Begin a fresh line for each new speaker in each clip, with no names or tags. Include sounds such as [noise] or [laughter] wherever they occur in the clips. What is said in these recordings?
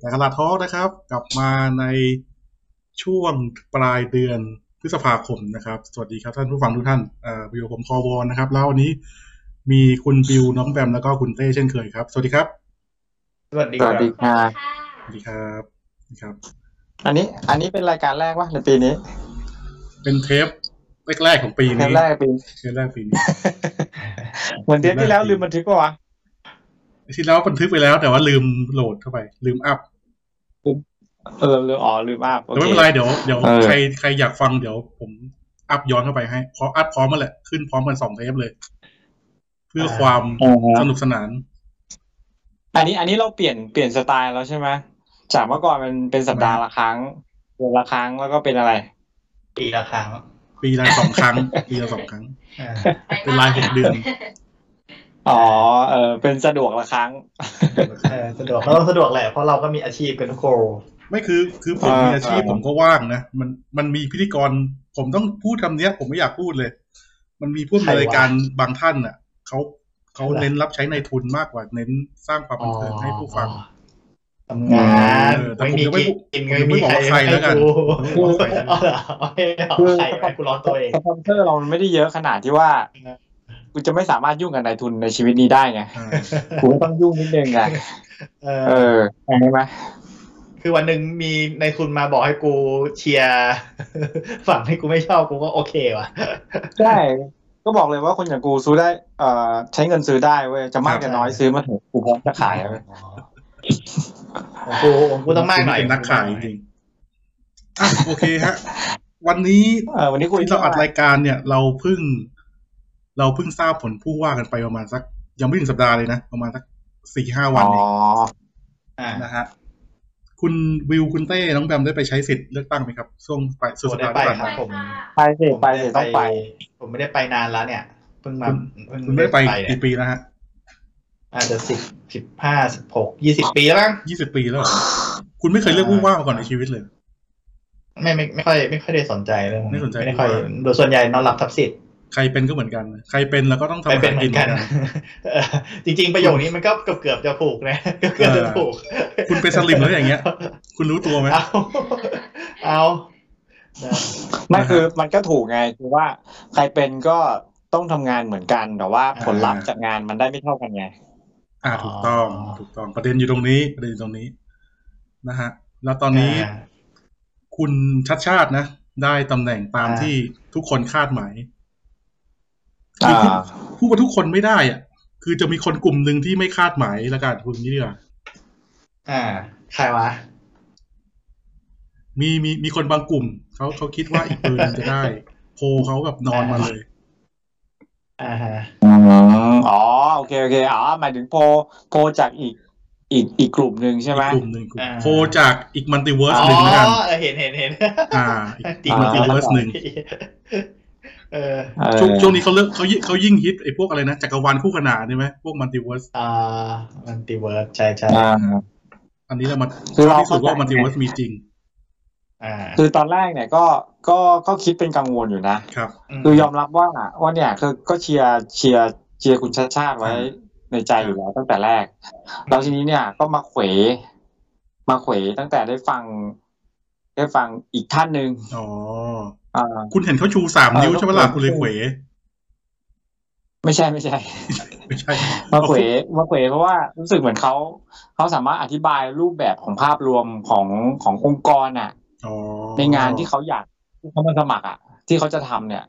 แต่ขนาดทอล์กนะครับ กลับมาในช่วงปลายเดือนพฤษภาคมนะครับ สวัสดีครับท่านผู้ฟังทุกท่านเอ่อบิวผมคอวอนนะครับ แล้ววันนี้มีคุณบิวน้องแบมแล้วก็คุณเต้เช่นเคยครับ สวัสดีครับ
สวัสดี
ส
ครับ
วัสดีค่ะ
สวัสดีครับสวัสดีครับ
อันนี้ อันนี้เป็นรายการแรกวะในปีนี้
เป็นเทปแรกๆของปี
เทป
นี้
แรกปี
เทปแรกปีนี้
เหมือนเทปที่แล้ว
เทปแรกปี
ลืมบันทึกปะวะ
ที่แล้วบันทึกไปแล้วแต่ว่าลืมโหลดเข้าไป ลืมอัพ
เออลืมอ๋อลืมอ่ะโอ
แต่ไม่
เค
เป็นไรเดี๋ยวเดี๋ยว
เออ
ใครใครอยากฟังเดี๋ยวผมอัพย้อนเข้าไปให้พร้อมอัพพร้อมมาแหละขึ้นพร้อมกันสองเทปเลย เพื่อความ
อ่าฮะ
สนุกสนาน
อันนี้ อันนี้เราเปลี่ยน เปลี่ยนสไตล์แล้วใช่ไหมจากเมื่อก่อนมันเป็นสัปดาห์ละครั้งเดือนละครั้ง แล้วก็เป็นอะไร
ปีละครั้ง
ปีละสองครั้ง ปีละสองครั้ง
อ่า [laughs]
เป็นรายหกเดือน
อ๋อ เออ เป็นสะดวกละครั้ง
เออสะดวกเราต้องสะดวกแหละเพราะเราก็มีอาชีพกันทุกคน
ไม่คือคือผม
อ่ามี
มีอาชีพ
อ่า
ผมก็ว่างนะ มันมันมีพิธีกร ผมต้องพูดคำเนี้ย ผมไม่อยากพูดเลย มันมีผู้ในรายการบางท่านอ่ะเขาเขาเน้นรับใช้ในทุนมากกว่า เน้นสร้างความบันเทิงให้ผู้ฟัง
ทำงาน
เออแต่
ไม่
ผม
มี
ยังไม่
กินกิ
ผ
น
ม
ไม่
ยังไม่
มี
บอกว่าใครแล้วกัน
กูเอาเหรอเอาใครไปกูร้อนตัวเอง
สปอนเซอร์เรามันไม่ได้เยอะขนาดที่ว่ากูจะไม่สามารถยุ่งกับนายทุนในชีวิตนี้ได้ไง
อ่า
กูก็ต้องยุ่งนิดนึงไง
เอ
เอ
อ
อใช่ไหม
คือวันหนึ่งมีในทุนมาบอกให้กูเชียร์ [laughs] ฝั่งที่กูไม่ชอบกูก็โอเคว่ะ
ใช่ ก็บอกเลยว่าคนอย่างกูซื้อได้เอ่อใช้เงินซื้อได้เว้ย จะมากจะน้อย
ครับ
ซื้อมาเถอะกูพร้อมจะขายอะ
ของกูของกูต้องมากหน่อย
เป็นนักขายจริงๆอ่ะโอเคฮะ วันนี้
เออวันนี้กู
ที่เราอัดรายการเนี่ย เราเพิ่ง เราเพิ่งทราบผลผู้ว่ากันไปประมาณสัก ยังไม่ถึงสัปดาห์เลยนะ ประมาณสักสี่ห้าวัน
อ๋อ
เอง
อ่า
นะฮะคุณวิวคุณเต้ น้องแบมได้ไปใช้สิทธิ์เลือกตั้งไหมครับ ช่วงไปสุด
กู
สัป
ได้
ดาห์ที่ผ่า
ไป
น
ครั
มา
บผม
ไปสิไปสิต้องไป
ผมไม่ได้ไปนานแล้วเนี่ยเพิ่งมาเพิ่ง
คุณไม่ได้ไป
เนี่ย
กี่ปีแล้วฮะ
อาจจะสิบสิบห้าสิบหกยี่สิบปีแล้วมั้ง
ยี่สิบปีแล้วเหรอคุณไม่เคยเลือกผู้ว่ามาก่อนในชีวิตเลย
ไม่ไม่ไม่ค่อยไม่ค่อยได้สนใจเรื่อง
ไม่สนใจ
ไม่ค่อยโดยส่วนใหญ่นอนหลับทับสิทธิ์
ใครเป็นก็เหมือนกัน ใครเป็นแล้วก็ต้องทำ
ไปเป็นเหมือนกัน
หา
เออจริง ๆ ประโยคนี้มันก็เกือบเกือบ [laughs] จะถูกนะ [laughs] เกือบจะถูก
คุณเป็นสลิมแล้วอย่างเงี้ย คุณรู้ตัวไหม
[laughs] เอาเอานะ
ไม่
นะฮะ
คือมันก็ถูกไงคือว่าใครเป็นก็ต้องทำงานเหมือนกัน แต่ว่าผลลัพธ์
อ่า
จากงานมันได้ไม่เท่ากันไง
อ่าถูกต้องถูกต้องประเด็นอยู่ตรงนี้ประเด็นอยู่ตรงนี้นะฮะ แล้วตอนนี้
า
คุณชัดชาตินะ ได้ตำแหน่งตาม
อ่า
ที่ทุกคนคาดหมาย
อ่า
พูดว่าทุกคนไม่ได้อ่ะ คือจะมีคนกลุ่มหนึ่งที่ไม่คาดหมายละกันคุณนี่ดีกว่า
อ่าใครวะ
มีมีมีคนบางกลุ่มเขาเขาคิดว่าอีกเบอร์หนึงจะได้ โพลเขาแบบนอนมาเลย
อ่าฮะ
อ๋อโอเคโอเค อ๋อหมายถึงโพลโพลจากอีกอีกอีกกลุ่มหนึ่งใช่ไหม
กลุ่มหนึ่งกลุ่มโพลจากอีกมัลติเวิร์ส
อ๋อ
หนึ่งแล้วกัน
เออเห็นเห็นเห็น
อ่า อีกมัลติเวิร์สหนึ่ง
เออ
เออ
ช่วงช่วงนี้เขาเลิกเขายิ่งเขายิ่งฮิตไอ้พวกอะไรนะ จักรวาลคู่ขนานใช่ไหมพวกมัลติเวิร์ส
อ่ามันติเวิร์สใช่ใช่
อ่า
อันนี้เรามา
คือเรา
ที่สุดว่า
เข้า
มัล
ใจ
ติเวิร์สมีจริง
อ่า
คือตอนแรกเนี่ยก็ก็ก็คิดเป็นกังวลอยู่นะ
ครับ
คือยอมรับว่าว่าเนี่ยคือก็เชียร์เชียร์เชียร์คุณชาติชาติไว้
อืม
ในใจอยู่แล้วตั้งแต่แรกแล้วทีนี้เนี่ยก็มาเขวมาเขวตั้งแต่ได้ฟัง ได้ฟังอีกท่านหนึ่ง
อ๋อ
อ่า
คุณเห็นเขาชูสามนิ้ว
เออ
ใช่ไหมล่ะ
ต้อง
คุณเลยเขว
ไม่ใช่ไม่ใช่ [laughs]
ไม่ใช่
มาเขวมาเขวเพราะว่ารู้สึกเหมือนเขาเขาสามารถอธิบายรูปแบบของภาพรวมของขององค์กรอ่ะ
อ๋อ
ในงานที่เขาอยากที่เขามาสมัครอ่ะ ที่เขาจะทำเนี่ย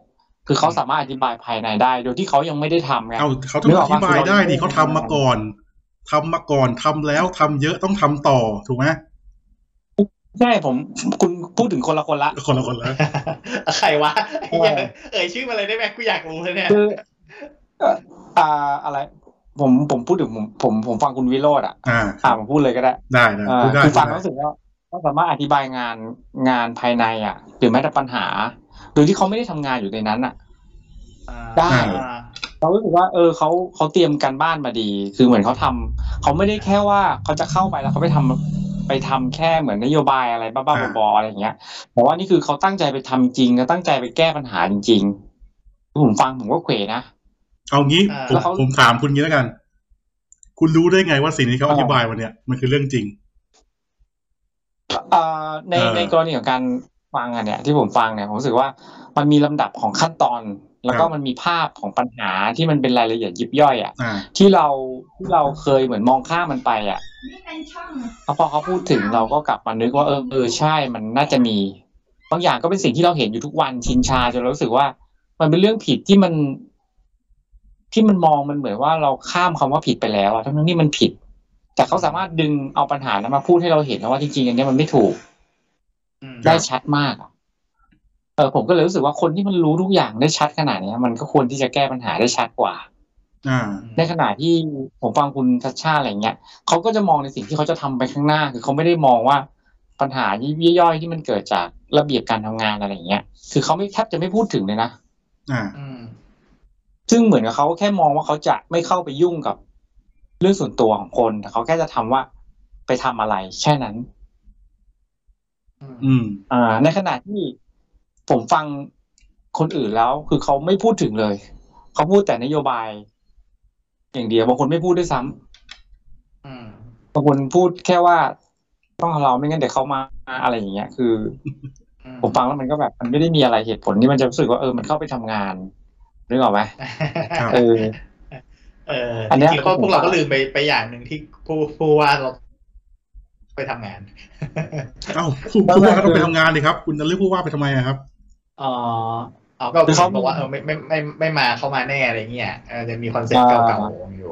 คือเขาสามารถอธิบายภายในได้ โดยที่เขายังไม่ได้ทำไง
เอาเขาต้องอธิบายได้ดิเขาทำมาก่อนทำมาก่อนทำแล้วทำเยอะต้องทำต่อถูกไหม
ใช่ผมคุณพูดถึงคนละคนละ
คนละคนละ
[laughs]
ใครวะไอ้เหี้ยเอ่ยชื่อมาเลยได้ไหมกูอยากรู้เลยเนี่ย
คือเอ่ออ่าอะไร ผมผมพูดถึงผมผมผมฟังคุณวิโรจน์อ่ะ
อ่า
อ่าผมพูดเลยก็ได้
ได้นะ
อ่า
พูดได้
คือฟัง
พูดได้
รู้สึกว่าเขาสามารถอธิบายงานงานภายในอ่ะ หรือแม้แต่ปัญหา โดยที่เขาไม่ได้ทำงานอยู่ในนั้นอ่ะ ได้ เรารู้สึกว่า เออเขาเขาเตรียมการบ้านมาดี คือเหมือนเขาทำเขาไม่ได้แค่ว่าเขาจะเข้าไปแล้วเขาไปทำไปทำแค่เหมือนนโยบายอะไรบ้าๆบอๆอะไรอย่างเงี้ยแต่ว่านี่คือเขาตั้งใจไปทำจริงแล้วตั้งใจไปแก้ปัญหาจริงๆผมฟังผมก็เขวนะ
เอางี้
อ่า
ผม
แล้วเขา
ผมถามคุณงี้แล้วกัน คุณรู้ได้ไงว่าสิ่งที่เขา
อ่า
อธิบายมาเนี่ย มันคือเรื่องจริง
อ่าใน
เออ
ในกรณีของการฟังอ่ะเนี่ย ที่ผมฟังเนี่ยผมรู้สึกว่ามันมีลำดับของขั้นตอน แล้วก็มันมีภาพของปัญหาที่มันเป็นรายละเอียดยิบย่อยอ่ะ
อ่า
ที่เราที่เราเคยเหมือนมองข้ามมันไปอ่ะ
นี่เป็นช่อง
แล้วพอเขาพูดถึงเราก็กลับมานึกว่าเออเออใช่มันน่าจะมี บางอย่างก็เป็นสิ่งที่เราเห็นอยู่ทุกวันชินชาจนเรารู้สึกว่า มันเป็นเรื่องผิดที่มัน ที่มันมองมันเหมือนว่าเราข้ามคำว่าผิดไปแล้วอะทั้งๆที่มันผิด แต่เขาสามารถดึงเอาปัญหานั้นมาพูดให้เราเห็นนะว่าจริงๆอันเนี้ยมันไม่ถูก
อืม
ได้ชัดมากอะเออผมก็เลยรู้สึกว่าคนที่มันรู้ทุกอย่างได้ชัดขนาดเนี้ย มันก็ควรที่จะแก้ปัญหาได้ชัดกว่า
อ่า
ในขณะที่ผมฟังคุณทัชชาอะไรเงี้ยเขาก็จะมองในสิ่งที่เขาจะทำไปข้างหน้า คือเขาไม่ได้มองว่าปัญหาย่อยๆที่มันเกิดจากระเบียบการทำงานอะไรเงี้ย คือเขาไม่แทบจะไม่พูดถึงเลยนะ
อ่า
อืม
ซึ่งเหมือนกับเขาแค่มองว่าเขาจะไม่เข้าไปยุ่งกับเรื่องส่วนตัวของคนแต่เขาแค่จะทำว่าไปทำอะไรแค่นั้น
อืม
อ่าในขณะที่ผมฟังคนอื่นแล้ว คือเขาไม่พูดถึงเลย เขาพูดแต่นโยบาย อย่างเดียวบางคนไม่พูดด้วยซ้ำ
อืม
บางคนพูดแค่ว่า ต้องเราไม่งั้นเดี๋ยวเขามาอะไรอย่างเงี้ยคือ
อื
ผมฟังแล้วมันก็แบบ มันไม่ได้มีอะไรเหตุผลที่มันจะรู้สึกว่าเออมันเข้าไปทำงานนึกออกไหม
ครับ
เออ
เออ
อั
อั
น
น
เนี้
นี้
ย
ก็พวกเราก็ลืมไปไปอย่างหนึ่งที่ผู้ผู้ว่าเราไปทำงาน
เอ้าผู้ผู้ว่าก็ต้องไปทำงานดิครับ คุณจะเรียกผู้ว่าไปทำไมอะครับ
อ๋ออ๋อก็
คือ
เขา
เขา
บอกว่าเออไม่ไม่ไม่ไม่มาเข้ามาแน่อะไรเงี้ยเออจะมีคอนเซ็ปต์
อ่า
เก่าๆของอยู่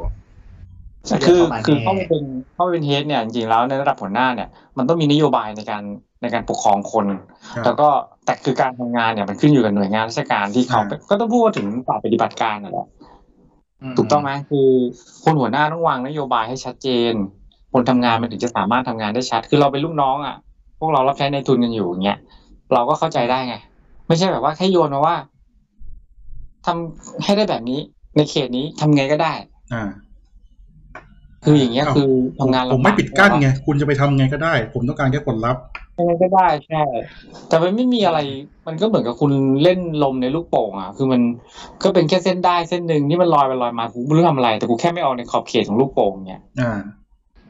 คือ
ประมาณนี้
คือเข้าไปเป็นเข้าไปเป็นเฮดเนี่ยจริงๆแล้วในระดับหัวหน้าเนี่ย มันต้องมีนโยบายในการในการปกครองคน
ครับ
แล้วก็แต่คือการทำงานเนี่ยมันขึ้นอยู่กับหน่วยงานราชการที่เขา
อ่า
ก็ต้องพูดว่าถึงฝ่ายปฏิบัติการน่ะแหละถูกต้องไหมคือคนหัวหน้าต้องวางนโยบายให้ชัดเจน คนทำงานมันถึงจะสามารถทำงานได้ชัด คือเราเป็นลูกน้องอ่ะ พวกเรารับใช้ในทุนกันอยู่อย่างเงี้ยเราก็เข้าใจได้ไง ไม่ใช่แบบว่าแค่โยนมาว่าทำให้ได้แบบนี้ในเขตนี้ทำไงก็ได้
อ่า
คืออย่างเงี้ย
อ้าว
คือทำงานลำบาก
ผมไม่ปิดกั้นไง คุณจะไปทำไงก็ได้ ผมต้องการแค่ผลลัพธ์
ยังไงก็ได้ใช่ แต่มันไม่มีอะไร มันก็เหมือนกับคุณเล่นลมในลูกโป่งอ่ะ คือมันก็เป็นแค่เส้นได้เส้นหนึ่งที่มันลอยไปลอยมากูไม่รู้ทำอะไร แต่กูแค่ไม่ออกในขอบเขตของลูกโป่งเนี่ย
อ่า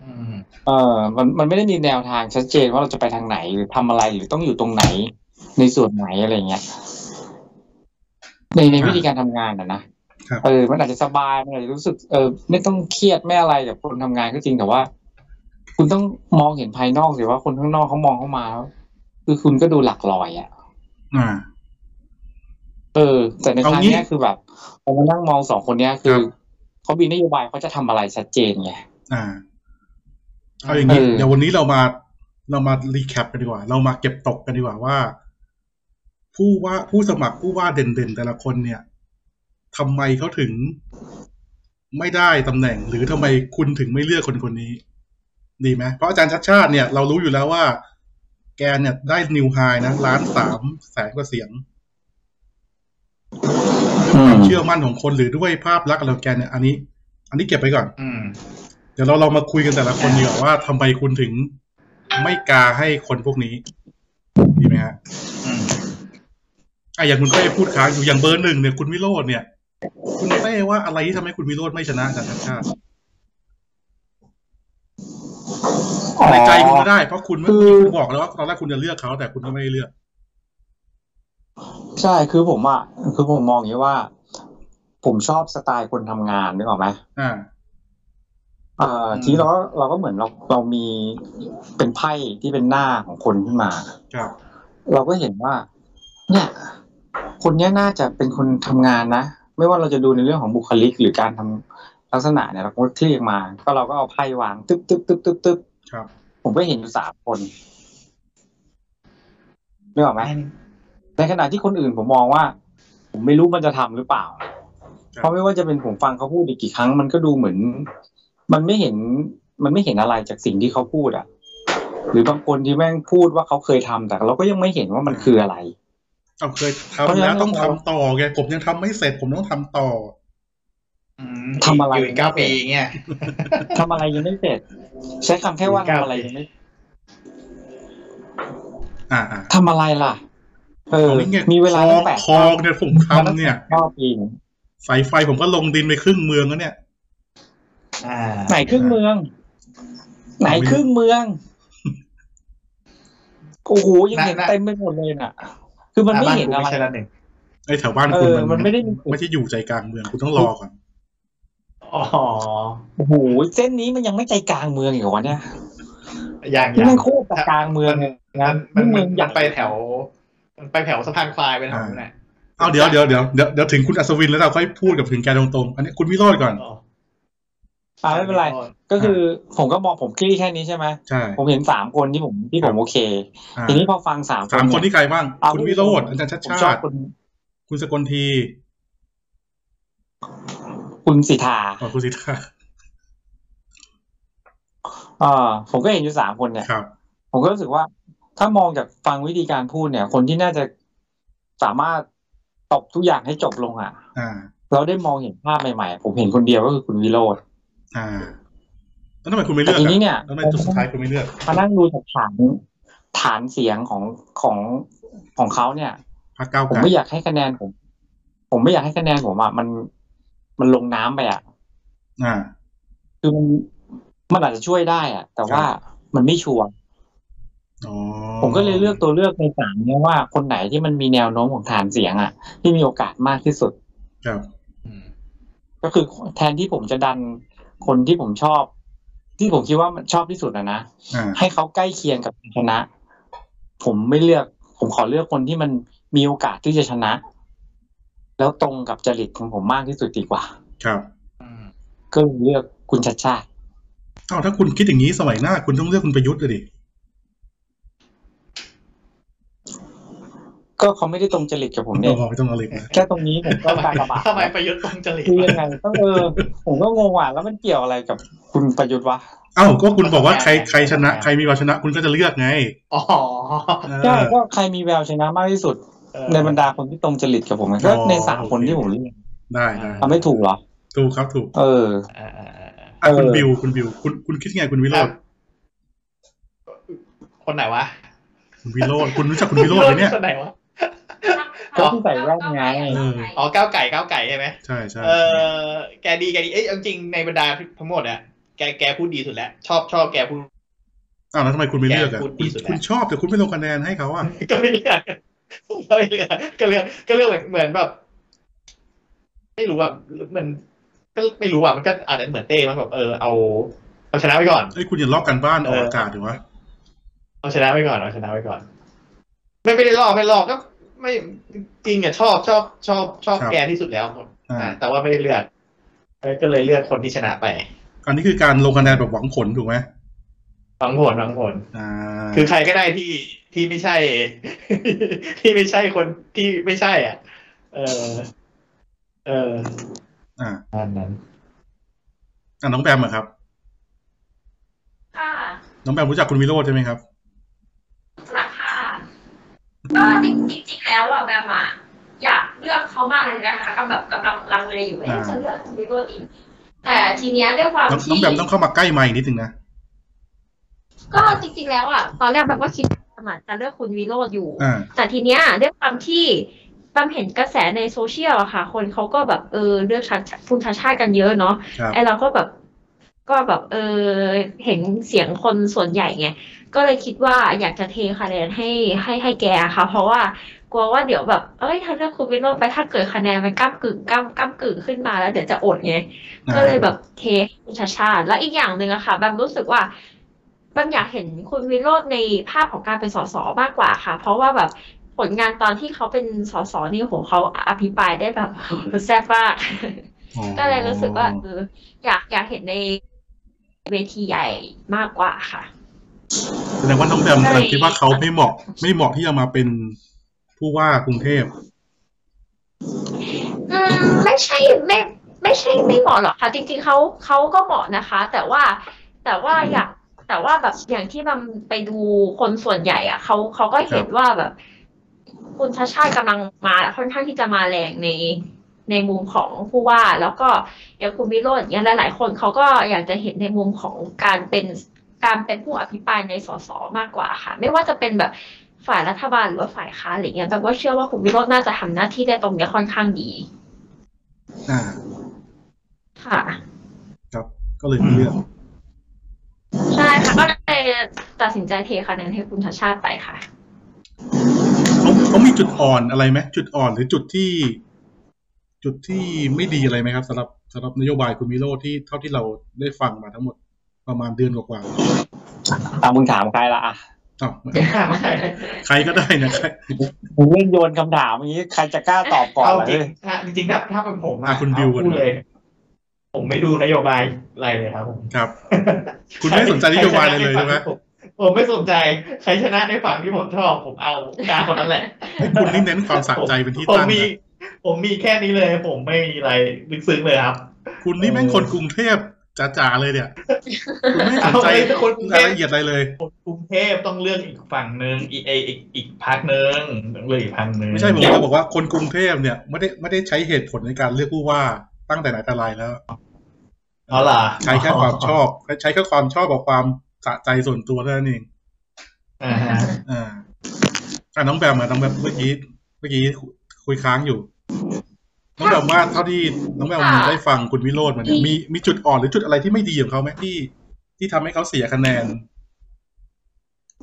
อืม
เออมันมันไม่ได้มีแนวทางชัดเจนว่าเราจะไปทางไหนหรือทำอะไรหรือต้องอยู่ตรงไหน ในส่วนไหนอะไรเงี้ยในในวิธีการทำงานนะนะครับ เออมันอาจจะสบายมันอาจจะรู้สึกเออไม่ต้องเครียดไม่อะไรกับคนทำงานก็จริงแต่ว่า คุณต้องมองเห็นภายนอกสิว่าคนข้างนอกเขามองเข้ามาแล้วคือคุณก็ดูหลักลอยอ่ะ
อ่า
เออ แต่ในครั้
เอา
ง
งี้
เนี้ยคือแบบผมมานั่งมองสองคนเนี้ยคื
ค
อ
รับ
เขามีนโยบายเขาจะทำอะไรชัดเจนไง
อ่า เอาอย่างนี้
เออ
เดี๋ยววันนี้เรามาเรามารีแคปกันดีกว่า เรามาเก็บตกกันดีกว่าว่า ผู้ว่าผู้สมัครผู้ว่าเด่นๆแต่ละคนเนี่ยทำไมเขาถึงไม่ได้ตำแหน่ง หรือทำไมคุณถึงไม่เลือกคนคนนี้ ดีไหมเพราะอาจารย์ชัดชาติเนี่ยเรารู้อยู่แล้วว่า แกเนี่ยได้นิวไฮนะล้านสามแสนกว่าเสียง ความเชื่อมั่นของคนหรือด้วยภาพลักษณ์ของแกเนี่ยอันนี้ อันนี้เก็บไปก่อน
อืม
เดี๋ยวเราลองมาคุยกันแต่ละคนดีกว่าว่าทำไมคุณถึงไม่กาให้คนพวกนี้ ดีไหมฮะ
อืม
อ่ะอย่างคุณเต้พูดค้างอยู่อย่างเบอร์หนึ่งเนี่ยคุณวิโรจน์เนี่ย คุณเต้ว่าอะไรที่ทำให้คุณวิโรจน์ไม่ชนะอาจารย์ชัดชาติในใจคุณก็ได้เพราะคุณไม่
คือ
คุณบอกแล้วว่าตอนแรกคุณจะเลือกเขาแต่คุณก็ไม่ได้เลือก
ใช่คือผมอ่ะคือผมมองอย่างนี้ว่า ผมชอบสไตล์คนทำงานนึกออกไหม
อ่า
เอ่อทีนี้เราก็เราก็เหมือนเราเรามีเป็นไพ่ที่เป็นหน้าของคนขึ้นมา
ครับ
เราก็เห็นว่า เนี่ย คนเนี้ยน่าจะเป็นคนทำงานนะ ไม่ว่าเราจะดูในเรื่องของบุคลิกหรือการทำลักษณะเนี่ยเราก็คลี่ออกมา ก็เราก็เอาไพ่วางตึ๊บตึ๊บตึ๊บตึ๊บตึ๊บ
ครับ
ผมก็เห็นอยู่สามคนนึกออกไหม ในขณะที่คนอื่นผมมองว่า ผมไม่รู้มันจะทำหรือเปล่า
ครับ
เพราะไม่ว่าจะเป็นผมฟังเขาพูดอีกกี่ครั้ง มันก็ดูเหมือน มันไม่เห็น มันไม่เห็นอะไรจากสิ่งที่เขาพูดอ่ะ หรือบางคนที่แม่งพูดว่าเขาเคยทำแต่เราก็ยังไม่เห็นว่ามันคืออะไร
เอาเคย
เพราะ
ทำ
ฉะ
แล้
นั้
ว
น
ต้องทำต่อไงผมยังทำไม่เสร็จ ผมต้องทำต่อ
อืม
ทำอะไร
อยู่อีกเก้าปีเงี้ย
ทำอะไรยังไม่เสร็จ ใช้คำแค่ว่า
ครับ
ทำอะไรยังไม่
อ่าอ่า
ทำอะไรล่ะ เออ
ตรงนี้ไง
มีเวลา
คลอ
ตั้
ง
งแปด
คลองเนี่ยผมทำเนี่ย
เก้าปีเนี่ย
สายไฟผมก็ลงดินไปครึ่งเมืองแล้วเนี่ย
อ่า
ไหนครึ่งเมือง ไหนครึ่งเมือง โอ้โหยังเห็นเต็มไปหมดเลยน่ะ คือมันไม่เห็น
บ้า
อะ
กูไม่
ไร
ใช่ร้านหนึ่ง
ไอ้แถวบ้านคุณ
เออมันไม่ได้มี
ไม่ใช่อยู่ใจกลางเมืองคุณต้องรอก่อน
อ๋อ
โอ้โหเส้นนี้มันยังไม่ใจกลางเมืองอีกเหรอวะเนี่ย
อย่างอ
นี่
ย่าง
มันโคตรกลางเมืองเลย
มั
นะ
นมัน
เมื
มั
อน งใหญ่
ไปแถว มันไปแถวสะพานควายไปแถวนั้นน่ะ
เอาเดี๋ยวเดี๋ยวเดี๋ยวเดี๋ยวเดี๋ยวถึงคุณอัศวินแล้วเราค่อยพูดกับถึงแกตรงๆ อันนี้คุณวิโรจน์ก่อน
อ๋อ
อ่าไม่เป็นไร ก็คือผมก็มองผมคลี่แค่นี้ใช่ไหม
ใช่
ผมเห็นสามคนที่ผมที่ผมโอเค
อ่า
ทีนี้พอฟังสาม
สามคนที่
เย
ใครบ้าง
เอา
คุณวิโรจน์อาจารย์ชัด
ผมชอ
ชา
บ
ติ
คุณ
คุณสกลที
คุณสิทธา
อ๋อคุณสิทธา
เออผมก็เห็นอยู่สามคนเนี่ย
ครับ
ผมก็รู้สึกว่า ถ้ามองจากฟังวิธีการพูดเนี่ย คนที่น่าจะสามารถตบทุกอย่างให้จบลงอ่ะ
อ่า
เราได้มองเห็นภาพใหม่ๆ ผมเห็นคนเดียวก็คือคุณวิโรธ
อ่าแล้วทำไมคุณไม่
แต่
เลือก
ที
อะ
นี้เนี่ย
แล้วทำไมสุดท้ายคุณไม่เลือก
มานั่งดูจากฐานฐานเสียงของของของเขาเนี่ย
พรรคก้าว
ผม
ไกล
ไม่อยากให้คะแนนผม ผมไม่อยากให้คะแนนผมอ่ะมันมันลงน้ำไปอ่ะ
อ่า
คือมันมันอาจจะช่วยได้อ่ะ แต่ว่ามันไม่ชัวร์
อ๋อ
ผมก็เลยเลือกตัวเลือกในสามเนี่ยว่าคนไหนที่มันมีแนวโน้มของฐานเสียงอ่ะ ที่มีโอกาสมากที่สุด
ครับ
ก็คือแทนที่ผมจะดันคนที่ผมชอบ ที่ผมคิดว่ามันชอบที่สุดนะนะ
อ่า
ให้เขาใกล้เคียงกับชนะ ผมไม่เลือก ผมขอเลือกคนที่มันมีโอกาสที่จะชนะ แล้วตรงกับจริตของผมมากที่สุดดีกว่า
ครับ
อืม
ก็เลยเลือกคุณชัดชาติ
เอ้าถ้าคุณคิดอย่างนี้สมัยหน้า คุณต้องเลือกคุณประยุทธ์เลยดิ
ก็เขาไม่ได้ตรงจริตกับผม
โอ้
เนี่ย
โหไม่ต้องเอาเล็กนะ
แค่ตรงนี้ผมก็กากบาท
[laughs] ทำไมประยุทธ์ตรงจริต
คือยังไงก็เออ ผมก็งงว่ะแล้วมันเกี่ยวอะไรกับคุณประยุทธ์วะ
เอ้าก็คุณบอกว่าใครใครชนะ ใครมีวาชนะ คุณก็จะเลือกไง
อ๋อ
เออ
ใช่ก็ใครมีแววชนะมากที่สุด
เออ
ในบรรดาคนที่ตรงจริตกับผมไงก็
อ๋อ
ในสามคน
โอเค
ที่ผมเลือก
ได้ได้
ทำไม่ถูกเหรอ
ถูกครับถูก
เออ
อ่าอ่าอ่าอ่า
อ่ะคุณ
เออ
บิวคุณบิวคุณคุณคิดยังไงคุณวิโรจน์
คนไหนวะ
คุณวิโรจน์คุณรู้จักคุณวิโรจน์ไหมเนี่ย
คนไหนวะ
ก็ที่ใส่แว่นไง
เออ
อ๋อก้าวไก่ก้าวไก่ใช่ไหม
ใช่ใช่
เออแกดีแกดีเอ้ยเอาจริงในบรรดาทั้งหมดอะแกแกพูดดีสุดแล้วชอบชอบแกพูด
อ้าวแล้วทำไมคุณไม่เลือกอ่ะ
แกพูด
คุ
ดี
ณ
สุดแล้ว
คุณชอบแต่คุณไม่ลงคะแนนให้เขาอ่ะ
ก็ไม่เลือกก็ไม่เลือกก็เลือกก็เลือกเหมือนแบบ ไม่รู้อ่ะมันก็ไม่รู้อ่ะมันก็อาจจะเหมือนเต้มั้งแบบเออเอาเอาชนะไปก่อน
ไอ้ยคุณอย่าลอกกันบ้านออกอากาศหรือวะ
เอาชนะไปก่อนเอาชนะไปก่อน ไม่ไม่ได้ลอกไม่ลอกก็ ไม่จริงอ่ะชอบชอบชอบชอบแกที่สุดแล้ว
อ่า
แต่ว่าไม่ได้เลือกเออก็เลยเลือกคนที่ชนะไป
อันนี้คือการลงคะแนนแบบหวังผลถูกไหม
หวังผลหวังผล
อ่า
คือใครก็ได้ที่ที่ไม่ใช่ [laughs] ที่ไม่ใช่คนที่ไม่ใช่ อ่ะ เออ เออ
อ่า
อันนั้น
อ่าน้องแบมอะครับ
ค่ะ
น้องแบมรู้จักคุณวิโรจน์ใช่ไหมครับ
ราคาก็จริงจริงๆแล้วอะแบบอะอยากเลือกเขามากเลยนะคะก็แบบกำลังลังเลอยู่ว่า
อ่า
เอ๊ะจะเลือกคุณวิโรจน์ดีแต่ทีเนี้ยด้วยความ
น้องน้อง
ที่
แบมต้องเข้ามาใกล้ไมค์นิดนึงนะ
ก็จริง ๆ แล้วอะตอนแรกแบบก็คิดสมัครจะเลือกคุณวิโรจน์อยู่
อ่า
แต่ทีเนี้ยด้วยความที่ปั๊มเห็นกระแสในโซเชียลอะค่ะ คนเขาก็แบบเออเลือกชัดคุณชาชาติกันเยอะเนาะ
ครับ
ไอเราก็แบบ ก็แบบเออเห็นเสียงคนส่วนใหญ่ไงก็เลยคิดว่าอยากจะเทคะแนนให้ให้ให้แกอะค่ะ เพราะว่ากลัวว่าเดี๋ยวแบบเอ้ยถ้าเลือกคุณวิโรจน์ไปถ้าเกิดคะแนนมันก้ามกึ่งก้ามก้ามกึ่งขึ้นมาแล้วเดี๋ยวจะอดไง
อ่า
ก็เลยแบบเทคุณชาชาติแล้วอีกอย่างหนึ่งอะค่ะแบมรู้สึกว่าแบมอยากเห็นคุณวิโรจน์ในภาพของการเป็นสสมากกว่าค่ะ เพราะว่าแบบผลงานตอนที่เขาเป็นสสนี่โหเขาอภิปรายได้แบบ [laughs] แซ่บมาก [laughs]
อ๋อ
ก็เลยรู้สึกว่าเอออยากอยากเห็นในเวทีใหญ่มากกว่าค่ะ
แสดงว่าน้องแบม
ใช่
แบมคิดว่าเขาไม่เหมาะ ไม่เหมาะที่จะมาเป็นผู้ว่ากรุงเทพ
อืมไม่ใช่ไม่ไม่ใช่ไม่เหมาะหรอกค่ะจริงๆเขาเขาก็เหมาะนะคะ แต่ว่าแต่ว่าอยากแต่ว่าแบบอย่างที่มันไปดูคนส่วนใหญ่อะเขาเขาก็เห็นว่าแบบ คุณชาชาติกำลังมาค่อนข้างที่จะมาแรงในในมุมของผู้ว่า แล้วก็อย่างคุณวิโรจน์อย่างเงี้ยหลายๆคนเขาก็อยากจะเห็นในมุมของการเป็นการเป็นผู้อภิปรายในสสมากกว่าค่ะ ไม่ว่าจะเป็นแบบฝ่ายรัฐบาลหรือว่าฝ่ายค้านอะไรเงี้ยแต่ว่าเชื่อว่าคุณวิโรจน์น่าจะทำหน้าที่ได้ตรงเนี้ยค่อนข้างดี
อ่า
ค่ะ
ครับ ก็เลยไม่เลือก
ใช่ค่ะก็เลยตัดสินใจเทคะแนนให้คุณชาชาติไปค่ะ
เขาเขามีจุดอ่อนอะไรไหมจุดอ่อนหรือจุดที่ จุดที่ไม่ดีอะไรไหมครับสำหรับสำหรับนโยบายคุณมิโรจน์ที่เท่าที่เราได้ฟังมาทั้งหมดประมาณเดือนกว่า
อ่ะมึงถามใครละอ่ะ
ๆอ้าว
ใช่
ใครก็ได้นะใคร
มึงเล่นโยนคำถามอย่างนี้ใครจะกล้าตอบก่อน
เอา
ล่ะ
จริ
เล
ง
ย
ถ้าจริงๆถ้าถ้าเป็นผม
อ่ะคุณบิวกัน
พูดเลย ผมไม่ดูนโยบายอะไรเลยครับผม
ครับ คุณไม่สนใจนโยบายเลยเลยใช่ไหม
ผมไม่สนใจใครชนะในฝั่งที่ผมชอบผมเอาตามคนนั้นแหละ
คุณนี่เน้นความสะใจเป็นที่
ผม
ตั้ง
มี
นะ
ผมมีแค่นี้เลย ผมไม่มีอะไรลึกซึ้งเลยครับ
คุณนี่แม่งคนกรุงเทพจ๋าๆเลยเนี่ยคุณไม่สนใจ
เอาเลยคนกรุงเท
ราย
พ
ละเอียดอะไรเลย
กรุงเทพต้องเลือกอีกฝั่งหนึ่งอีกไออีกอีกพักหนึ่งต้องเลือกอีกพักหนึ่ง
ไม่ใช่ผมจะบอกว่าคนกรุงเทพเนี่ยไม่ได้ไม่ได้ใช้เหตุผลในการเลือกผู้ว่าตั้งแต่ไหนแต่ไรแล้ว
เอาล่ะ
ใช้แค่ความชอบใช้แค่ความชอบกับความสะใจส่วนตัวเท่านั้นเอง
อ่าฮะ
อ่าอ่ะน้องแบมอะน้องแบมเมื่อกี้เมื่อกี้คุยค้างอยู่ น้องแบมว่าเท่าที่น้องแบม
ค่ะ
ได้ฟังคุณวิโรจน์มาเนี่ย
มี
มีมีจุดอ่อนหรือจุดอะไรที่ไม่ดีของเขาไหมที่ ที่ทำให้เขาเสียคะแนน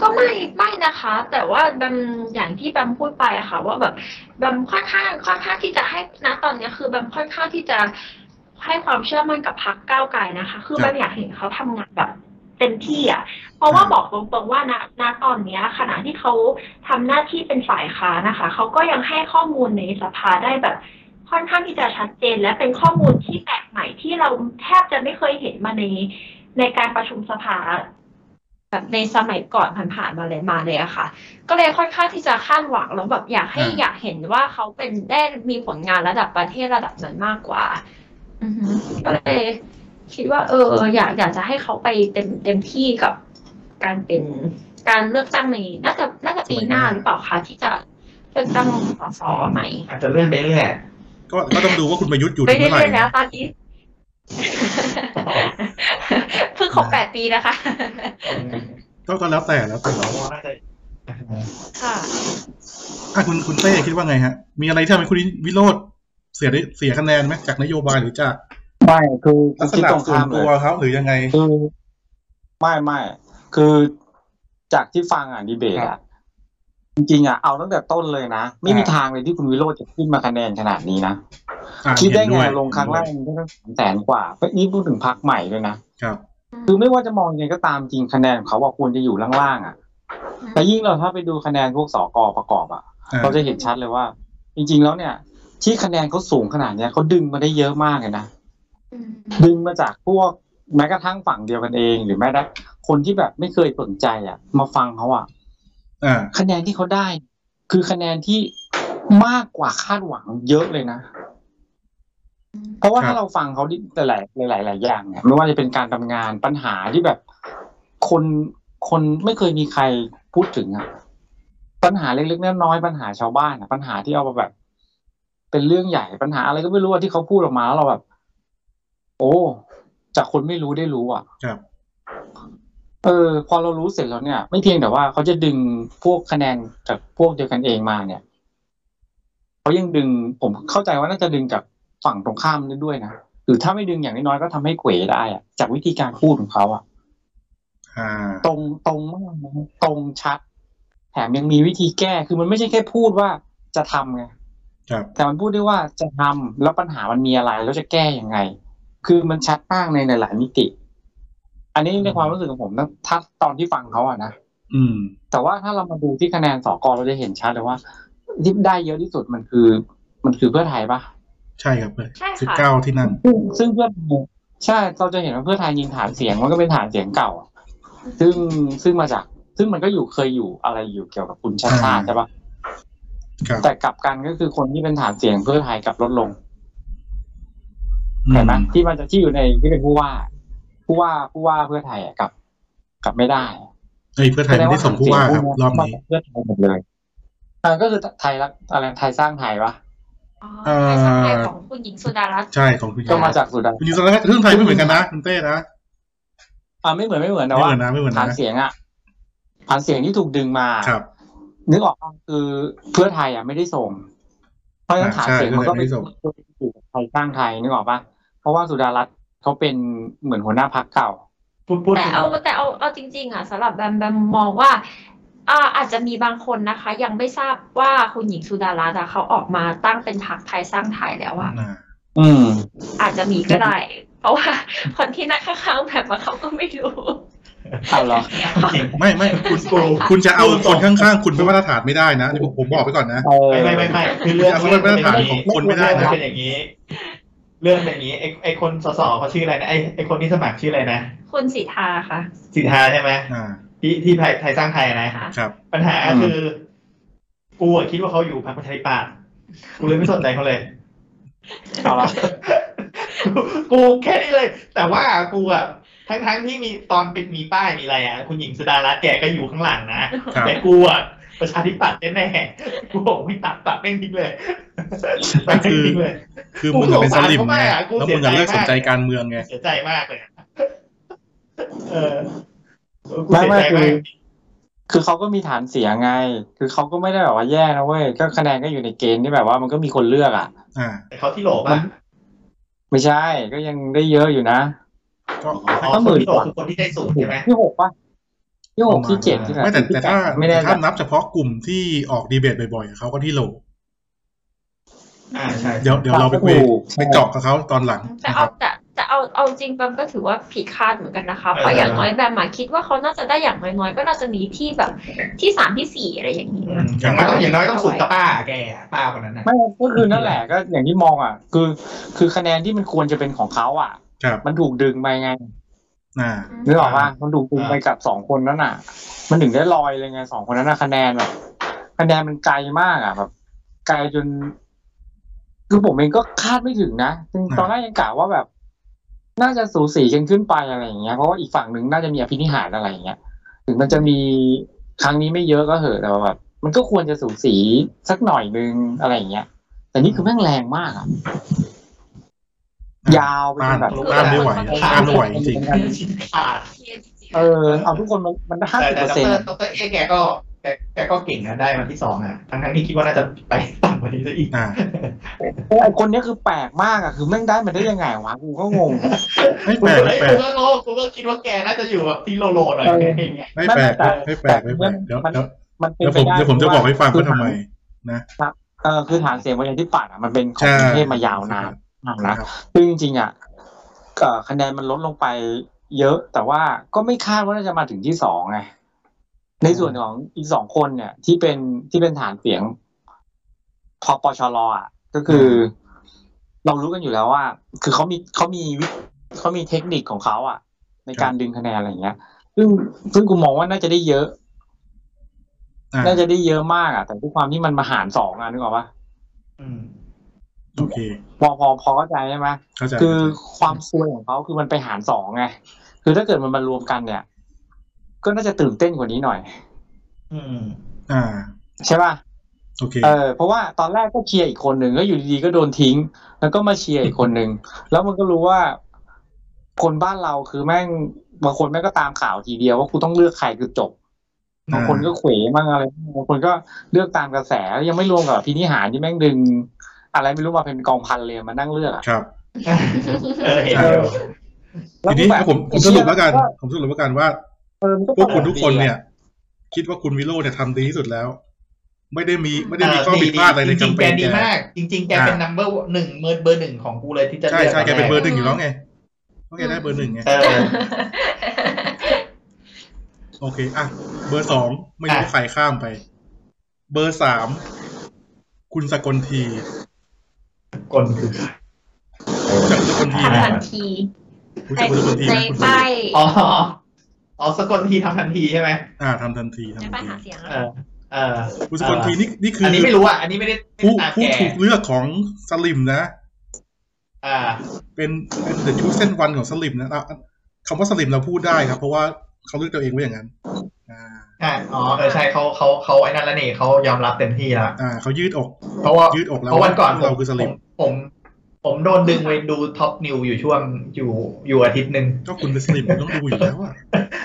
ก็ไม่ไม่นะคะ แต่ว่าแบมอย่างที่แบมพูดไปอะค่ะ ว่าแบบแบมค่อนข้างค่อนข้างที่จะให้ณตอนเนี้ยคือแบมค่อนข้างที่จะให้ความเชื่อมั่นกับพรรคก้าวไกลนะคะ คือ
ค
แบ
รับ
มอยากเห็นเขาทำงานแบบเต็มที่อ่ะ เพราะว่า
ครับ
บอกตรงๆว่าณณตอนเนี้ยขณะที่เขาทำหน้าที่เป็นฝ่ายค้านนะคะเขาก็ยังให้ข้อมูลในสภาได้แบบ ค่อนข้างที่จะชัดเจน และเป็นข้อมูลที่แปลกใหม่ที่เราแทบจะไม่เคยเห็นมาใน ในการประชุมสภาแบบในสมัยก่อนผ่านๆมาเลยมาเลยอะค่ะ ก็เลยค่อนข้างที่จะคาดหวังแล้วแบบอยากให้
อ่า
อยากเห็นว่าเขาเป็นได้มีผลงานระดับประเทศระดับนั้นมากกว่า อือฮึก็เลยคิดว่า เออ อยากอยากจะให้เขาไปเต็มเต็มที่กับการเป็นการเลือกตั้งในน่าจะน่าจะปีหน้าหรือเปล่าคะที่จะเลือกตั้งสสใหม่
อาจจะเลื่อนไปเรื่อย
ก็ก็ต้องดูว่าคุณประยุทธ์อยู่
ไป
ถึง
เรื่
เมื่อไหร่
อยๆแล้วตอนนี้ เพิ่งครบแปดปีนะคะ
ก็ก็แล้วแต่แล้วแต่แล้ว
ผมว่าน่าจะ
ค่ะ
อ่ะคุณคุณเต้คิดว่าไงฮะ มีอะไรที่ทำให้คุณวิโรจน์เสียได้เสียคะแนนไหมจากนโยบายหรือจาก
ไม่คือ
ลักษ
คิด
ณะ
ตรง
ส่ว
ข้าน มเล
ตัวย เขาหรือยังไง
คือไม่ไม่คือจากที่ฟังอ่ะดีเบต
ครั
อ่ะ
บ
จริงๆอ่ะเอาตั้งแต่ต้นเลยนะ ไม่มี
อ่า
ทางเลยที่คุณวิโรจน์จะขึ้นมาคะแนนขนาดนี้นะ
อ่ะ
คิดได้
เห็น
ไง
วย
ลงครั้งแรกมันก็สามแสนกว่านี่พูดถึงพักใหม่ด้วยนะ
ครับ
คือไม่ว่าจะมองยังไงก็ตามจริงคะแนนของเขาว่าควรจะอยู่ล่างๆอ่ะแต่ยิ่งเราถ้าไปดูคะแนนพวกสกประกอบอ่ะ
อ่า
เราจะเห็นชัดเลยว่า จริง ๆ แล้วเนี่ย ที่คะแนนเขาสูงขนาดเนี้ยเขาดึงมาได้เยอะมากเลยนะ
อืม
ดึงมาจากพวกแม้กระทั่งฝั่งเดียวกันเอง หรือแม้แต่คนที่แบบไม่เคยสนใจอ่ะ มาฟังเขาอ่ะ
อ่า
คะแนนที่เขาได้ คือคะแนนที่มากกว่าคาดหวังเยอะเลยนะ เพราะว่า
ครับ
ถ้าเราฟังเขาดิหลายๆหลายๆหลายอย่างเนี่ยไม่ว่าจะเป็นการทำงานปัญหาที่แบบ คนคนไม่เคยมีใครพูดถึงอะปัญหาเล็กๆน้อยๆปัญหาชาวบ้านอะปัญหาที่เอามาแบบ เป็นเรื่องใหญ่ปัญหาอะไรก็ไม่รู้อะที่เขาพูดออกมาแล้วเราแบบ โอ้จากคนไม่รู้ได้รู้อะ
ครับ
เออพอเรารู้เสร็จแล้วเนี่ย ไม่เพียงแต่ว่าเขาจะดึงพวกคะแนนจากพวกเดียวกันเองมาเนี่ยเขายังดึงผมเข้าใจว่าน่าจะดึงจากฝั่งตรงข้ามนี่ด้วยนะหรือถ้าไม่ดึงอย่างน้อยๆก็ทำให้เขวได้อะจากวิธีการพูดของเขาอะ
อ่า
ตรงตรงมากนะตรงชัด แถมยังมีวิธีแก้คือมันไม่ใช่แค่พูดว่าจะทำไง
ครับ
แต่มันพูดได้ว่าจะทำแล้วปัญหามันมีอะไร แล้วจะแก้ยังไง คือมันชัดมากในหลายๆมิติ อันนี้ในความรู้สึกของผมนะถ้าตอนที่ฟังเขาอะนะ
อืม
แต่ว่าถ้าเรามาดูที่คะแนนสอกรเราจะเห็นชัดเลยว่า ที่ได้เยอะที่สุดมันคือ มันคือเพื่อไทยปะ
ใช่ครับเลย
ใช่
สิบ
ค่ะ
เก้าที่นั่ง
ซึ่งซึ่งเพื่อไทยใช่เราจะเห็นว่าเพื่อไทยยิงฐานเสียงมันก็เป็นฐานเสียงเก่าอะซึ่งซึ่งมาจาก ซึ่งมันก็อยู่เคยอยู่อะไรอยู่เกี่ยวกับคุณชาติชาติใช่ปะ
ครับ
แต่กลับกันก็คือคนที่เป็นฐานเสียงเพื่อไทยกลับลดลง
อืม
เห็นไหมที่มันจะที่อยู่ในที่เป็นผู้ว่า ผู้ว่าผู้ว่าเพื่อไทยอะกลับกลับไม่ได้อะ
เอ้ยเพื่อไทยไม่ได้ส่งผู้ว่าครับ รอบนี้
เพื่อไทยหมดเลยอ่าก็คือไทยรักอะไรไทยสร้างไทยปะ
อ๋อ
เอ่อ
ไทยสร้างไทยของคุณหญิงสุดารัตน์
ใช่ของคุณ
ก็มาจากสุดา
คุณยูสระเครื่องไทยไม่เหมือนกันนะคุณเต้นะ
อ่าไม่เหมือนไม่เหมือน
ไม่
แต่
เห
ว่า
มือนนะไม่เหมือน
ฐา
นะ
นเสียงอ่ะฐานเสียงที่ถูกดึงมา
ครับ
นึกออกปะคือเพื่อไทยอ่ะไม่ได้ส่ง เพราะฉะนั้น
อ่า
ฐานเสียงมันก็
ใช่
เป็น
เพื่อไทยไม่ได้ส่ง
ถูกไทยสร้างไทยนึกออกปะเพราะว่าสุดารัตน์เขาเป็นเหมือนหัวหน้าพักเก่า
พูดพูด
แต่เอาแต่เอาเอาจริง ๆ อ่ะสำหรับแบมแบมมองว่า อ่าอาจจะมีบางคนนะคะ ยังไม่ทราบว่าคุณหญิงสุดารัตน์อะเขาออกมาตั้งเป็นพรรคไทยสร้างไทยแล้วอะ
อ่า
อืม
อาจจะมีก็ได้ เพราะว่า [laughs] คนที่นั่งข้างๆแบบว่าเขาก็ไม่รู้
เอาเหรอ
ไม่ไม่คุณ
ใช่
โก
ค่ะ
คุณจะเอาคนข้างๆ คุณเป็นมาตรฐานไม่ได้นะนี่ผมผมบอกไปก่อนนะ
เออ
ไม่ไม่ไม่ไม่คือเรื่อง
เอามาตรฐานของคนไม่ได้นะ
เรื่องเป็นอย่างนี้ เรื่องเป็นอย่างนี้ไอไอคนสสเขาชื่ออะไรนะไอไอคนที่สมัครชื่ออะไรนะ
คุณสิทธาค่ะ
สิทธาใช่ไหม
อ่า
ที่ที่ไทยไทยสร้างไทยนะ
ค่ะ
ครับ
ปัญหาคือกูอะคิดว่าเขาอยู่พรรคประชาธิปัตย์กูเลยไม่สนใจเขาเลย
เอาละ
กูแค่นี้เลย แต่ว่ากูอ่ะทั้งทั้งๆที่มีตอนเป็นมีป้ายมีอะไรอ่ะคุณหญิงสุดารัตน์แกก็อยู่ข้างหลังนะ
ครับ
แต่กูอ่ะประชาธิปัตย์แน่ๆกูบอกไม่ตัดตัดแม่งทิ้งเลยตัดแม่งทิ้งเลย
คือมึงอะเป็นสลิมไง
กู
แล้ว
เสี
มึ
ย
งอะ
ใจมาก
เลิกสนใจการเมืองไง
เสียใจมากเลยอะเออกู
ไม่
เสีย
ไม่
ใจมา
คือก คือเขาก็มีฐานเสียงไง คือเขาก็ไม่ได้แบบว่าแย่นะเว้ย ก็คะแนนก็อยู่ในเกณฑ์ที่แบบว่ามันก็มีคนเลือกอ่ะ
อ่า
แต่เขาที่โหลป่ะ
ไม่ใช่ ก็ยังได้เยอะอยู่นะ
ก็
อ๋อ
ก็ห
ค
มื่
น
น
ที่โหล
กว่า
คือคนที่ได้สูงใช่ไหม
ที่หกป่ะที่หกที่เจ็ดที่
ไม่แต่แต่ถ้า
ไม่แน่
ถ้า
ใจ
นับเฉพาะกลุ่มที่ออกดีเบตบ่อยๆอะเขาก็ที่โหล
อ่าใช่
เดี๋ยวเดี๋ยวเราไปคุย
ถูก
ไปเจาะกับเขาตอนหลัง
แต่
นะค
เอา
รับ
แต่แต่เอาเอาจริงแบมก็ถือว่าผิดคาดเหมือนกันนะคะ
เออ
เพราะอย่างน้อยแบมหมายคิดว่าเขาน่าจะได้อย่างน้อยๆก็น่าจะมีที่แบบที่สามที่สี่อะไรอย่างนี้
อืมอย่างน้
นะ
อยต้องอย่างน้อยต้องสูงกับป้าแกอะป้าคนนั้นนะ
ไม่ก็คือนั่นแหละก็อย่างที่มองอ่ะ คือ คือคะแนนที่มันควรจะเป็นของเขาอ่ะ
ครับ
มันถูกดึงไปไง
อ่า
นึกออกป่ะมันถูกดึงไปกับสองคนนั้นอ่ะ มันถึงได้ลอยเลยไงสองคนนั้นน่ะคะแนนแบบคะแนนมันไกลมากอ่ะแบบไกลจน คือผมเองก็คาดไม่ถึงนะจริง
อ่า
ตอนแรกยังกะว่าแบบ น่าจะสูสีกันขึ้นไปอะไรอย่างเงี้ยเพราะว่าอีกฝั่งหนึ่งน่าจะมีอภินิหารอะไรอย่างเงี้ย ถึงมันจะมีครั้งนี้ไม่เยอะก็เหอะแต่ว่าแบบมันก็ควรจะสูสีสักหน่อยนึงอะไรอย่างเงี้ย แต่นี่คือแม่งแรงมากอ่ะยาวไปจ
ต้าน
นแบบ
ต้านไม่ไหวต้านไม่ไหวจริง
ชิ้นขาด
เออเอาทุกคนมันมันห้า
แต่
สิบ
แต่
เปอ
ด
ร์เซ็น
รดรเอ
ต์
แกก็แกแกก็เก่งนะได้มาที่สองอ่ะ ทั้งทั้งๆที่คิดว่าน่าจะไปต่ำกว่านี้ซะอีก
อ่า
ไอ้คนเนี้ยคือแปลกมากอะคือแม่งได้มันได้ยังไงวะกูก็งง
ไม่แปลกไม่แปล
กู
ก
ก็โง่กูก็คิดว่าแกน่าจะอยู่แบบที่โลโลหน่อย
เออ
อะไรอย่างเงี้ย
ไม่แปลกไม่แปลกไม่แปลกเดี๋ยวเดี๋ยว
มันเป็น
เดี๋ยว
ไป
ผม
ได้
เดี๋ยวผมจะบอกให้ฟังว่าทำไม
เออคือฐานเสียงประชาธิปัตย์อะมันเป็นของกรุงเทพมายาวนานมาก
นะ
นะครับ ซึ่งจริงๆอะเอ่อคะแนนมันลดลงไปเยอะ แต่ว่าก็ไม่คาดว่าน่าจะมาถึงที่สองไงในส่วนของอีกสองคนเนี่ย ที่เป็นที่เป็นฐานเสียงพปชรอะก็คือ เรารู้กันอยู่แล้วว่า คือเขามีเขามีวิเขามีเทคนิคของเขาอะในการดึงคะแนนอะไรอย่างเงี้ย ซึ่งซึ่งกูมองว่าน่าจะได้เยอะ
อ่า
น่าจะได้เยอะมากอ่ะ แต่ด้วยความที่มันมาหารสองอ่ะนึกออกปะ
อืม
โอเค
พอพอพอเข้าใจใช่ไหม
เข้าใจ
คือความซวยของเขาคือมันไปหารสองไงคือถ้าเกิดมันมารวมกันเนี่ย ก็น่าจะตื่นเต้นกว่านี้หน่อย
อืม
อ่า
ใช่ป่ะ
โอเค
เออเพราะว่าตอนแรกก็เชียร์อีกคนหนึ่งแล้วอยู่ดีๆก็โดนทิ้ง แล้วก็มาเชียร์อีกคนหนึ่งแล้วมันก็รู้ว่า คนบ้านเราคือแม่งบางคนแม่งก็ตามข่าวทีเดียวว่ากูต้องเลือกใครคือจบ บางคนก็เขวบ้างอะไรบ้างบางคนก็เลือกตามกระแสแล้วยังไม่รวมกับพินิหารที่แม่งดึง อะไรไม่รู้มาเป็นกองพันเลยมานั่งเลือกอะ
ครับ
เออเห็นอยู่
แล้ว
ทีนี้
แบบ
ผมผมสรุปแล้วกัน ผมสรุปแล้วกันว่า
เออมัน
พวกคุณ
แปล
ทุกคนเนี่ย
ดีอะ
คิดว่าคุณวิโรจน์เนี่ยทำดีที่สุดแล้ว ไม่ได้มีไม่ได้มีข้อผิดพลาดอะไรใน
จ
แคม
งๆ
เป
แก
ญ
ดี
แก
มาก จริง ๆ แกเป็น
อ่า
นัมเบอร์หนึ่งเมอร์เบอร์หนึ่งของกูเลยที่จะ
ใช่ใช่แกเป็นเบอร์หนึ่งอยู่แล้วไงเพราะแกได้
อืม
เบอร์หนึ่งไง
เออ
โอเคอ่ะเบอร์สองไม่รู้
อ่ะ
ใครข้ามไป เบอร์สามคุณสกลที
กลคือ
รู้จักคุณสกลที
ทำ
ไหม
ทันที
รู้
ใน
จักคุณสกลทีไห
ใน
มคุณสกล
ป้าย
อ๋ออ๋อสกลทีทำทันทีใช่ไหม
อ่าทำทันที
ใน
ทำทั
ป้าย
น
หา
ที
เสียง
เออ
อะ
เออ
คุณสกลทีนี่นี่คือ
อัน
อ
นี้ไม่รู้อ่ะอันนี้ไม่ได้ไม่ได้
ผู้
ตาม
ผู้
แก
ถูกเลือกของสลิมนะ
อ่า
เป็นเป็นเดอะชูเส้นวันของสลิมนะอ่ะคำว่าสลิมเราพูดได้ครับ เพราะว่าเขาเลือกตัวเองไว้อย่างนั้น อ่า
อ่ะอ๋อเออใช่เขาเขาเขาไอ้นั่นแล้วนี่เขายอมรับเต็มที่แล้ว
อ่าเขายืดอก
เพราะว่า
ยืดอกแล้ว
เพราะวันก่อน
เราคือสลิม
ผมผมผมโดนดึงไปดูท็อปนิวอยู่ช่วงอยู่อยู่อาทิตย์หนึ่ง [laughs]
ก็คุณเป็นสลิมคุณต้องดูอยู่แล้วอ่ะ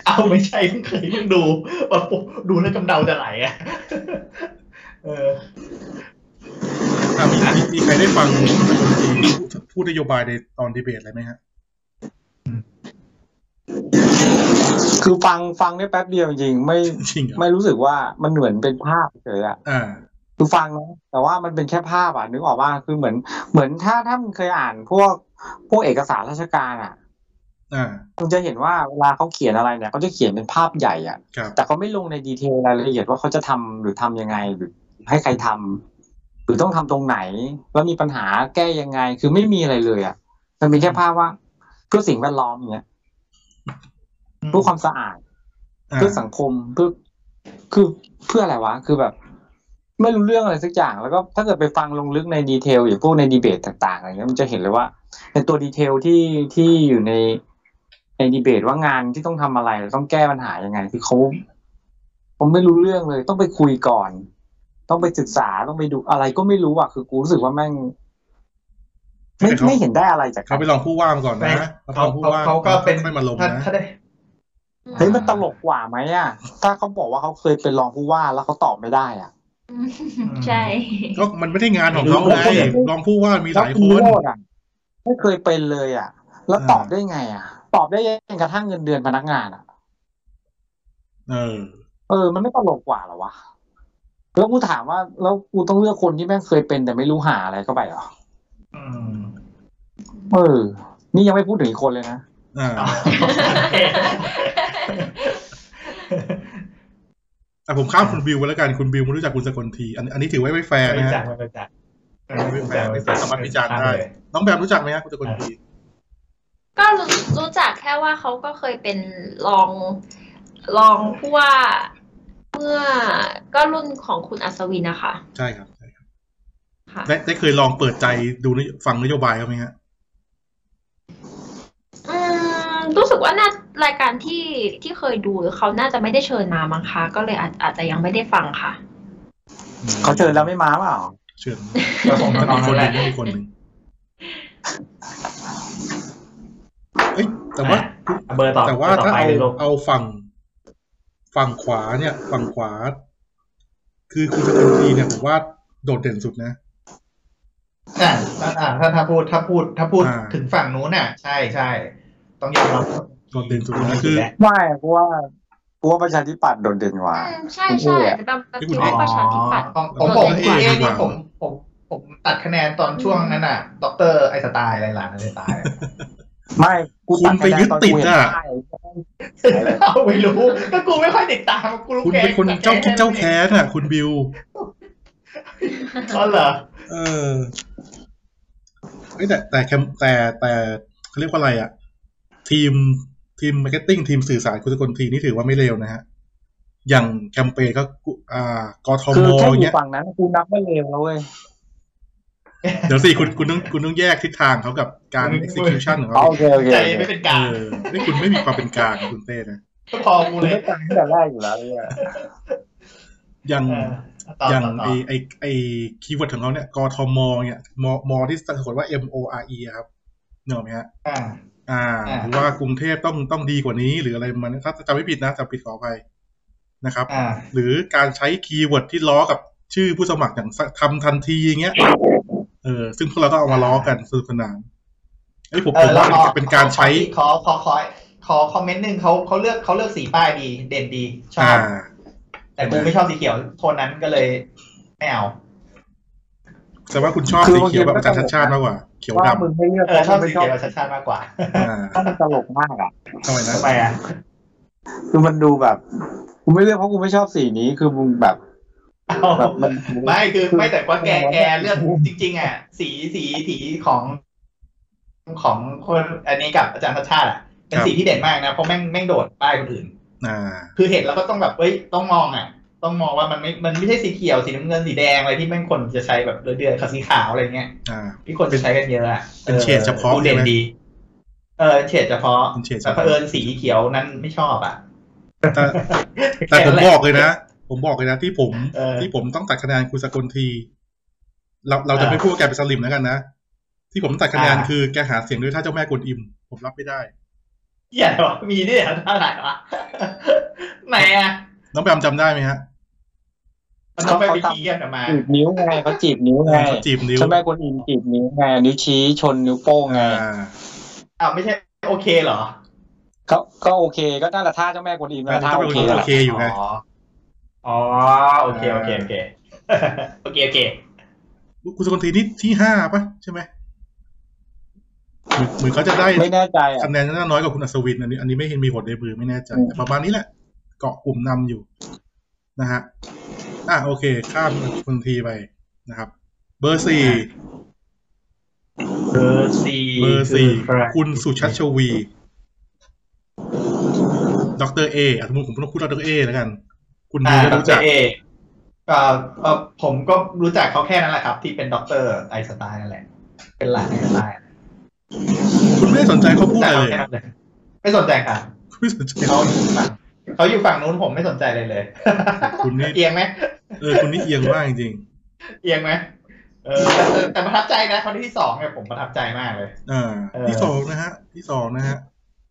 เอาไม่ใช่เพิ่งเคยเพิ่งดูว่าปุ๊บดูแล้วกำเดาจะไหลอ่ะ [laughs] เออ
อ่ะมีมีมีใครได้ฟังคุณสกลทีพูดพูดนโยบายในตอนดีเบตอะไรไหมฮะ
คือฟังฟังได้แป๊บเดียวจริงไม่
จริงเหรอ
ไม่รู้สึกว่ามันเหมือนเป็นภาพเฉยอะ
อ่า
คือฟังนะแต่ว่ามันเป็นแค่ภาพอ่ะนึกออกว่าคือเหมือนเหมือนถ้าถ้ามึงเคยอ่านพวกพวกเอกสารราชการอ่ะ
อ่า
มึงจะเห็นว่าเวลาเขาเขียนอะไรเนี่ยเขาจะเขียนเป็นภาพใหญ่อ่ะ
ครับ
แต่เขาไม่ลงในดีเทลรายละเอียดว่าเขาจะทำหรือทำยังไงหรือให้ใครทำหรือต้องทำตรงไหน แล้วมีปัญหาแก้ยังไง คือไม่มีอะไรเลยอ่ะ มันเป็นแค่ภาพว่าเพื่อสิ่งแวดล้อมอย่างเงี้ยเพื่อความสะอาด
อ่า
เพื่อสังคมเพื่อคือเพื่ออะไรวะ คือแบบ ไม่รู้เรื่องอะไรสักอย่าง แล้วก็ถ้าเกิดไปฟังลงลึกในดีเทลอย่างพวกในดีเบตต่าง ๆอะไรเงี้ยมันจะเห็นเลยว่าในตัวดีเทลที่ที่อยู่ในในดีเบตว่างานที่ต้องทำอะไรต้องแก้ปัญหายังไง คือเขาผมไม่รู้เรื่องเลย ต้องไปคุยก่อน ต้องไปศึกษาต้องไปดูอะไรก็ไม่รู้อ่ะคือกูรู้สึกว่าแม่งไม่
แต่เขา
ไม่เห็นได้อะไรจาก
เขาไปลองผู้ว่ามาก่อนนะเขาล
เขา
องผู้
เขา
ว่า
เขาก็เป็น
ค่อยมาลง
ถ้า
นะ
ถ้าได้
เฮ้ยมันตลกกว่าไหมอ่ะถ้าเขาบอกว่าเขาเคยเป็นรองผู้ว่าแล้วเขาตอบไม่ได้อ่ะ
ใช่
ก็มันไม่ได้งานของเขาไงรองผู้ว่ามีหลายค
แล้
น
วณวิโรจน์อะไม่เคยเป็นเลยอ่ะ แล้ว
อ่า
ตอบได้ไง อ่ะ ตอบได้ยังกระทั่งเงินเดือนพนักงานอ่ะ
เออ
เออ มันไม่ตลกกว่าเหรอวะ แล้วกูถามว่า แล้วกูต้องเลือกคนที่แม่งเคยเป็นแต่ไม่รู้หาอะไรเข้าไปเหรอ
อืม
เออ นี่ยังไม่พูดถึงอีกคนเลยนะ
อ่า
เอาโอเค
แต่ผมข้ามคุณบิวไปแล้วกัน คุณบิวไม่รู้จักคุณสกลที อันอันนี้ถือไว้ [laughs] ไม่แฟร์
ไม่
นะฮะ
จัดไม่จัด
ไม่แฟร์ไม่สามารถวิจารณ์ได้ น้องแบมรู้จักไหมฮะคุณสกลที
ก็รู้รู้จักแค่ว่าเขาก็เคยเป็นรองรองผู้ว่าเมื่อก็รุ่นของคุณอัศวินนะคะ
ใช่ครับใช่ครับ
ค่ะ
ได้ได้เคยลองเปิดใจดูนโยฟังนโยบายเขาไหมฮะ
อืมรู้สึกว่าน่ารายการที่ที่เคยดูเขาน่าจะไม่ได้เชิญมามั้งคะ ก็เลยอาจอาจจะยังไม่ได้ฟังค่ะ
เขาเชิญแล้วไม่มาเปล่า
เชิญ
ก็คง
มั
จะ
น
นอ
มี
น
คนห
แห
นึ่
ละ
งมีคนหนึ่งเอ้ยแต่ว่า
อ่ะเบอร์ต่อ
แต่ว่า
ต่อ
ถ้า
ไป
เอา
เลยลูก
เอาฝั่งฝั่งขวาเนี่ย ฝั่งขวา คือคุณสกลทีเนี่ยผมว่าโดดเด่นสุดนะ
อ่าอ่าถ้าถ้าพูดถ้าพูดถ้าพูด
อ่า
ถึงฝั่งนู้นน่ะ ใช่ใช่ต้องยอมรับ
โดดเด่นสุดนะคือ
ไม่เพราะว่าเพราะว่าประชาธิปัตย์โดดเด่นกว่า
อืมใช่ใช่แต่แบบแบบคิดว่าประชาธิปัตย์
ของของผม
โดดเด่
เอน
ก
เอ
ว่า
นี่ผมผมผมตัดคะแนนตอนช่วงนั้นน่ะด็อกเตอร์ไอสไตล์อะไรหลานอะไรสไตล์
ไม่กู
คุณไปยึดติดอ่ะ
เอาไม่รู้ก็กูไม่ค่อยติดตามกูรู้
คุณ
แ
เป็นคนเจ้าคิดเจ้าแค้นอ่ะ คุณบิว
ก็เหรอ
เออเอ้ยแต่แต่แคมแต่แต่เขาเรียกว่าอะไรอ่ะ ทีมทีมมาร์เก็ตติ้งทีมสื่อสารคุณสกลทีนี่ถือว่าไม่เลวนะฮะ อย่างแคมเปญก็กุอ่ากทม
คือแค่อ
เงี้
ยู่
ย
ฝั่งนั้นกูนับไม่เลวแล้วเว้ย
เดี๋ยวสิคุณคุณต้องคุณต้องแยกทิศทางเขากับการ execution ของเขา
โอเคโอเค
ใจ
โอเค
ไม่เป็น
เอ
กลาง
อนี่คุณไม่มีความเป็นกลางคุณเต้นะ
ก็พอกู
กู
เลย
ไม่ฟังตั้งแต่แรกอยู่แล้วเนี่ย
อย่าง
เออต่อ
อย่าง
ต่อต่
ไอ
อ
ไอไอคีย์เวิร์ดของเขาเนี่ยกทมเนี่ยมมที่สะกดว่า M O R E อะครับเนกอะไหมฮะ
อ่า
อ่า
อ่า
หรือว่ากรุงเทพต้องต้องดีกว่านี้ หรืออะไรมันถ้าจำไม่ผิดนะจำผิดขออภัยนะครับ
อ่า
หรือการใช้คีย์เวิร์ดที่ล้อกับชื่อผู้สมัครอย่างทำทันทีอย่างเงี้ยเออซึ่งพวกเราต้องเอามาล้อกันสนุกสนานไอ้ยผมผมว่าเป็นเป็นการใช้
ขอขอขอขอคอมเมนต์หนึ่งเขาเขาเลือกเขาเลือกสีป้ายดี เด่นดีชอ
อ่า
บ แต่กูไม่ชอบสีเขียวโทนนั้นก็เลยไม่เอา
แต่ว่าคุณชอบ
คือ
สีเขียวแบบอาจารย์ชั
บางที
ดชาติมากกว่า เขียว
ว่ามึง
ดำ
ไม่เลือก
เออชอบ
ไม่
สี
ชอบ
เขียวชัดๆมากกว่า [laughs]
อ่า
ถ้ามันตลกมากอ่ะ
ทำไมนะ
ทำไมอ่ะ
คือมันดูแบบกูไม่เลือกเพราะกูไม่ชอบสีนี้คือมึงแบบ
เอา
แบบมัน
ไม่คือไม่แต่ว่าแกแกเลือกจริง ๆ อ่ะ สีสีสีของของคนอันนี้กับอาจารย์ชาชาติอ่ะเป็นสีที่เด่นมากนะเพราะแม่งแม่งโดดป้ายคนอื่น
อ่า
คือเห็นแล้วก็ต้องแบบเฮ้ยต้องมองอ่ะ ต้องมองว่ามันไม่มันไม่ใช่สีเขียวสีน้ำเงินสีแดงอะไรที่แม่งคนจะใช้แบบเดือดๆขาวสีขาวอะไรเงี้ย
อ่า
ที่คนจะใช้กันเยอะอ่ะ
เป็นเฉดเฉพาะ
กูเด่น
ใช่ไหม
ดี เออเฉดเฉพาะ
เป็นเฉดเฉ
แต่
พาะ
เผอิญสีเขียวนั้นไม่ชอบอ่ะ
แต่แต่ผมบอกเลยนะ ผมบอกเลยนะที่ผม
เออ
ที่ผมต้องตัดคะแนนคุณสกลที เราเราจะไม่พูดว่าแกเป็นสลิมแล้วกันนะ ที่ผมตัดคะแนน
อ่า
คือแกหาเสียงด้วยท่าเจ้าแม่กวนอิม ผมรับไม่ได้
เหี้ยเหรอมีด้วยเหรอท่าไหนวะไหนอ่ะ
น้องแบมจำได้ไหมฮะ
มันต้องไปพิธีกันเหรอมา
จีบนิ้วไงเขาจีบนิ้วไง
เขาจีบนิ้ว
ใช่ไหมคนอินจีบนิ้วไงนิ้วชี้ชนนิ้วโป้งไง
อ่า
อ้าวไม่ใช่โอเคเหรอ
ก็ก็โอเค ก็นั่นแหละท่าเจ้าแม่กวนอิมนั่นแหละท่าโอเคนั่
โอ
นแหละ
เคอยู่ไง
อ๋อ
อ๋อโอเคโอเคโอ [laughs] เคโอเคโอเค
คุณสกลทีนี่ที่ห้าปะใช่ไหมเหมือนเหมือนเขาจะได้
ไม่แน่ใจอ่ะ
คะแนนน่าน้อยกว่าคุณอัศวิน อันนี้อันนี้ไม่เห็นมีผลในมือไม่แน่ใจ
อืม
แต่ประมาณนี้แหละ เกาะกลุ่มนำอยู่ นะฮะอ่ะโอเค ข้ามคุณทีไปนะครับ เบอร์สี่
เบอร์สี่
เบอร์สี่
อใร
คุณสุชัชวีดรเอะสมมติผมต้องพูดดรเอแล้วกัน คุณ
อ่า
ดี
ด
ก็รู้
อก
จัก
เตอร์เอก็เอ่อผมก็รู้จักเขาแค่นั้นแหละครับ ที่เป็นด็อกเตอร์ไอน์สไตน์นั่นแหละ เป็นหลานไอน์สไตน์
คุณไม่ได้สนใจเขาพูด
รู้จั
อะ
ก
ไร
เขา
เลย
แค่นั้นเลยไม่สนใจค่ะ
คุณไม่สนใจ
เขาอยู่ฝั่งเขาอยู่ฝั่งนู้นผมไม่สนใจเลยเลย
คุณนี่
เอียงไหม
เออคุณนี่เอียงมากจริง
เอียงไหมเออแต่แต่แต่ประทับใจนะคนที่สองเนี่ยผมประทับใจมากเลย
ๆอ่า
เออ
ที่สองนะฮะ ที่สองนะฮะ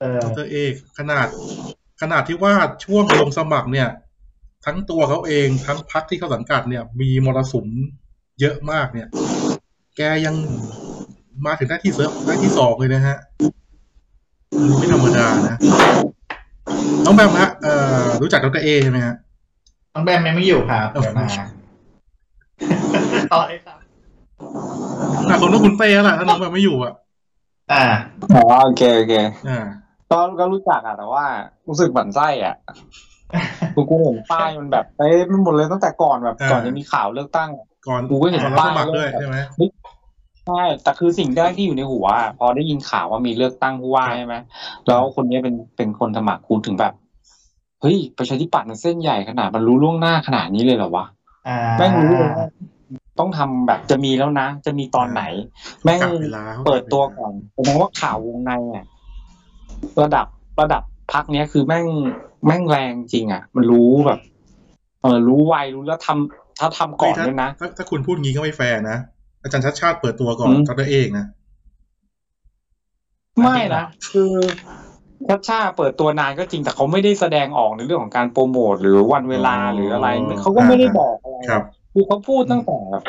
เออ
ดรเอกขนาดขนาดที่ว่าช่วงลงสมัครเนี่ย ทั้งตัวเขาเองทั้งพักที่เขาสังกัดเนี่ย มีมรสุมเยอะมากเนี่ย แกยังมาถึงได้ที่เซิร์ฟได้ที่สองเลยนะฮะ ไม่ธรรมดานะ น้องแบมฮะเอ่อรู้จักดรเอใช่ไหมฮะ
น้องแบมยังไม่อยู่ครับเดี๋ยวมา ต่อเลยครับ
อ่ะคนก็คุณเต้แล้วล่ะถ้าน้องแบมไม่อยู่อ่ะ
อ่า
อ๋อโอเคโอเค
อ่า
ก็ก็รู้จักอ่ะแต่ว่ารู้สึกหวั่นไส้อ่ะกูกูเห็นป้ายมันแบบเต็มไปหมดเลยตั้งแต่ก่อนแบบ
อ่า
ก่อนจะมีข่าวเลือกตั้ง
ก่อน
กูก็เห็น
ก่อนรับ
ป้าย
สมัครด้วย
แล้ว
ใช่ไหม
ใช่แต่คือสิ่งแรกที่อยู่ในหัวอะพอได้ยินข่าวว่ามีเลือกตั้งผู้ว่าใช่ไหมแล้วคนเนี้ยเป็นเป็นคนสมัครกูถึงแบบเฮ้ยประชาธิปัตย์มันเส้นใหญ่ขนาดมันรู้ล่วงหน้าขนาดนี้เลยเหรอวะ
อ่า
แม่งรู้เลยว่าต้องทำแบบจะมีแล้วนะ จะมีตอนไหน แม่ง
กะเวลาขา
เปิดตัวก่อนแสดงว่าข่าววงในเนี่ยระดับระดับพักเนี้ยคือแม่งแม่งแรงจริง อ่ะ มันรู้แบบเออรู้ไวรู้แล้วทำถ้าทำก่อนด้วยนะ
ถ้าถ้าคุณพูดงี้ก็ไม่แฟร์นะอาจารย์ชัดชาติเปิดตัวก่อน
อืม
ดรเอกนะ
ไม่นะคือชัดชาติเปิดตัวนานก็จริงแต่เขาไม่ได้แสดงออกในเรื่องของการโปรโมทหรือวันเวลาหรืออะไรเขาก็ไม่ได้บอกอะไร
ครับ
คือเขาพูดตั้งแต่แบบ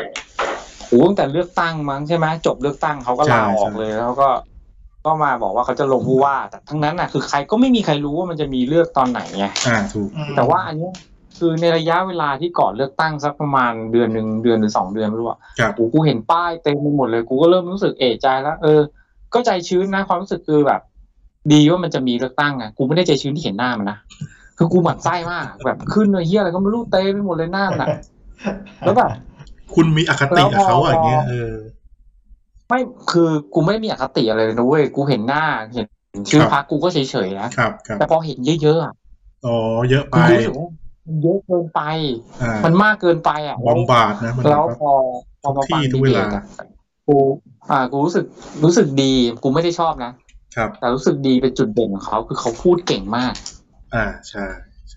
โอ้โหตั้งแต่เลือกตั้งมั้งใช่ไหมจบเลือกตั้งเขาก็ลาออกเลยแล้วเขาก็ก็มาบอกว่าเขาจะลงผู้ว่า แต่ทั้งนั้นน่ะคือใครก็ไม่มีใครรู้ว่ามันจะมีเลือกตอนไหนไง
อ่าถูก
อืม
แต่ว่าอันเนี้ยคือในระยะเวลาที่ก่อนเลือกตั้งสักประมาณเดือนหนึ่งเดือนหรือสองเดือนไม่รู้อะ
ครับ
กูกูเห็นป้ายเต็มไปหมดเลยกูก็เริ่มรู้สึกเอะใจแล้วเออ ก็ใจชื้นนะความรู้สึกคือแบบ ดีว่ามันจะมีเลือกตั้งอะกูไม่ได้ใจชื้นที่เห็นหน้ามันนะคือกูหมั่นไส้มากแบบขึ้นเลยเฮียอะไรก็ไม่รู้เต็มไปหมดเลยหน้ามันอะ แล้วแบบ
คุณมีอคติกับเขาอะอ
แล้วพอ
ย่างเงี้ยเออ
ไม่คือกูไม่ได้มีอคติอะไรเลยนะเว้ยกูเห็นหน้าเห็นชื่อพักกูก็เฉยๆนะครับ
ครับ
แต่พอเห็นเยอะๆอะ
อ๋อเยอะไป
กูรู้สึกว่ามันเยอะเกินไป
อ่า
มันมากเกินไปอ่ะ
บอมบาดนะมัน
แล้วพอพอมาฟัง
ที่ทุก
ดี
เว
เบ
ลา
ตอะกูอ่ากูรู้สึกรู้สึกดี กูไม่ได้ชอบนะ
ครับ
แต่รู้สึกดีเป็นจุดเด่นของเขาคือเขาพูดเก่งมาก
อ่าใช่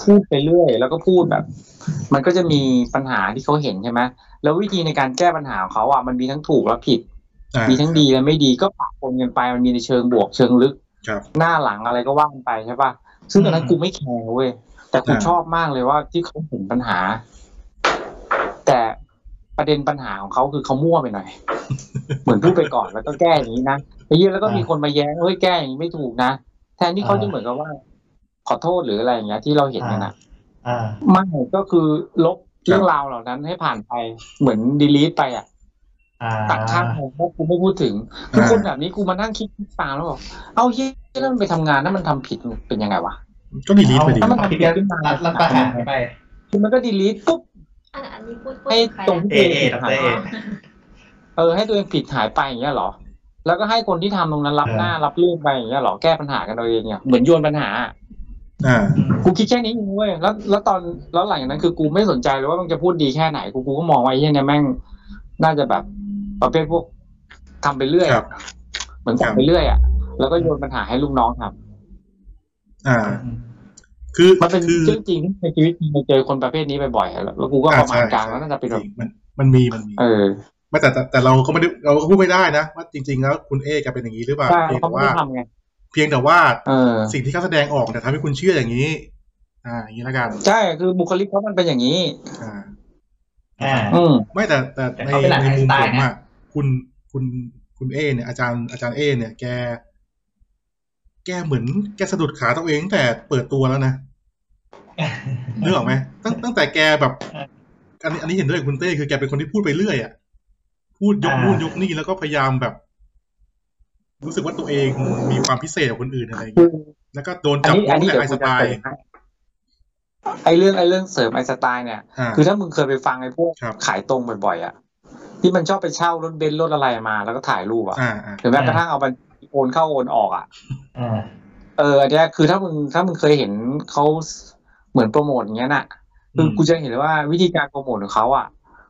พูดไปเรื่อย แล้วก็พูดแบบ มันก็จะมีปัญหาที่เขาเห็นใช่ไหมแล้ววิธีในการแก้ปัญหาของเขาอ่ะมันมีทั้งถูกและผิด
อ่า
มีทั้งดีและไม่ดีก็ปะปนกันไปมันมีในเชิงบวกเชิงลึก
ครับ
หน้าหลังอะไรก็ว่ากันไปใช่ปะซึ่งตอนนั้นกูไม่แคร์เว้ยแต่กู
อ่า
ชอบมากเลยว่าที่เขาเห็นปัญหา แต่ประเด็นปัญหาของเขาคือเขามั่วไปหน่อย [laughs] เหมือนพูดไปก่อนแล้วก็แก้อย่างนี้นะไอ้เหี้ยอะแล้วก็มีคนมาแย้งเฮ้ยแก้อย่างนี้ไม่ถูกนะแทนที่เขาจะเหมือนกับว่า ขอโทษหรืออะไรอย่างเงี้ย ที่เราเห็นกันนะ
อ่า
ไม่ก็คือลบเรื่องราวเหล่านั้นให้ผ่านไปเหมือนดีลีทไปอ่ะ
อ่า
ตัดข้างผมเพราะกูไม่พูดถึงคือคนแบบนี้กูมานั่งคิดตามแล้วบอกเอาเฮียแล้วมันไปทำงานนั่นมันทำผิดมันเป็นยังไงวะ
ก็ดีลีทไปดี
เอาความคิดกันรัดรัดประหารไป
คือมันก็ดีลีทปุ๊บ
อันอันนี้พูดพูด
ให้
ถึงใคร
ตรง
นะ
ที่
เอ
ตัว
เอ
เอง
ด
ผิด
อกเตอยร์เอ
หาเออให้ตัวเองผิดหายไปอย่างเงี้ยเหรอ แล้วก็ให้คนที่ทำตรงนั้นรับ
เออ
หน้ารับเรื่องไปอย่างเงี้ยเหรอแก้ปัญหากันเอาเองเนี่ยเหมือนโยนปัญหาอะ
อ่า
กูคิดแค่นี้เองเว้ยแล้วแล้วตอนแล้วหลังจากนั้นคือกูไม่สนใจเลยว่ามันจะพูดดีแค่ไหนกูกูก็มองว่าไอ้เฮียเนี่ยแม่งน่าจะแบบประเภทพวกทำไปเรื่อย
ครั
อะ
บ
เหมือนทำไปเรื่อยอ่ะแล้วก็โยนปัญหาให้ลูกน้องทำ
อ่า คือ
มันเป็น
คือ
เรื่องจริงในชีวิตจริงเราเจอคนประเภทนี้บ่อยๆอะแล้วกูก็ประมาณกลางแล้วน่าจะเป็นแบบ
มันมันมีมันมี
เออ
ไม่แต่แต่แต่เราก็ไม่ได้เราก็พูดไม่ได้นะว่าจริง ๆ แล้วคุณเอแกเป็นอย่างนี้หรือเปล่า
ใช่
เพียง
เขา
แต่ว่า
ไม่ได้ทำไง
เพียงแต่ว่า
เออ
สิ่งที่เขาแสดงออกเนี่ยทำให้คุณเชื่ออย่างนี้ อ่า อย่างนี้ละกัน
ใช่คือบุคลิกเขามันเป็นอย่างนี้
อ่า
อ่า
อืม
ไม่แต่แต่
แต่
ใน
เขาเป็นหลาน
ในมุม
ไอ
ผ
น์สไตน์
ม
นะ
อ่ะคุณคุณคุณเอเนี่ยอาจารย์อาจารย์เอเนี่ยแก แกเหมือนแกสะดุดขาตัวเองตั้งแต่เปิดตัวแล้ว
[laughs]
นะนึกออกไหมตั้งตั้งแต่แกแบบอันนี้อันนี้เห็นด้วยกับคุณเต้คือแกเป็นคนที่พูดไปเรื่อยอ่ะพูดยก
อ่านู่
นู่นยกนี่แล้วก็พยายามแบบ รู้สึกว่าตัวเองมีความพิเศษกว่าคนอื่นอะไรอย่าง
คื
เงี้ย
อ
แล้วก็โดน
อั
จับ
นนี้อัน
โป๊ะ
นี้
แต่
เดี๋ย
ไอ
ว
ส
กู
ไต
จะเสริ
ล์
มให้ไอเรื่องไอเรื่องเสริมไอสไตล์เนี่ย
อ่า
คือถ้ามึงเคยไปฟังไอพวก
ครับ
ขายตรงบ่อยๆอ่ะที่มันชอบไปเช่ารถเบนซ์รถอะไรมาแล้วก็ถ่ายรูปอ่ะ
อ่าอ่า
หรือแม้กระทั่งเอาไปโอนเข้าโอนออกอ่ะ
อ่า
เอออันเนี้ยคือถ้ามึงถ้ามึงเคยเห็นเขาเหมือนโปรโมทอย่างเงี้ยน่ะ คือกูจะเห็นเลยว่าวิธีการโปรโมทของเขาอ่ะ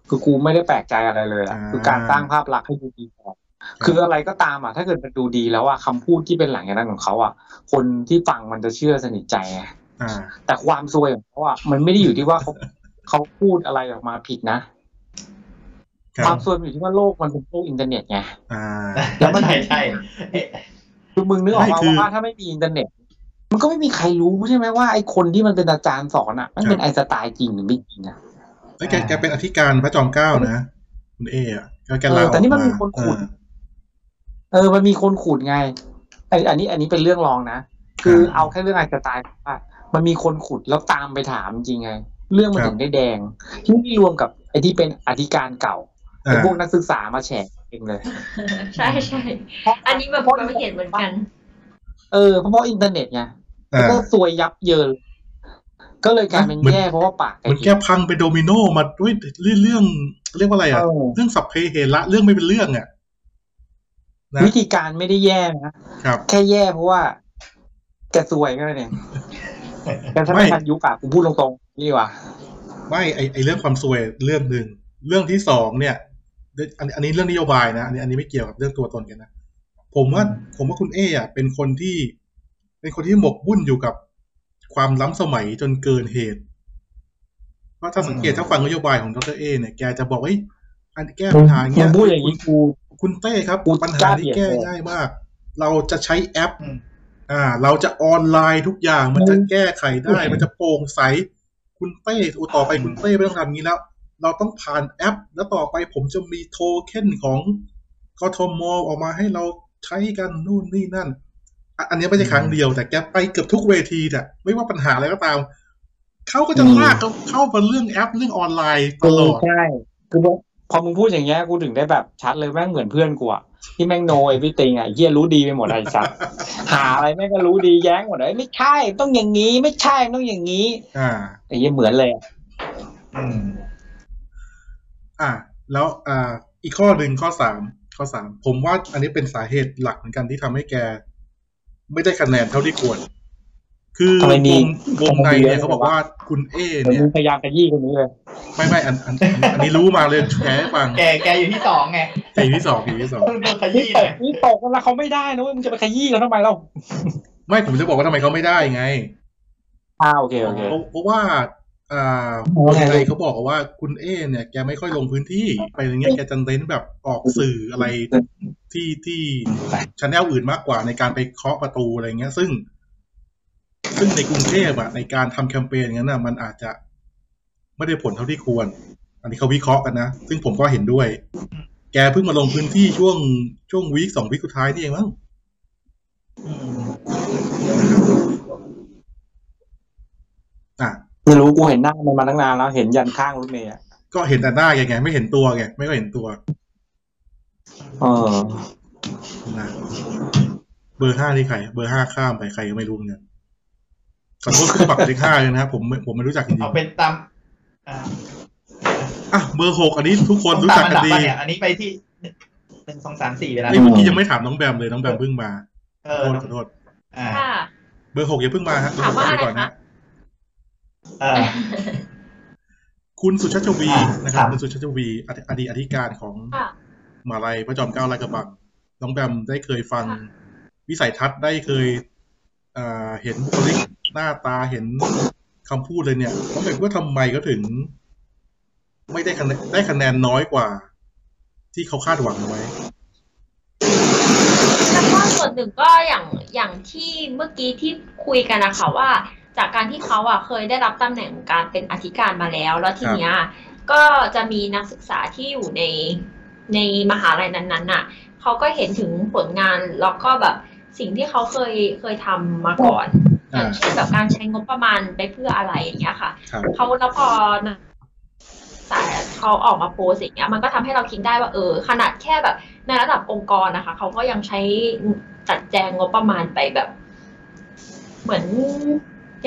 คือกูไม่ได้แปลกใจอะไรเลยอ่ะ
อ่า
คือการสร้างภาพลักษณ์ให้ดูดีก่อนคืออะไรก็ตามอ่ะ ถ้าเกิดมันดูดีแล้วอ่ะคำพูดที่เป็นหลังจากนั้นของเขาอ่ะ คนที่ฟังมันจะเชื่อสนิทใจไง
อ่า
แต่ความซวยของเขาอ่ะมันไม่ได้อยู่ที่ว่าเขาเขาพูดอะไรออกมาผิดนะ
ครั
ความ
บ
ซวยมันอยู่ที่ว่าโลกมันเป็นโลกอินเทอร์เน็ตไง
อ่า
แล้วมัน
ใช่ใช่เอ๊ะ
คือมึงนึกออก
ไม่
มา
คือ
ว่าถ้าไม่มีอินเทอร์เน็ต มันก็ไม่มีใครรู้ใช่ไหมว่าไอ้คนที่มันเป็นอาจารย์สอนอ่ะมันเป็นไอน์สไตล์จริงหรือไม่จริงอ่ะ
แล้วแกแกเป็นอธิการพระจอมเกล้านะคุณเออ่ะแล้วแกลา
เออแต่นี่มันมีคนขุด
อ่า
เออ มันมีคนขูดไงไออันนี้ อันนี้เป็นเรื่องรองนะ คือ
ครับ
เอาแค่เรื่องอาจจะตายว่ามันมีคนขุดแล้วตามไปถามจริงไง เรื่องมั
ค
น
รับ
ถึงได้แดง ที่นี่รวมกับไอที่เป็นอธิการเก่าไอ
อ่า
พวกนักศึกษามาแฉเองเลย
[laughs] ใช่ใช่อันนี้แบบมันไม่เห็นเหมือนกัน
เออ เพราะว่าอินเทอร์เน็ตไง
อ่า
ก็ซวยยับเยิน ก็เลยกลายเป็น
เหมือน
แย่เพราะว่าปาก
เหมือนแกพังไปโดมิโนมาด้วยเรื่องเรื่องเรียกว่าอะไรอ่ะ
เออ
เรื่องสัพเพเหระเรื่องไม่เป็นเรื่องอ่ะ นะ
วิธีการไม่ได้แย่นะ
ครับ
แค่แย่เพราะว่าแกซวยก็เลยเนี่ยแกถ้าไม่
ไม่
ทันยุคอะกูพูดตรงๆนี่ดีกว่า
ไม่ไอไอเรื่องความซวยเรื่องหนึ่งเรื่องที่สองเนี่ยเดี๋ยวอันอันนี้เรื่องนโยบายนะอันนี้อันนี้ไม่เกี่ยวกับเรื่องตัวตนกันนะผมว่าผมว่าคุณเออ่ะเป็นคนที่ เป็นคนที่หมกบุ่นอยู่กับความล้ำสมัยจนเกินเหตุเพราะถ้าสังเกตถ้าฟังนโยบายของดรเอเนี่ยแกจะบอกว่าเอ้ยอันแก้ปัญหาเงี้ย
มึงพูดอย่างนี้กู
คุณเต้ครับ
กู
ปัญหานี้แก้
กล้าเหยียด
ง่ายมาก เราจะใช้แอป
อืม
อ่า เราจะออนไลน์ทุกอย่างมันจะแก้ไขได้
อืม
มันจะโปร่งใส คุณเต้โอต่อไปคุณเต้ไม่ต้องทำอย่างนี้แล้ว เราต้องผ่านแอป แล้วต่อไปผมจะมีโทเค็นของกทมออกมาให้เราใช้กันนู่นนี่นั่นอ่ะอันนี้ไม่ใช่ครั้งเดียวแต่แกไปเกือบทุกเวทีเนี่ยไม่ว่าปัญหาอะไรก็ตาม เขาก็จะลากเขาเข้ามาเรื่องแอปเรื่องออนไลน์ต
เอ
ล
อ
อด
ใช่คือว่าพอมึงพูดอย่างเงี้ยกูถึงได้แบบชัดเลยแม่งเหมือนเพื่อนกูอะที่แม่งโน e อ e ิ y ิงอะเฮียรู้ดีไปหมดอะไอ้ชัดหาอะไรแม่งก็รู้ดีแย้งหมดเลยไม่ใช่ต้องอย่างนี้ไม่ใช่ต้องอย่างนี้
อ่า
ไอ้เหี้ยเหมือนเลยอะ
อืม
อ่ะแล้วอ่าอีกข้อหนึ่งข้อสามข้อสามผมว่าอันนี้เป็นสาเหตุหลักเหมือนกันที่ทำให้แก ไม่ได้คะแนนเท่าที่ควร คือวงวงในเนี่ยเขาบอกว่าคุณเอ
เหมือน
เนี่ย
มึงพยายามขยี้คนนี้เลย
ไม่ไม่อันอันอันนี้รู้มาเลยแชร์ให้ฟัง
แกแกอยู่ที่สองไง
เพลงที่สองเพลงที่สอง
ต้องโดนข
นี่
ยี้ห
ต
น่อ
ก
ย
นี่ตกกันแล้วเขาไม่ได้นะเว้ยมึงจะไปขยี้เขาทำไมเรา
ไม่ผมจะบอกว่าทำไมเขาไม่ได้ไง
อ้าวโอเคโอเค
เพราะเพราะว่า อ่า
โอ
คน
เค
ไทยเขาบอกว่าคุณเอเนี่ยแกไม่ค่อยลงพื้นที่ไปอะไรเงี้ยแกจะเน้นแบบออกสื่ออะไรที่ที่ชแนลอื่นมากกว่าในการไปเคาะประตูอะไรเงี้ย ซึ่ง ซึ่งในกรุงเทพอะในการทำแคมเปญอย่างนั้นอะมันอาจจะไม่ได้ผลเท่าที่ควร อันนี้เขาวิเคราะห์กันนะ ซึ่งผมก็เห็นด้วย แกเพิ่งมาลงพื้นที่ช่วงช่วงวีคสองวีคสุดท้ายนี่เองมั้ง
อืม
อ่ะ
ไม่รู้กูเห็นหน้ามันมาตั้งนานแล้วเห็นยันข้างรถเมย์อะ
ก็เห็นแต่หน้าแกไงไม่เห็นตัวไงไม่ก็เห็นตัว
เออ
นะเบอร์ห้านี่ใคร เบอร์ห้าข้ามไปใครก็ไม่รู้เหมือนกันขอโทษคุณปักเลขห้าเลยนะครับผมไม่ผมไม่รู้จักจริง
เอาเป็นตามอ่า
ๆอ่ะเบอร์หกอันนี้ทุกคนรู้
ตา
จั
ม
ก
อัน
กัน
ดับ
ดี
ป่ะเนี่ยอันนี้ไปที่หนึ่งสองสามสี่ไปแล้ว
นี่เมื่อกี้ยังไม่ถามน้องแบมเลยน้องแบมเพิ่งมา
เอ
ขอโท
อ
ษขอโทษ
อ่า
ค่ะ
เบอร์หกอย่าเพิ่งมาฮะเบอร์หก
ถามว่า
ไปก่อน
อะไร
นะคะ
เออ
คุณสุชาติชวีนะค
ครั
รับบ คุณสุชาติชวีอดีอดีตอธิการของ
ค่ะ
มหาลัยพระจอมเกล้าลาดกระบังน้องแบมได้เคยฟัง วิสัยทัศน์ได้เคยอ่าเห็นบุคลิกหน้าตาเห็นคำพูดเลยเนี่ยต้องเป็นว่าทำไมก็ถึง ไม่ได้คะแนนได้คะแนนน้อยกว่า ที่เขาคาดหวังเอาไว้
แล้วก็ส่วนหนึ่งก็อย่างอย่างที่เมื่อกี้ที่คุยกันนะคะว่า จากการที่เขาอ่ะเคยได้รับตำแหน่งการเป็นอธิการมาแล้ว แล้วทีเนี้ยก็จะมีนักศึกษาที่อยู่ในในมหาลัยนั้นๆน่ะเขาก็เห็นถึงผลงานแล้วก็แบบ สิ่งที่เขาเคยเคยทำมาก่อนอ
อ่า
ย่างเช่นแบบการใช้งบประมาณไปเพื่ออะไรอย่างเงี้ยค่ะ
ครับ
เขาแล้วพอนะสายเขาออกมาโพสต์อย่างเงี้ย มันก็ทำให้เราคิดได้ว่าเออ ขนาดแค่แบบในระดับองค์กรนะคะ เขาก็ยังใช้จัดแจงงบประมาณไปแบบ เหมือน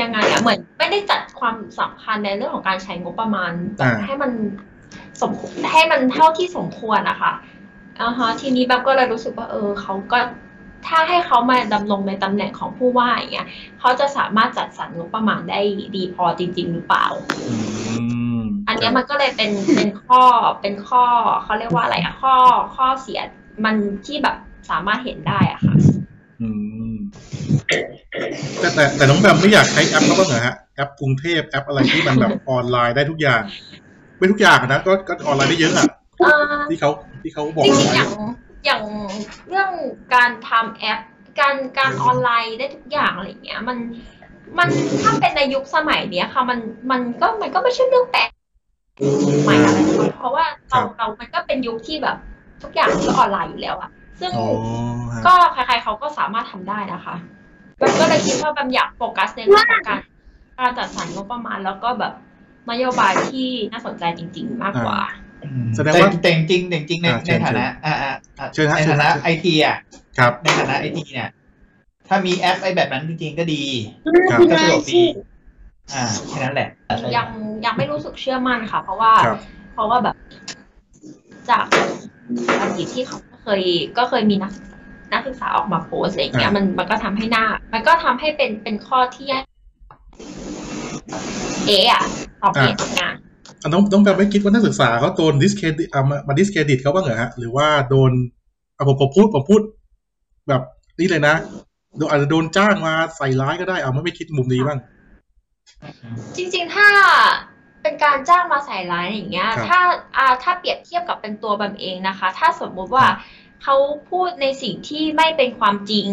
ยังไงอะเหมือนไม่ได้จัดความสำคัญในเรื่องของการใช้งบประมาณ
อ่า
ให้มันสมให้มันเท่าที่สมควรนะคะอ่าฮะทีนี้แบบก็เลยรู้สึกว่า เออเขาก็ถ้าให้เขามาดำรงในตำแหน่งของผู้ว่าอย่างเงี้ยเขาจะสามารถจัดสรรงบประมาณได้ดีพอจริง ๆ หรือเปล่า
อืม
อันเนี้ยมันก็เลยเป็นเป็นข้อเป็นข้อเขาเรียกว่าอะไรอะข้อข้อเสียมันที่แบบสามารถเห็นได้อะค่ะ
อืมแต่แต่แต่น้องแบมไม่อยากใช้แอปเขาบ้างเหรอฮะแอปกรุงเทพแอปอะไรที่
[laughs]
มันแบบออนไลน์ได้ทุกอย่าง ไม่ทุกอย่างอะนะก็ก็ออนไลน์ได้เยอะอ่ะ
เอ่อ
ที่เขาที่เขาบอก
จริง
ไว้
ๆอย่างอย่างเรื่องการทำแอป การการออนไลน์ได้ทุกอย่างอะไรอย่างเงี้ย มันมันถ้าเป็นในยุคสมัยเนี้ยค่ะมันมันก็มันก็ไม่ใช่เรื่องแปลกใหม่อะไรหรอกเพราะว่าเรา
ครับ
เรามันก็เป็นยุคที่แบบทุกอย่างก็ออนไลน์อยู่แล้วอะซึ่ง
อ๋อฮะ
ก็ใครๆเขาก็สามารถทำได้นะคะแบบก็เลยคิดว่าแบบอยากโฟกัสในเรื่องของการการจัดสรรงบประมาณ แล้วก็แบบนโยบายที่น่าสนใจจริง ๆ มากกว่า
แสดงว่า
แต่จริงแต่จริงใน
อ่าเชิญ
ในฐานะอ่าอ่าอ่า
เชิญฮะ
ใน
เชิญ
ฐานะ
ฮะ
ไอทีอ่ะ
ครับ
ในฐานะไอทีเนี่ย ถ้ามีแอปไอแบบนั้นจริงๆก็ดี
ครับ
ก็สะดวกดีอ่าแค่นั้นแหละ
ยังยังไม่รู้สึกเชื่อมั่นค่ะ เพราะว่า
ครับ
เพราะว่าแบบ จากอดีตที่เขาก็เคย ก็เคยมีนักนักศึกษาออกมาโพสต์อะไรอย่างเงี้ย
อ่ามั
มันมันก็ทำให้หน้า มันก็ทำให้เป็นเป็นข้อที่เอะอะตอบเอะทำงาน
อ่ะน้องน้องแบมไม่คิดว่านักศึกษาเขาโดนดิสเครดิตมาดิสเครดิตเขาบ้างเหรอฮะหรือว่าโดนอ่ะผมผมพูดผมพูด แบบนี้เลยนะโดนอาจจะโดนจ้างมาใส่ร้ายก็ได้เอาไม่ไม่คิดมุมนี้บ้าง
จริง ๆ ถ้าเป็นการจ้างมาใส่ร้ายอย่างเงี้
ค
ย
รับ
ถ้าอ่าถ้าเปรียบเทียบกับเป็นตัวบัมเองนะคะ ถ้าสมมุติว่าเขาพูดในสิ่งที่ไม่เป็นความจริง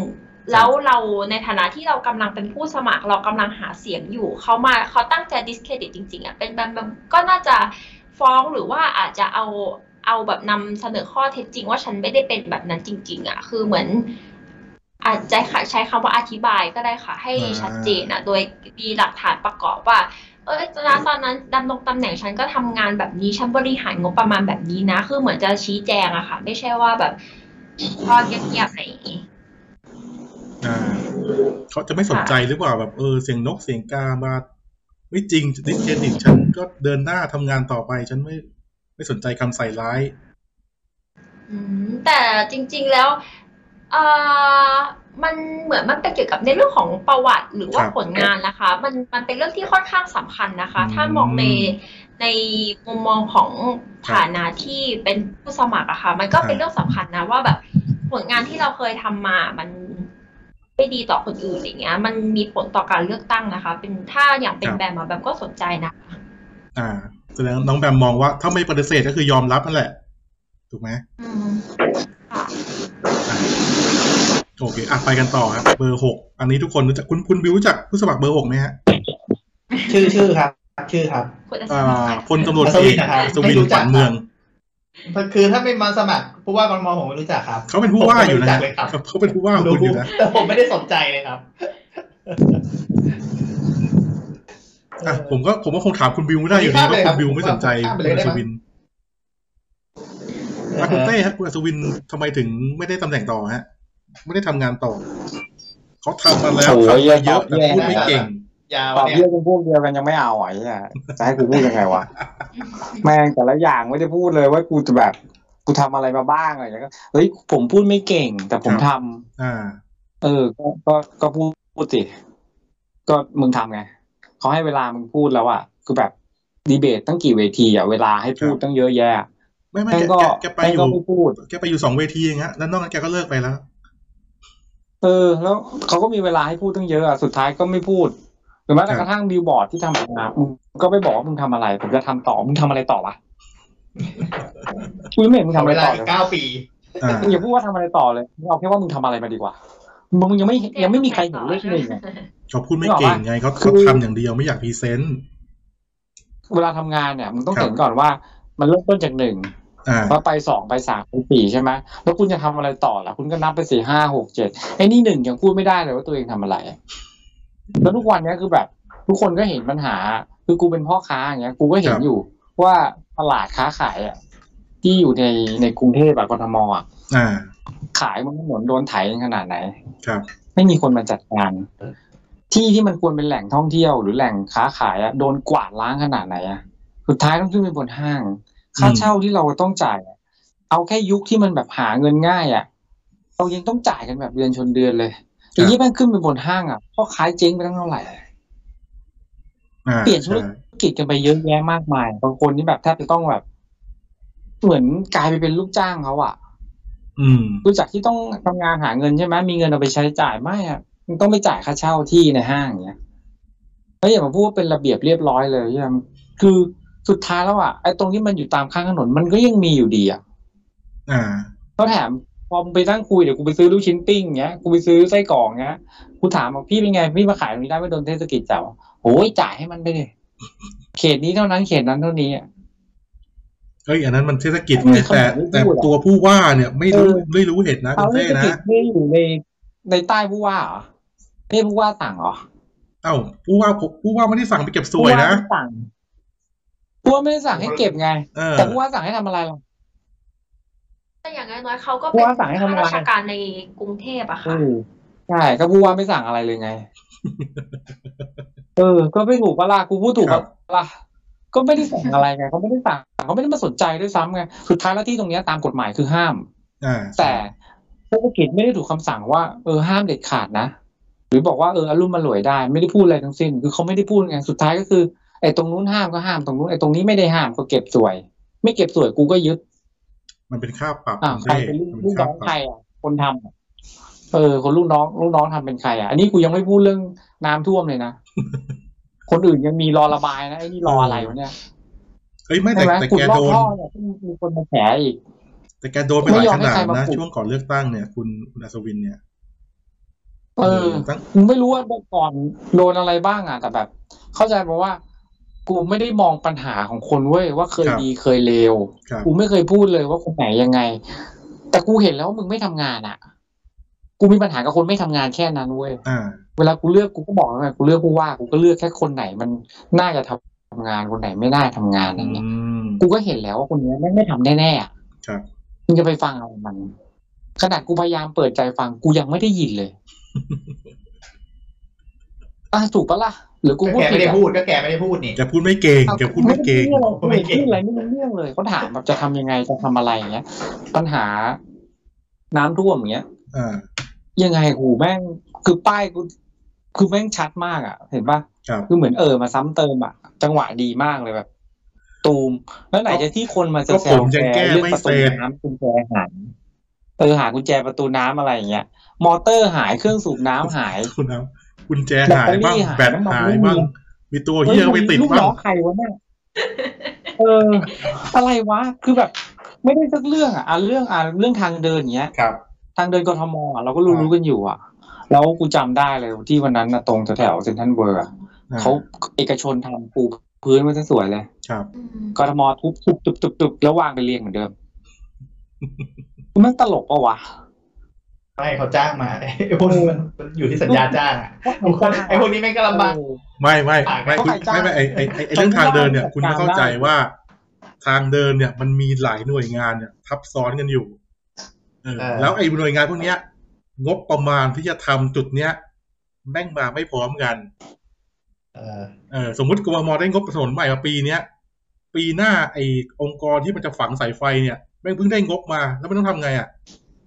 แล้วเราในฐานะที่เรากำลังเป็นผู้สมัครเรากำลังหาเสียงอยู่ เขามาเขาตั้งใจดิสเครดิตจริงๆอ่ะเป็นบัมบัมก็น่าจะฟ้องหรือว่าอาจจะเอาเอาแบบนำเสนอข้อเท็จจริง ว่าฉันไม่ได้เป็นแบบนั้นจริง ๆ อ่ะ คือเหมือน อาจจะใช้คำว่าอธิบายก็ได้ค่ะ ให้
อ่า
ชัดเจนอ่ะ โดยมีหลักฐานประกอบว่า เออตอนนั้นตอนนั้นดำรงตำแหน่งฉันก็ทำงานแบบนี้ ฉันบริหารงบประมาณแบบนี้นะ คือเหมือนจะชี้แจงอะค่ะ ไม่ใช่ว่าแบบทอดเงียบๆอะไรอย่างงี้
อ่าเขาจะไม่สนใจหรือเปล่าแบบเออเสียงนกเสียงกามาไม่จริงดิสเครดิตฉันก็เดินหน้าทำงานต่อไป ฉันไม่ไม่สนใจคำใส่ร้าย
อืมแต่จริงๆแล้วเอ่อมันเหมือนมันไปเกี่ยวกับในเรื่องของประวัติหรือว่า
ครับ
ผลงานนะคะ มันมันเป็นเรื่องที่ค่อนข้างสำคัญนะคะ
อืม
ถ้ามองในในมุมมองของ
ครับ
ฐานะที่เป็นผู้สมัครอะค่ะ มันก็เป็
ครั
น
บ
เรื่องสำคัญนะว่าแบบผลงานที่เราเคยทำมา มันไม่ดีต่อคนอื่นอย่างเงี้ย มันมีผลต่อการเลือกตั้งนะคะ เป็นถ้าอย่างเป็นแบบมาแบบก็สนใจนะ
อ่าแสดงน้องแบมมองว่าถ้าไม่ปฏิเสธก็คือยอมรับนั่นแหละ ถูกไหม
อืมค่ะ
โอเคอ่ะไปกันต่อครับ เบอร์หกอันนี้ทุกคนรู้จักคุณคุณบิวรู้จักผู้สมัครเบอร์หกไหมฮะ
ชื่อชื่อครับ ชื่อครับ
คุณอัศ
อ่า
วิน
พลตำรวจเอกอัศวินขวัญเมือง
คือถ้าไม่มาสมัครผู้ว่ากรทมผมไม่รู้จักครับ
เขาเป็นผู้ว่าอยู่นะ
ผมไม่รู้
ฮะ
จักเลยครับ
เขาเป็นผู้ว่าของคุณอยู่นะ
แต่ผมไม่ได้สนใจเลยครับ
อ่ะผมก็ผมก็คงถามคุณบิวไม่ได้อยู่ดีว่าคุณบิวไม่สนใจคุณอัศวินอ่ะคุณเต้ฮะคุณอัศวินทำไมถึงไม่ได้ตำแหน่งต่อฮะ ไม่ได้ทำงานต่อ เขาทำมาแล้ว
โอ้ย
ทำมาเยอะแต่พูดไม่เก่ง
ยาว
ตอบ
เนี่ย
เรื่องพวกเดียวกันยังไม่เอาไหวอ่ะจะให้กูพูดยังไง
[laughs]
วะแม่งแต่ละอย่างไม่ได้พูดเลยว่ากูจะแบบกูทำอะไรมาบ้างอะไรอย่างเงี้ยก็เฮ้ยผมพูดไม่เก่ง แต่ผม
ครั
ทำ
บ อ่า
เออ ก็ก็ก็พูดพูดสิก็มึงทำไงเขาให้เวลามึงพูดแล้วอ่ะคือแบบดีเบตตั้งกี่เวทีอ่ะเวลาให้พู
ค
ด
รับ
ตั้งเยอะแยะ
ไม่ไม่
แม่ง
แก
ก็
แกแกไป
แม่ง
อ
ก็
ยู่
ไม่พูด
แกไปอยู่สองเวทีเองฮะแล้วนอกนั้นแกก็เลิกไปแล้ว
เออ แล้วเขาก็มีเวลาให้พูดตั้งเยอะอะสุดท้ายก็ไม่พูดหรือแม้แต่
ครับ
กระทั่งบิลบอร์ดที่ทำออกมามึงก็ไม่บอกว่ามึงทำอะไร ผมจะทำต่อมึงทำอะไรต่อวะกูยังไม่เห็นมึง
ข
ทำ
อ
อะ
เว
ไร
ลา
ต่อ
อีก
เลย
เก้าปี
อ่า
มึงอย่าพูดว่าทำอะไรต่อเลยมึงเอาแค่ว่ามึงทำอะไรมาดีกว่ามึงยังไม่ยังไม่มีใครเห็นเลขหนึ่งอะ
เขาพูดไม่เก่งไงเขา
คือ
เขาทำอย่างเดียวไม่อยากพรีเซนต์
เวลาทำงานเนี่ยมึงต้อง
ครับ
เห็นก่อนว่า มันเริ่มต้นจากหนึ่ง
อ่า
ว่าไปสองไปสามไปสี่ใช่ไหมแล้วคุณจะทำอะไรต่อล่ะ คุณก็นับไปสี่ห้าหกเจ็ดไอ้นี่หนึ่งยังพูดไม่ได้เลยว่าตัวเองทำอะไร แล้วทุกวันเนี้ยคือแบบ ทุกคนก็เห็นปัญหา คือกูเป็นพ่อค้าอย่างเงี้ย กูก็เห็น
ครับ
อยู่ว่าตลาดค้าขายอ่ะที่อยู่ในในกรุงเทพอะกทมอะ
อ่า
ขายบนถนนโดนไถกันขนาดไหน
ครับ
ไม่มีคนมาจัดการ ที่ที่มันควรเป็นแหล่งท่องเที่ยวหรือแหล่งค้าขายอะโดนกวาดล้างขนาดไหนอะสุดท้ายต้องขึ้นไปบนห้าง ค่าเช่าที่เราต้องจ่ายอะเอาแค่ยุคที่มันแบบหาเงินง่ายอะเรายังต้องจ่ายกันแบบเดือนชนเดือนเลยอย่างนี้แม่งขึ้นไปบนห้างอะพ่อค้าเจ๊งไปตั้งเท่าไหร่
อ่า
เปลี่ยนธุร
ใช่
กิจ ธุรกิจกันไปเยอะแยะมากมายบางคนนี่แบบแทบจะต้องแบบ เหมือนกลายไปเป็นลูกจ้างเขาอะ
อืม
รู้จักที่ต้องทำงานหาเงินใช่ไหมมีเงินเอาไปใช้จ่ายไม่อะมันต้องไปจ่ายค่าเช่าที่ในห้างอย่างเงี้ยแล้วอย่ามาพูดว่าเป็นระเบียบเรียบร้อยเลยใช่ไหมคือสุดท้ายแล้วอ่ะไอ้ตรงที่มันอยู่ตามข้างถนนมันก็ยังมีอยู่ดีอ่ะ
อ่า
แล้วแถมพอมึงไปตั้งคุยเดี๋ยวกูไปซื้อลูกชิ้นปิ้งเงี้ยกูไปซื้อไส้กรอกเงี้ยกูถามบอกพี่เป็นไงพี่มาขายตรงนี้ได้ไม่โดนเทศกิจจับอะโอ้ยจ่ายให้มันไปเลยเขตนี้เท่านั้นเขตนั้นเท่านี้อะ
เอ้ยอันนั้นมันเทศกิจ
ไม่
ไง
มี
แต่
คำไหน
แต่
พูดอะ
ตัวผู้ว่าเนี่ย ไม่รู้
เออ
ไม่รู้เห็นนะคุ
เอา
ณ
เท
เต้
ศ
นะ
กิจไม่ได้อยู่ในในใต้ผู้ว่าเหรอไม่ใช่ผู้ว่าสั่งเหรอ
เอ้าผู้ว่าผู้ว่าไม่ได้สั่งไปเก็บสวยนะ
ผู้าไม่สั่งผู้ว่าไม่ได้สั่งให้เก็บไง
เออ
แต่ผู้ว่าสั่งให้ทำอะไรล่ะ
แต่อย่างน้อยๆเขาก็
ผู้
เป็น
ว่าสั่งให้ทำอะไร
ข้าราชการในกรุงเทพอะค่ะ
ใช่ก็ผู้ว่าไม่สั่งอะไรเลยไง เออ ก็ไม่ถูกปะล่ะกูพูดถูก
ครั
ปะ
บ
ล่ะก็ไม่ได้สั่งอะไรไงเขาไม่ได้สั่งเขาไม่ได้มาสนใจด้วยซ้ำไงสุดท้ายแล้วที่ตรงเนี้ยตามกฎหมายคือห้าม
อ่า
แต่เทศกิจไม่ได้ถูกคำสั่งว่าเออห้ามเด็ดขาดนะ หรือบอกว่าเอออารมณ์มารวยได้ ไม่ได้พูดอะไรทั้งสิ้น คือเขาไม่ได้พูดไงสุดท้ายก็คือไอ้ตรงนู้นห้ามก็ห้ามตรงนู้นไอ้ตรงนี้ไม่ได้ห้ามก็เก็บสวย ไม่เก็บสวยกูก็ยึด
มันเป็นค่าปรับ
อ่า
คุณ
ใคร
เต้
เป็นลูก
มัน
ลู
เป็น
ก
ค่า
น้อ
ป
งใคร
รับ
อ่ะคนทำอ่ะเออ คนลูกน้องลูกน้องทำเป็นใครอ่ะอันนี้กูยังไม่พูดเรื่องน้ำท่วมเลย
[laughs]
นะ คนอื่นยังมีรอระบายนะไอ้นี่รออะไรวะเนี่ย
เอ้ยไม่
ใช่
แต่
ไหม
แต่
ขุด
แก
ลอ
โด
ก
น
ท่อเนี่ยเพิ่งมีคนมาแฉอีก
แต่แกโดนไปหลายขนาด
ไม่ยอมให้ใครมา
นะ
ขุด
ช่วงก่อนเลือกตั้งเนี่ย คุณคุณอัศวินเนี่ย
เออ
ตั้ง
กูไม่รู้ว่าเมื่อก่อนโดนอะไรบ้างอ่ะแต่แบบ เข้าใจเพราะว่า กูไม่ได้มองปัญหาของคนเว้ยว่าเคยดีเคยเลว
ครับ
กูไม่เคยพูดเลยว่าคนไหนยังไง แต่กูเห็นแล้วว่ามึงไม่ทำงานอ่ะ กูมีปัญหากับคนไม่ทำงานแค่นั้นเว้ย
อ่า
เวลากูเลือกกูก็บอกแล้วไงกูเลือกผู้ว่ากูก็เลือกแค่คนไหนมันน่าจะทำงานคนไหนไม่น่าทำงานอะไร
อื
เงี้ย
ม
กูก็เห็นแล้วว่าคนเนี้ยไม่งไม่ทำแน่ๆอะ
ครับ
มึงจะไปฟังอะไรมันขนาดกูพยายามเปิดใจฟังกูยังไม่ได้ยินเลย [laughs] อ่ะถูกปะล่ะหรือกูพูด
แก
ผิ
ไม่
ด
ได้
อะ
พูดก็แกไม่ได้พูดนี่
แกพูดไม่เก่งแกพูดไม่เก่ง
อ่ะกูไม่ได้พูดอะไรกูไม่ได้พูดอะไรไม่รู้เรื่องเลยเขาถามแบบจะทำยังไงจะทำอะไรอย่างเงี้ย ปัญหาน้ำท่วมอย่างเงี้ย
อ่า
ยังไงหูแม่งคือป้ายกูคือแม่งชัดมากอ่ะ เห็นปะ
ครับ
คือเหมือนเออมาซ้ำเติมอ่ะ จังหวะดีมากเลยแบบ ตูม แล้วไหนจะที่คนมา
ก็
แซ
ผ
ว
มยังแก้
แกเรื่
ไม่
ประ
เสร็
ตู
จ
น้ำกุญแจหายเออหากุญแจประตูน้ำอะไรอย่างเงี้ยมอเตอร์หายเครื่องสูบน้ำหาย
คุณครับกุญแจหายบ้าง
แบ
แบ
ต
ต
เตอรี่หา
หาย ย
บ้า
บ้าง ง มีตัวเฮียไปติด
ลูก
บ้า
น้
ง
องใครวะเนี่ยเออ อะไรวะ คือแบบ ไม่ได้สักเรื่องอ่ะอ่ะเรื่องอ่ะเรื่องทางเดินอย่างเงี้ย
ครับ
ทางเดินกทมอ่ะเราก็รู้รู้กันอยู่อ่ะ แล้วกูจำได้เลยที่วันนั้นนะตรงแถวๆเซนทรัลเวิร์
อ่
เขาเอกชนทำปูพื้นไว้ซะสวยเลย
ครับ
กทมทุบทุบทุบทุบทุบแล้ววางไปเรียงเหมือนเดิม มันตลกปะวะ
ไม่เขาจ้างมาไอ้พวกนี้มันมันอยู่ที่สัญญาจ้างอะไอ้พวกนี้แม่งก็ลำบาก
ไม่ไม่ไม่
เขา
คุณ
ขายจ้าง
ไม่ไม่ไอไอ้ไอไอเรื่องทางเดินเนี่ย คุณไม่เข้าใจว่า ทางเดินเนี่ย มันมีหลายหน่วยงานเนี่ยทับซ้อนกันอยู่เออ
เออ
แล้วไอหน่วยงานพวกเนี้ย งบประมาณที่จะทำจุดเนี้ย แม่งมาไม่พร้อมกัน
เออ
เออสมมติกรมได้งบถนนใหม่มาปีเนี้ยปีหน้าไอองค์กรที่มันจะฝังสายไฟเนี่ยแม่งเพิ่งได้งบมา แล้วมันต้องทำไงอ่ะ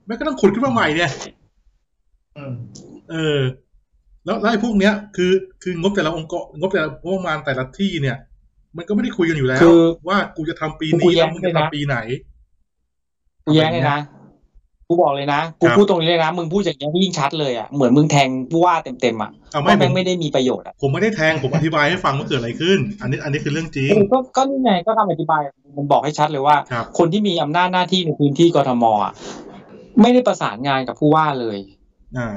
แม่งก็ต้องขุดขึ้นมาใหม่เนี่ย
อืม
เออ แล้วแล้วไอ้พวกเนี้ย คือคืองบแต่ละองค์กรงบแต่ละงบประมาณแต่ละที่เนี่ย มันก็ไม่ได้คุยกันอยู่แล้ว
คือ
ว่ากูจะทำปี
กู
นี้
แย้
แล้ว
ง
มึง
ด้ว
จะ
ยนะ
ทำปีไหน
กูแย้งเลยนะ กูบอกเลยนะ กู
ครับ
พูดตรงนี้เลยนะ มึงพูดอย่างนี้ยยิ่งชัดเลยอ่ะ เหมือนมึงแทงผู้ว่าเต็มๆอ่ะ
เอาไม่
ว่า
ผ
แม่
ม
งไม่ได้มีประโยชน์อ่ะ
ผมไม่ได้แทงผมอธิบายให้ฟังว่าเกิดอะไรขึ้น อันนี้อันนี้คือเรื่องจริง
เออก็ก็นี่ไงก็คำอธิบาย มันบอกให้ชัดเลยว่า
ครับ
คนที่มีอำนาจหน้าที่ในพื้นที่กทมอ่ะไม่ได้ประสานงานกับผู้ว่าเลย
อ่า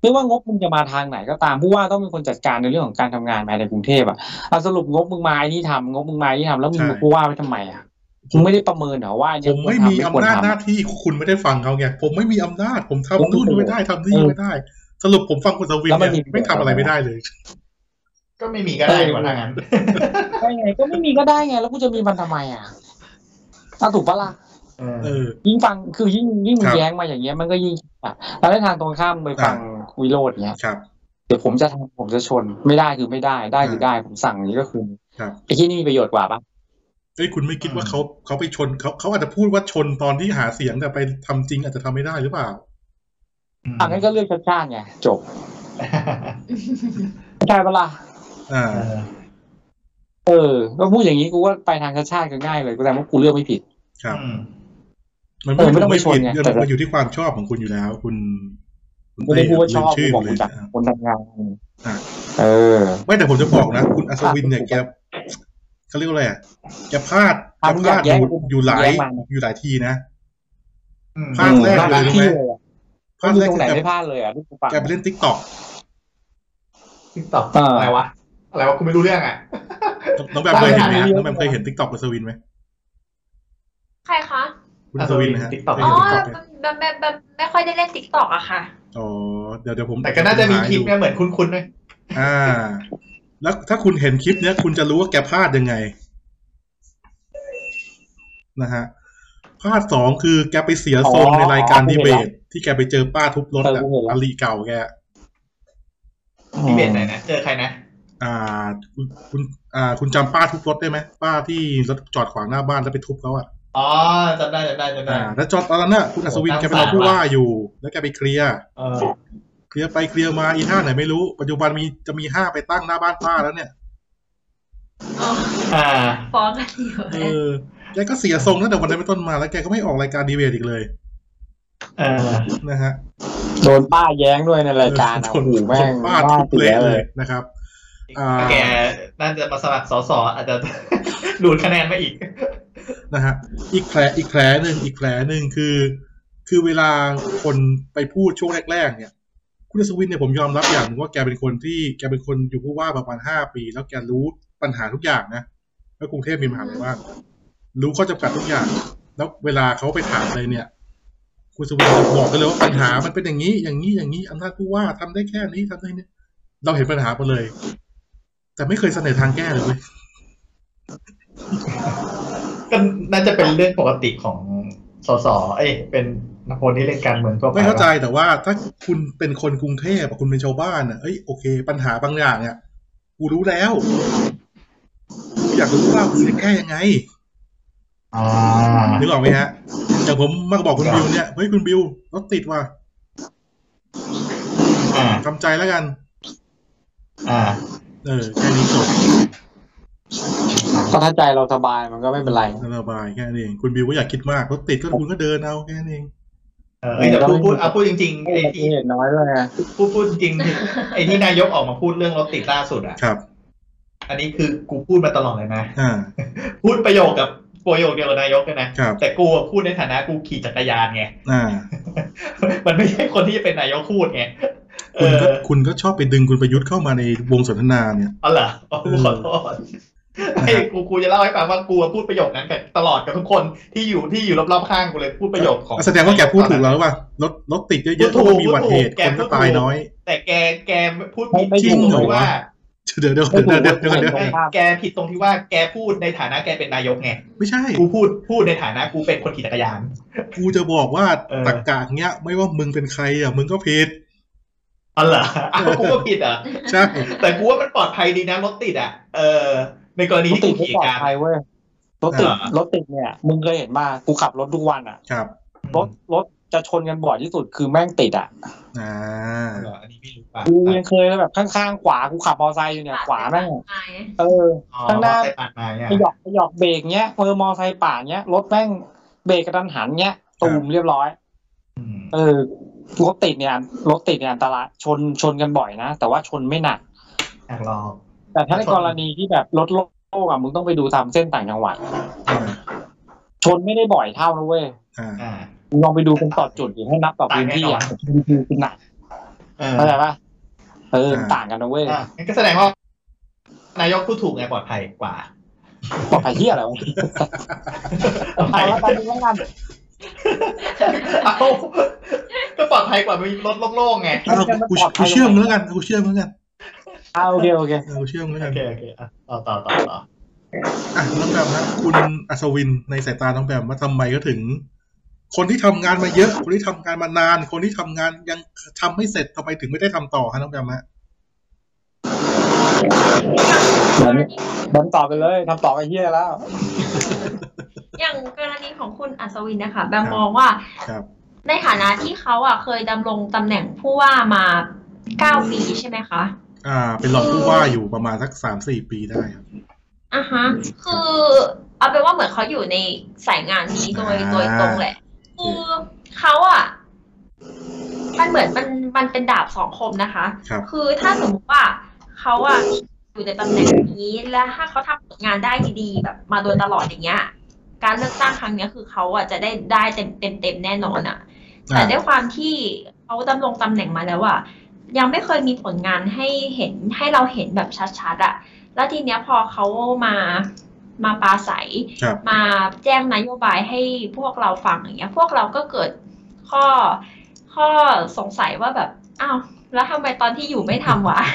ไม่ว่างบมึงจะมาทางไหนก็ตามผู้ว่าต้องเป็นคนจัดการในเรื่องของการทำงานภายในกรุงเทพอ่ะเอาสรุปงบมึงมาไอ้นี่ทำงบมึงมาไอ้นี่ทำแล้วมึง
ใช่
ผู้ว่าไปทำไมอ่ะ คุณไม่ได้ประเมินเหรอว่าอัน
ผ
เนี้ย
ม
ควร
ไม่
ท
มี
ควร
อำนาจ
ทำ
หน้าที่คุณไม่ได้ฟังเขาไงผมไม่มีอำนาจ ผม
โอ้
ทำ
โห
นู่นไม่ได้ทำนี่
เออ
ไม่ได้ สรุปผมฟังคุณสวิน
แล้วมั
เนี่
น
ย
มี
ไม่ทำอะไรไม่ได้เลย
ก็ไม่มีก็ได้ดีกว่าทางนั้น
ได้ไงก็ไม่มีก็ได้ไง แล้วกูจะมีมันทำไมอ่ะถ้าถูกปะล่ะ
เออ
เออ
ยิ่งฟังคือยิ่งยิ่ง
ค
มั
น รับ
แย้งมาอย่างเงี้ยมันก็ยิ่งอ่ะแล้วในทางตรงข้ามไปฟังวิโรดเนี้ย
ครับ
เดี๋ยวผมจะทำผมจะชนไม่ได้คือไม่ได้ได้คือได้ผมสั่งอย่างนี้ก็คือ
ครับ
ไอ้ที่นี่มีประโยชน์กว่าปะ
เอ้ยคุณไม่คิดว่าเขาเขาไปชนเขาเขาอาจจะพูดว่าชนตอนที่หาเสียงแต่ไปทำจริงอาจจะทำไม่ได้หรือเปล่า
อ่ะงั้นก็เลือกชาติชาติไงจบได้ปะล่ะ
อ่า
เออ
เออก็พูดอย่างนี้กูว่าไปทางชาติชาติก็ง่ายเลยกูแต่ว่ากูเลือกไม่ผิด
ครับ
อืม
มันไม่
เออไม่
ถู
ต้อก ง
ไม่
ไปชน
ผิด
ไง
มัน
แต่
มันอยู่ที่ความชอบของคุณอยู่แล้ว คุณคุณ
กูไม่ได้พูดว่าชอบ
ลืม
กูบอก
เล
กู
ย
จัก
อ่ะ
คนทำงาน
อ่ะ
เออ
ไม่แต่ผมจะบอกนะ คุณอัศวินเนี่ยแกเขาเรียกว่าอะไรอ่ะแกพลาดแก
อ่ะมึ
พ
ง
ลาย
อา
ด
ก
อ
แย้ง
ยู่
กู
อยู่หลาย
แย้งมัน
อยู่หลายทีนะ
อืม
ภาคแรกเลยรู้ไหม
ที่
พ
อะ
ลาดแรก
ตรง
คือ
ไหน
แก
ไม่พลาดเลยอ่ะที่กูฟัง
แกไปเล่นติ๊กต็อก
ติ๊กต็อก
เอออ
อะไรวะ อะไรวะกูไม่รู้เรื่องอ่ะ
น้องแบมเคยเห็นไหมฮะ
พลาดไม่ได้
น้องแบมเคยเห็นติ๊กต็อกอัศวินไหม
[laughs] ใครคะ
คุณอัศวินนะฮะ
TikTok
เค
อ๋
ย
อ
เห็นติ๊กต็อกไหม
แบบแบบแบบไม่ค่อยได้เล่นติ๊กต็อกอะค่ะ
อ๋อเดี๋ยวเดี๋ยวผม
แต่ก็น่าจะมี
ห
คลิป
ดู
เนี่ยเหมือนคุ้นๆเลย
อ่า แล้วถ้าคุณเห็นคลิปเนี้ย คุณจะรู้ว่าแกพลาดยังไง นะฮะพลาดสองคือแกไปเสียทรง
อ๋อ
ในรายการดีเบ
เห็น
ต
ละ
ที่แกไปเจอป้าทุบรถอะ
เออเห็นละ
อลีเก่าแก
ดีเบตไหนนะเจอใครนะ
อ่า คุณคุณอ่า คุณจำป้าทุบรถได้ไหมป้าที่รถจอดขวางหน้าบ้านแล้วไปทุบเขาอะ
อ๋อจำได้จำได้จำได้
อ่า แล้วจอดตอนนั้นน่ะคุณอัศวิน
โอ้
แกเป็นรองผู้
น่าสงสาร
ว่าอยู่ แล้วแกไปเคลียร์
เออ
เคลียร์ไปเคลียร์มาอีท่าไหนไม่รู้ปัจจุบันมีจะมีห้าไปตั้งหน้าบ้านป้าแล้วเนี่ย
อ๋อ
อ่า
ฟ้องกันอยู่
เออแกก็เสียทรงตั้งแต่วันนั้นเป็นต้นมาแล้วแกก็ไม่ออกรายการดีเบตอีกเลย
เออ
นะฮะ
โดนป้าแย้งด้วยในรายการ
โด
อ่ะโอ้
น
โหูแม่ง
ฟาดทุบ
เสีย
เละ
เล
เลย
ย
นะครับ อ่า
แกน่าจะมาสมัครสสอาจจะ [laughs] ดูดคะแนนมาอีก
นะฮะอีกแผลอีกแผลหนึ่งอีกแผลหนึ่งคือ คือเวลาคนไปพูดช่วงแรก ๆ เนี่ย คุณอัศวินเนี่ยผมยอมรับอย่างหนึงว่าแกเป็นคนที่แกเป็นคนอยู่ผู้ว่าประมาณห้าปี แล้วแกรู้ปัญหาทุกอย่างนะว่ากรุงเทพมีปัญหาอะไรบ้างรู้ข้อจำกัดทุกอย่าง แล้วเวลาเขาไปถามอะไรเนี่ย คุณอัศวินบอกไปเลยว่าปัญหามันเป็นอย่างนี้ อย่างนี้อย่างนี้อำนาจผู้ว่าทำได้แค่นี้ทำได้เนี่ยเราเห็นปัญหาหมดเลย แต่ไม่เคยเสนอทางแก้เลยเว้ย
ก็น่าจะเป็นเรื่องปกติของสสเอ้ยเป็นนักพลที่เล่นการเมืองทั่วไป
ไม่เข้าใจ
ว่
แต่ว่าถ้าคุณเป็นคนกรุงเทพอะคุณเป็นชาวบ้านอ่ะเอ้ยโอเค ปัญหาบางอย่างอ่ะกูรู้แล้วกูอยากรู้ว่ามึงจะแก้ยังไง
อ่า
นึกออกไหมฮะอย่างผมมาบอกคุณบิวเนี่ยเฮ้ยคุณบิวรถติดว่ะ
อ่า
ทำใจแล้วกัน
อ่า
เออแค่นี้จบ
ก็ถ้าใจเราสบายมันก็ไม่เป็นไร
สบายแค่นี้เองคุณบิวก็อยากคิดมากรถติดก็คุณก็เดินเอาแค่นั้นเอง
เออเอ้ยแต่พูดพูดเอาพูดจริงๆ
อุ
ไอ้
บัติ
ที่
เหตุน้อยด้วยไง
พูดพูดจริงๆไอ้ที่นายกออกมาพูดเรื่องรถติดล่าสุดอ่ะ
ครับ
อันนี้คือกูพูดมาตลอดเลยนะ
อ่า
พูดประโยคกับประโยคเดียวกับนายกเลยนะ
ครับ
แต่กูอะพูดในฐานะกูขี่จักรยานไง [laughs]
อ่า
มันไม่ใช่คนที่จะเป็นนายกพูดไง เอ
คุณ
อ
ก็คุณก็ชอบไปดึงคุณประยุทธ์เข้ามาในวงสนทนาเนี่ย
เอาเหรอเอากูขอโท
[laughs]
ษไอ้กูกูจะเล่าให้ฟังว่ากูอะพูดประโยคนั้นกับตลอดกับทุกคนที่อยู่ที่อยู่รอบๆข้างกูเลยพูดประโยคของ
แสดงว่าแกพูดถูกแล้วหรือเปล่ารถรถติดเย
พู
อะๆก็ไม่
ดถูก
มีวันเหตุ
พูด
คนก็
ถูกแกพูดถูก
ตายน้อย
แต่แกแกพูดผิด
ไม่ไม่
จริ
ถู
ง
ก
เหรอ
ตรง
เล
ที่ว่า
ยว่า
เดี๋ยวเดี๋ยวเดี๋ยวเดี๋ยวเดี๋ยวเดี๋ยว
ไม่ถูก
แกผิดตรงที่ว่าแกพูดในฐานะแกเป็นนายกไง
ไม่ใช่
กูพูดพูดในฐานะกูเป็นคนขี่จักรยาน
กูจะบอกว่า
เออ
ตรกกะเนี้ย ไม่ว่ามึงเป็นใครอ่ะ มึงก็ผิด
อ๋อเหรออ้าว [laughs] กูก็ผิดเหรอ่ะ
ใช่
[laughs] แต่กูว่ามันปลอดภัยดีนะรถติดอ่ะ เออ ในกรณี
รถ
ที่
ติ
กู
ดไม่
ขี่
ปลอด
การ
ภัยเว้ยรถติด
อ่า
รถติดเนี่ย มึงเคยเห็นป่ะกูขับรถทุกวันอ่ะ
ครับ
รถรถจะชนกันบ่อยที่สุดคือแม่งติดอ่ะ
อ่า
เหรออันนี้ไม่รู้ป่ะ
กูยังเคยเลยแบบข้างๆขวากูขับมอเตอร์ไซค์อยู่เนี่ยขวาแม่ง
ไ
เออ
อ๋อ
ข้างหน้า
ไปผ่านมาเนี่ย
ไปหยอกไปหยอกเบรกเงี้ยเออมอเตอร์ไซค์ป่าดเงี้ยรถแม่งเบรกกระทันหันเงี้ยตูมเรียบร้อย
อืม
เออรถติดเนี่ยรถติดเนี่ยอันตรายชนชนกันบ่อยนะแต่ว่าชนไม่หนัก
อยากลอง
แต่ถ้าในกรณีที่แบบรถโลกอะมึงต้องไปดูตามเส้นต่างจังหวัด ชนไม่ได้บ่อยเท่านะเว้ย
อ่า
อ่า
มึงลองไปดูเป็นต่อจุดหรือให้นับต่อพื้นที่อะ
ต่างแน่นอน
คือหนัก
เออ
เข้าใจปะเออ
อ่า
ต่างกันนะเว้ย
อ่ะงั้นก็แสดงว่า นายกพูดถูกไงปลอดภัยกว่า
เ ปลอดภัยที่อะไรวะเอาละตอนนี้แล้วกัน
[laughs] เอาก็ปลอดภัยกว่ามีรถโล่งๆไง
อ้าวกูกูเชื่อมงแล้วกันกูเชื่อมแล้วกัน
เอาโอเคโอเค
เออกูเชื่อมแล้ว
โอ
กัน
เคโอเคอ่ะต่อต่อต่อต่อ
อ่ะน้องแบมครับคุณอัศวินในสายตาน้องแบมว่าทำไมก็ถึง คนที่ทำงานมาเยอะ คนที่ทำงานมานาน คนที่ทำงานยังทำไม่เสร็จทำไมถึงไม่ได้ทำต่อฮะน้องแบมฮะ
งั้นงั้นต่อไปเลยทำต่อไปเฮียแล้ว
อย่างกรณีของคุณอัศวินนะคะแบมมองว่า
ครับ
ในฐานะที่เขาอ่ะเคยดำรงตำแหน่งผู้ว่ามาเก้าปีใช่ไหมคะ
อ่า เป็นรองผู้ว่าอยู่ประมาณสักสามสี่ปีได้ครับ
อ่ะฮะ คือเอาเป็นว่าเหมือนเขาอยู่ในสายงานนี้โดย
อ่า
โดยตรงแหละ คือเขาอ่ะ มันเหมือนมันมันเป็นดาบสองคมนะคะ
ครับ
คือถ้าสมมติว่าเขาอ่ะอยู่ในตำแหน่งนี้และถ้าเขาทำผลงานได้ดีๆแบบ มาโดยตลอดอย่างเงี้ย การเลือกตั้งครั้งเนี้ยคือเขาอ่ะจะได้ได้เต็มเต็มเต็มแน่นอนอ่ะ แต่
อ่า
ด้วยความที่เขาดำรงตำแหน่งมาแล้วอะยังไม่เคยมีผลงานให้เห็นให้เราเห็นแบบชัดๆอะแล้วทีเนี้ยพอเขามามาปราศัย
ครับ
มาแจ้งนโยบายให้พวกเราฟังอย่างเงี้ย พวกเราก็เกิดข้อข้อสงสัยว่าแบบอ้าวแล้วทำไมตอนที่อยู่ไม่ทำวะ
[laughs]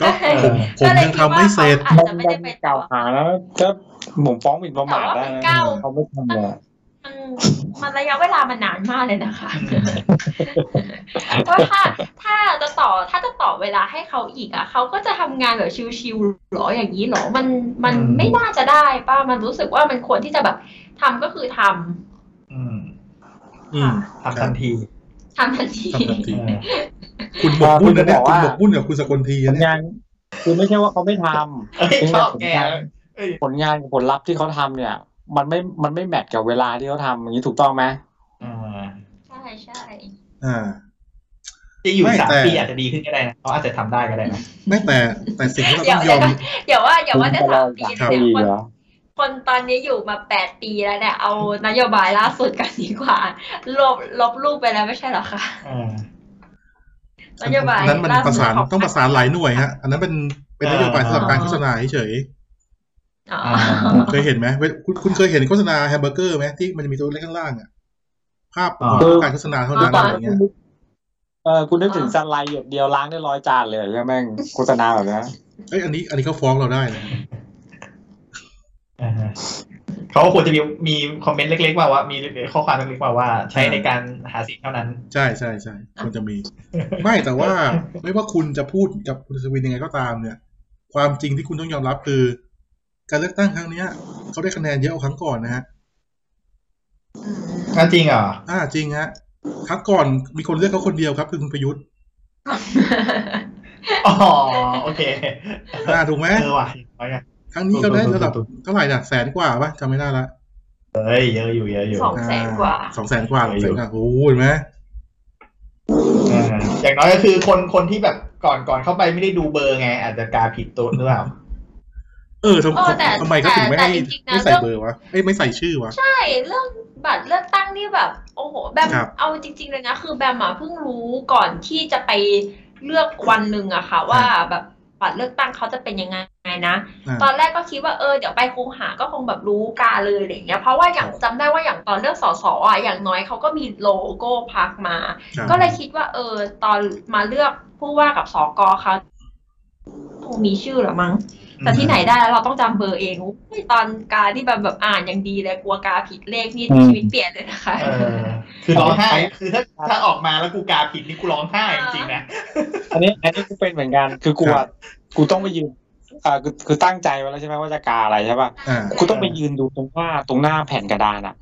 ก็ผมผมยังทำไม่เสร็จ
อาจจะไม่ได้ไปต่
ก
อ
ล่าวหาแล้วก็ผมฟ้องหมิ่นประมาทได้
แต่ว่ามั
นะ
นก้าว
เขาไม่ทำเลยอะ
มันมันระยะเวลามันนานมากเลย
[laughs]
นะคะ เพราะถ้าถ้าจะต่อถ้าจะต่อเวลาให้เขาอีกอ่ะเขาก็จะทำงานแบบชิวๆหรออย่างนี้หรอมันมันไม่น่าจะได้ป้ามันรู้สึกว่ามันควรที่จะแบบทำก็คือทำ
อืม
อืม
ทำทันที
ทำทันที
ทำทันที
เออ
คุณหมกมุ่นนะเนี่ยคุณหมกมุ่นกับคุณสกลที
ผ
นะ
ล
เนี่ย
งานคือไม่ใช่ว่าเขาไม่ทำ
เอ้ยชอบแกเอ้ย
ผลงานกับผลลัพธ์ที่เขาทำเนี่ย มันไม่มันไม่แมทกับเวลาที่เขาทำอย่างนี้ถูกต้องไหม
อ่า
ใช่ใช่
อ่า
จะอยู่
ไม่
สาม
แต่
ปีอาจจะดีขึ้นก็ได้นะเขาอาจจะทำได้ก็ได้นะ
ไม่แต่แต่สิ่งที่เราต้องยอม
เดี๋ยวว่าเดี๋ยวว่าได้สามปี
ครับ
เนี่ย
ดี
คน
เหรอ
คนตอนนี้อยู่มาแปดปีแล้วเนี่ยเอานโยบายล่าสุดกันดีกว่าลบลบรูปไปแล้วไม่ใช่เหรอคะ
เออน
โยบาย
อันนั้นมัน
ล่า
ประ
สุ
สาน
ดของ
ต้องประสานหลายหน่วยฮะ อันนั้นเป็นเป็นนโยบายสำหรับการโฆษณาเฉย
อ๋อ
อ่า
ๆเคยเห็นไหมเว้ยคุณคุณเคยเห็นโฆษณาแฮมเบอร์เกอร์ไหมที่มันจะมีตัวเลขข้างล่างอะภาพของการโฆษณาเท่านั้นอะไรเงี้ย
เออคุณนึกถึงสไลด์หยดเดียวล้างได้ร้อยจานเลยใช่ไหมแม่งโฆษณาแบบเนี้ย
เอ้ยอันนี้อันนี้เขาฟ้องเราได้นะ
อ่าฮะเขาควรจะมีมีคอมเมนต์เล็กๆว่าว่ามีข้อความเล็กๆว่าว่า ใช้ในการหาเสียงเท่านั้น
ใช่ใช่ใช่ควรจะมี ไม่แต่ว่าไม่ว่าคุณจะพูดกับคุณสวินยังไงก็ตามเนี่ย ความจริงที่คุณต้องยอมรับคือ การเลือกตั้งครั้งเนี้ยเขาได้คะแนนเยอะกว่าครั้งก่อนนะฮะ
อืม
ก็จริงเหรอ
อ่าจริงฮะครั้งก่อนมีคนเลือกเขาคนเดียวครับคือคุณประยุทธ์
อ๋อโอเค
อ่าถูกไหม
เออว่ะเอาไง
ครั้งนี้เขาได้ระดับเท่าไหร่น่ะแสนกว่าปะจำไม่ได้ละ
เฮ้ยเยอะอยู่เยอะอยู่
สองแสนกว่า
อ่สองแสนกว่าสองแสนกว่าโอ้โหเห็นไหม
อ่าอย่างน้อยก็คือคนคนที่แบบก่อนก่อนเข้าไปไม่ได้ดูเบอร์ไง อาจจะกาผิดตัวหรือเปล่า
เออทำ
โอ้แต่
ทำไมเขาถึงไม่
แต่
ให้
จริงๆนะ
ไม่ใส่เบอร์วะเอ้ยไม่ใส่ชื่อวะ
ใช่เรื่องบัตรเลือกตั้งนี่แบบ โอ้โหแบม
ครับ
เอาจริง ๆ เลยนะ คือแบมอะเพิ่งรู้ก่อนที่จะไปเลือกวันหนึ่งอะค่ะ ว่าแบบบัตรเลือกตั้งเขาจะเป็นยังไงนะ
อ่า
ตอนแรกก็คิดว่าเออเดี๋ยวไปคูหาก็คงแบบรู้กาเลยอะไรอย่างเงี้ยเพราะว่าอย่างจำได้ว่าอย่างตอนเลือกสสอ่ะอย่างน้อยเขาก็มีโลโก้พักมา
ครับ
ก็เลยคิดว่าเออ ตอนมาเลือกผู้ว่ากับสกเขาคงมีชื่อเหรอมั้ง แต่ที่ไหนได้แล้วเราต้องจำเบอร์เองอุ๊ยตอนการที่แบบแบบอ่านอย่างดีเลยกลัวกาผิดเลขนี่ชีวิตเปลี่ยนเลยนะคะ
เออคือร้องไห้คือถ้าถ้าออกมาแล้วกูกาผิดนี่กูร้องไห้จริงๆนะ
อันนี้อันนี้กูเป็นเหมือนกันคือกู
ครั
อะ
บ
กูต้องไปยืนอ่าคือคือตั้งใจไว้แล้วใช่ไหมว่าจะกาอะไรใช่ปะ
อ่า
กูต้องไปยืนดูตรงหน้าตรงหน้าแผ่นกระดานอ่ะ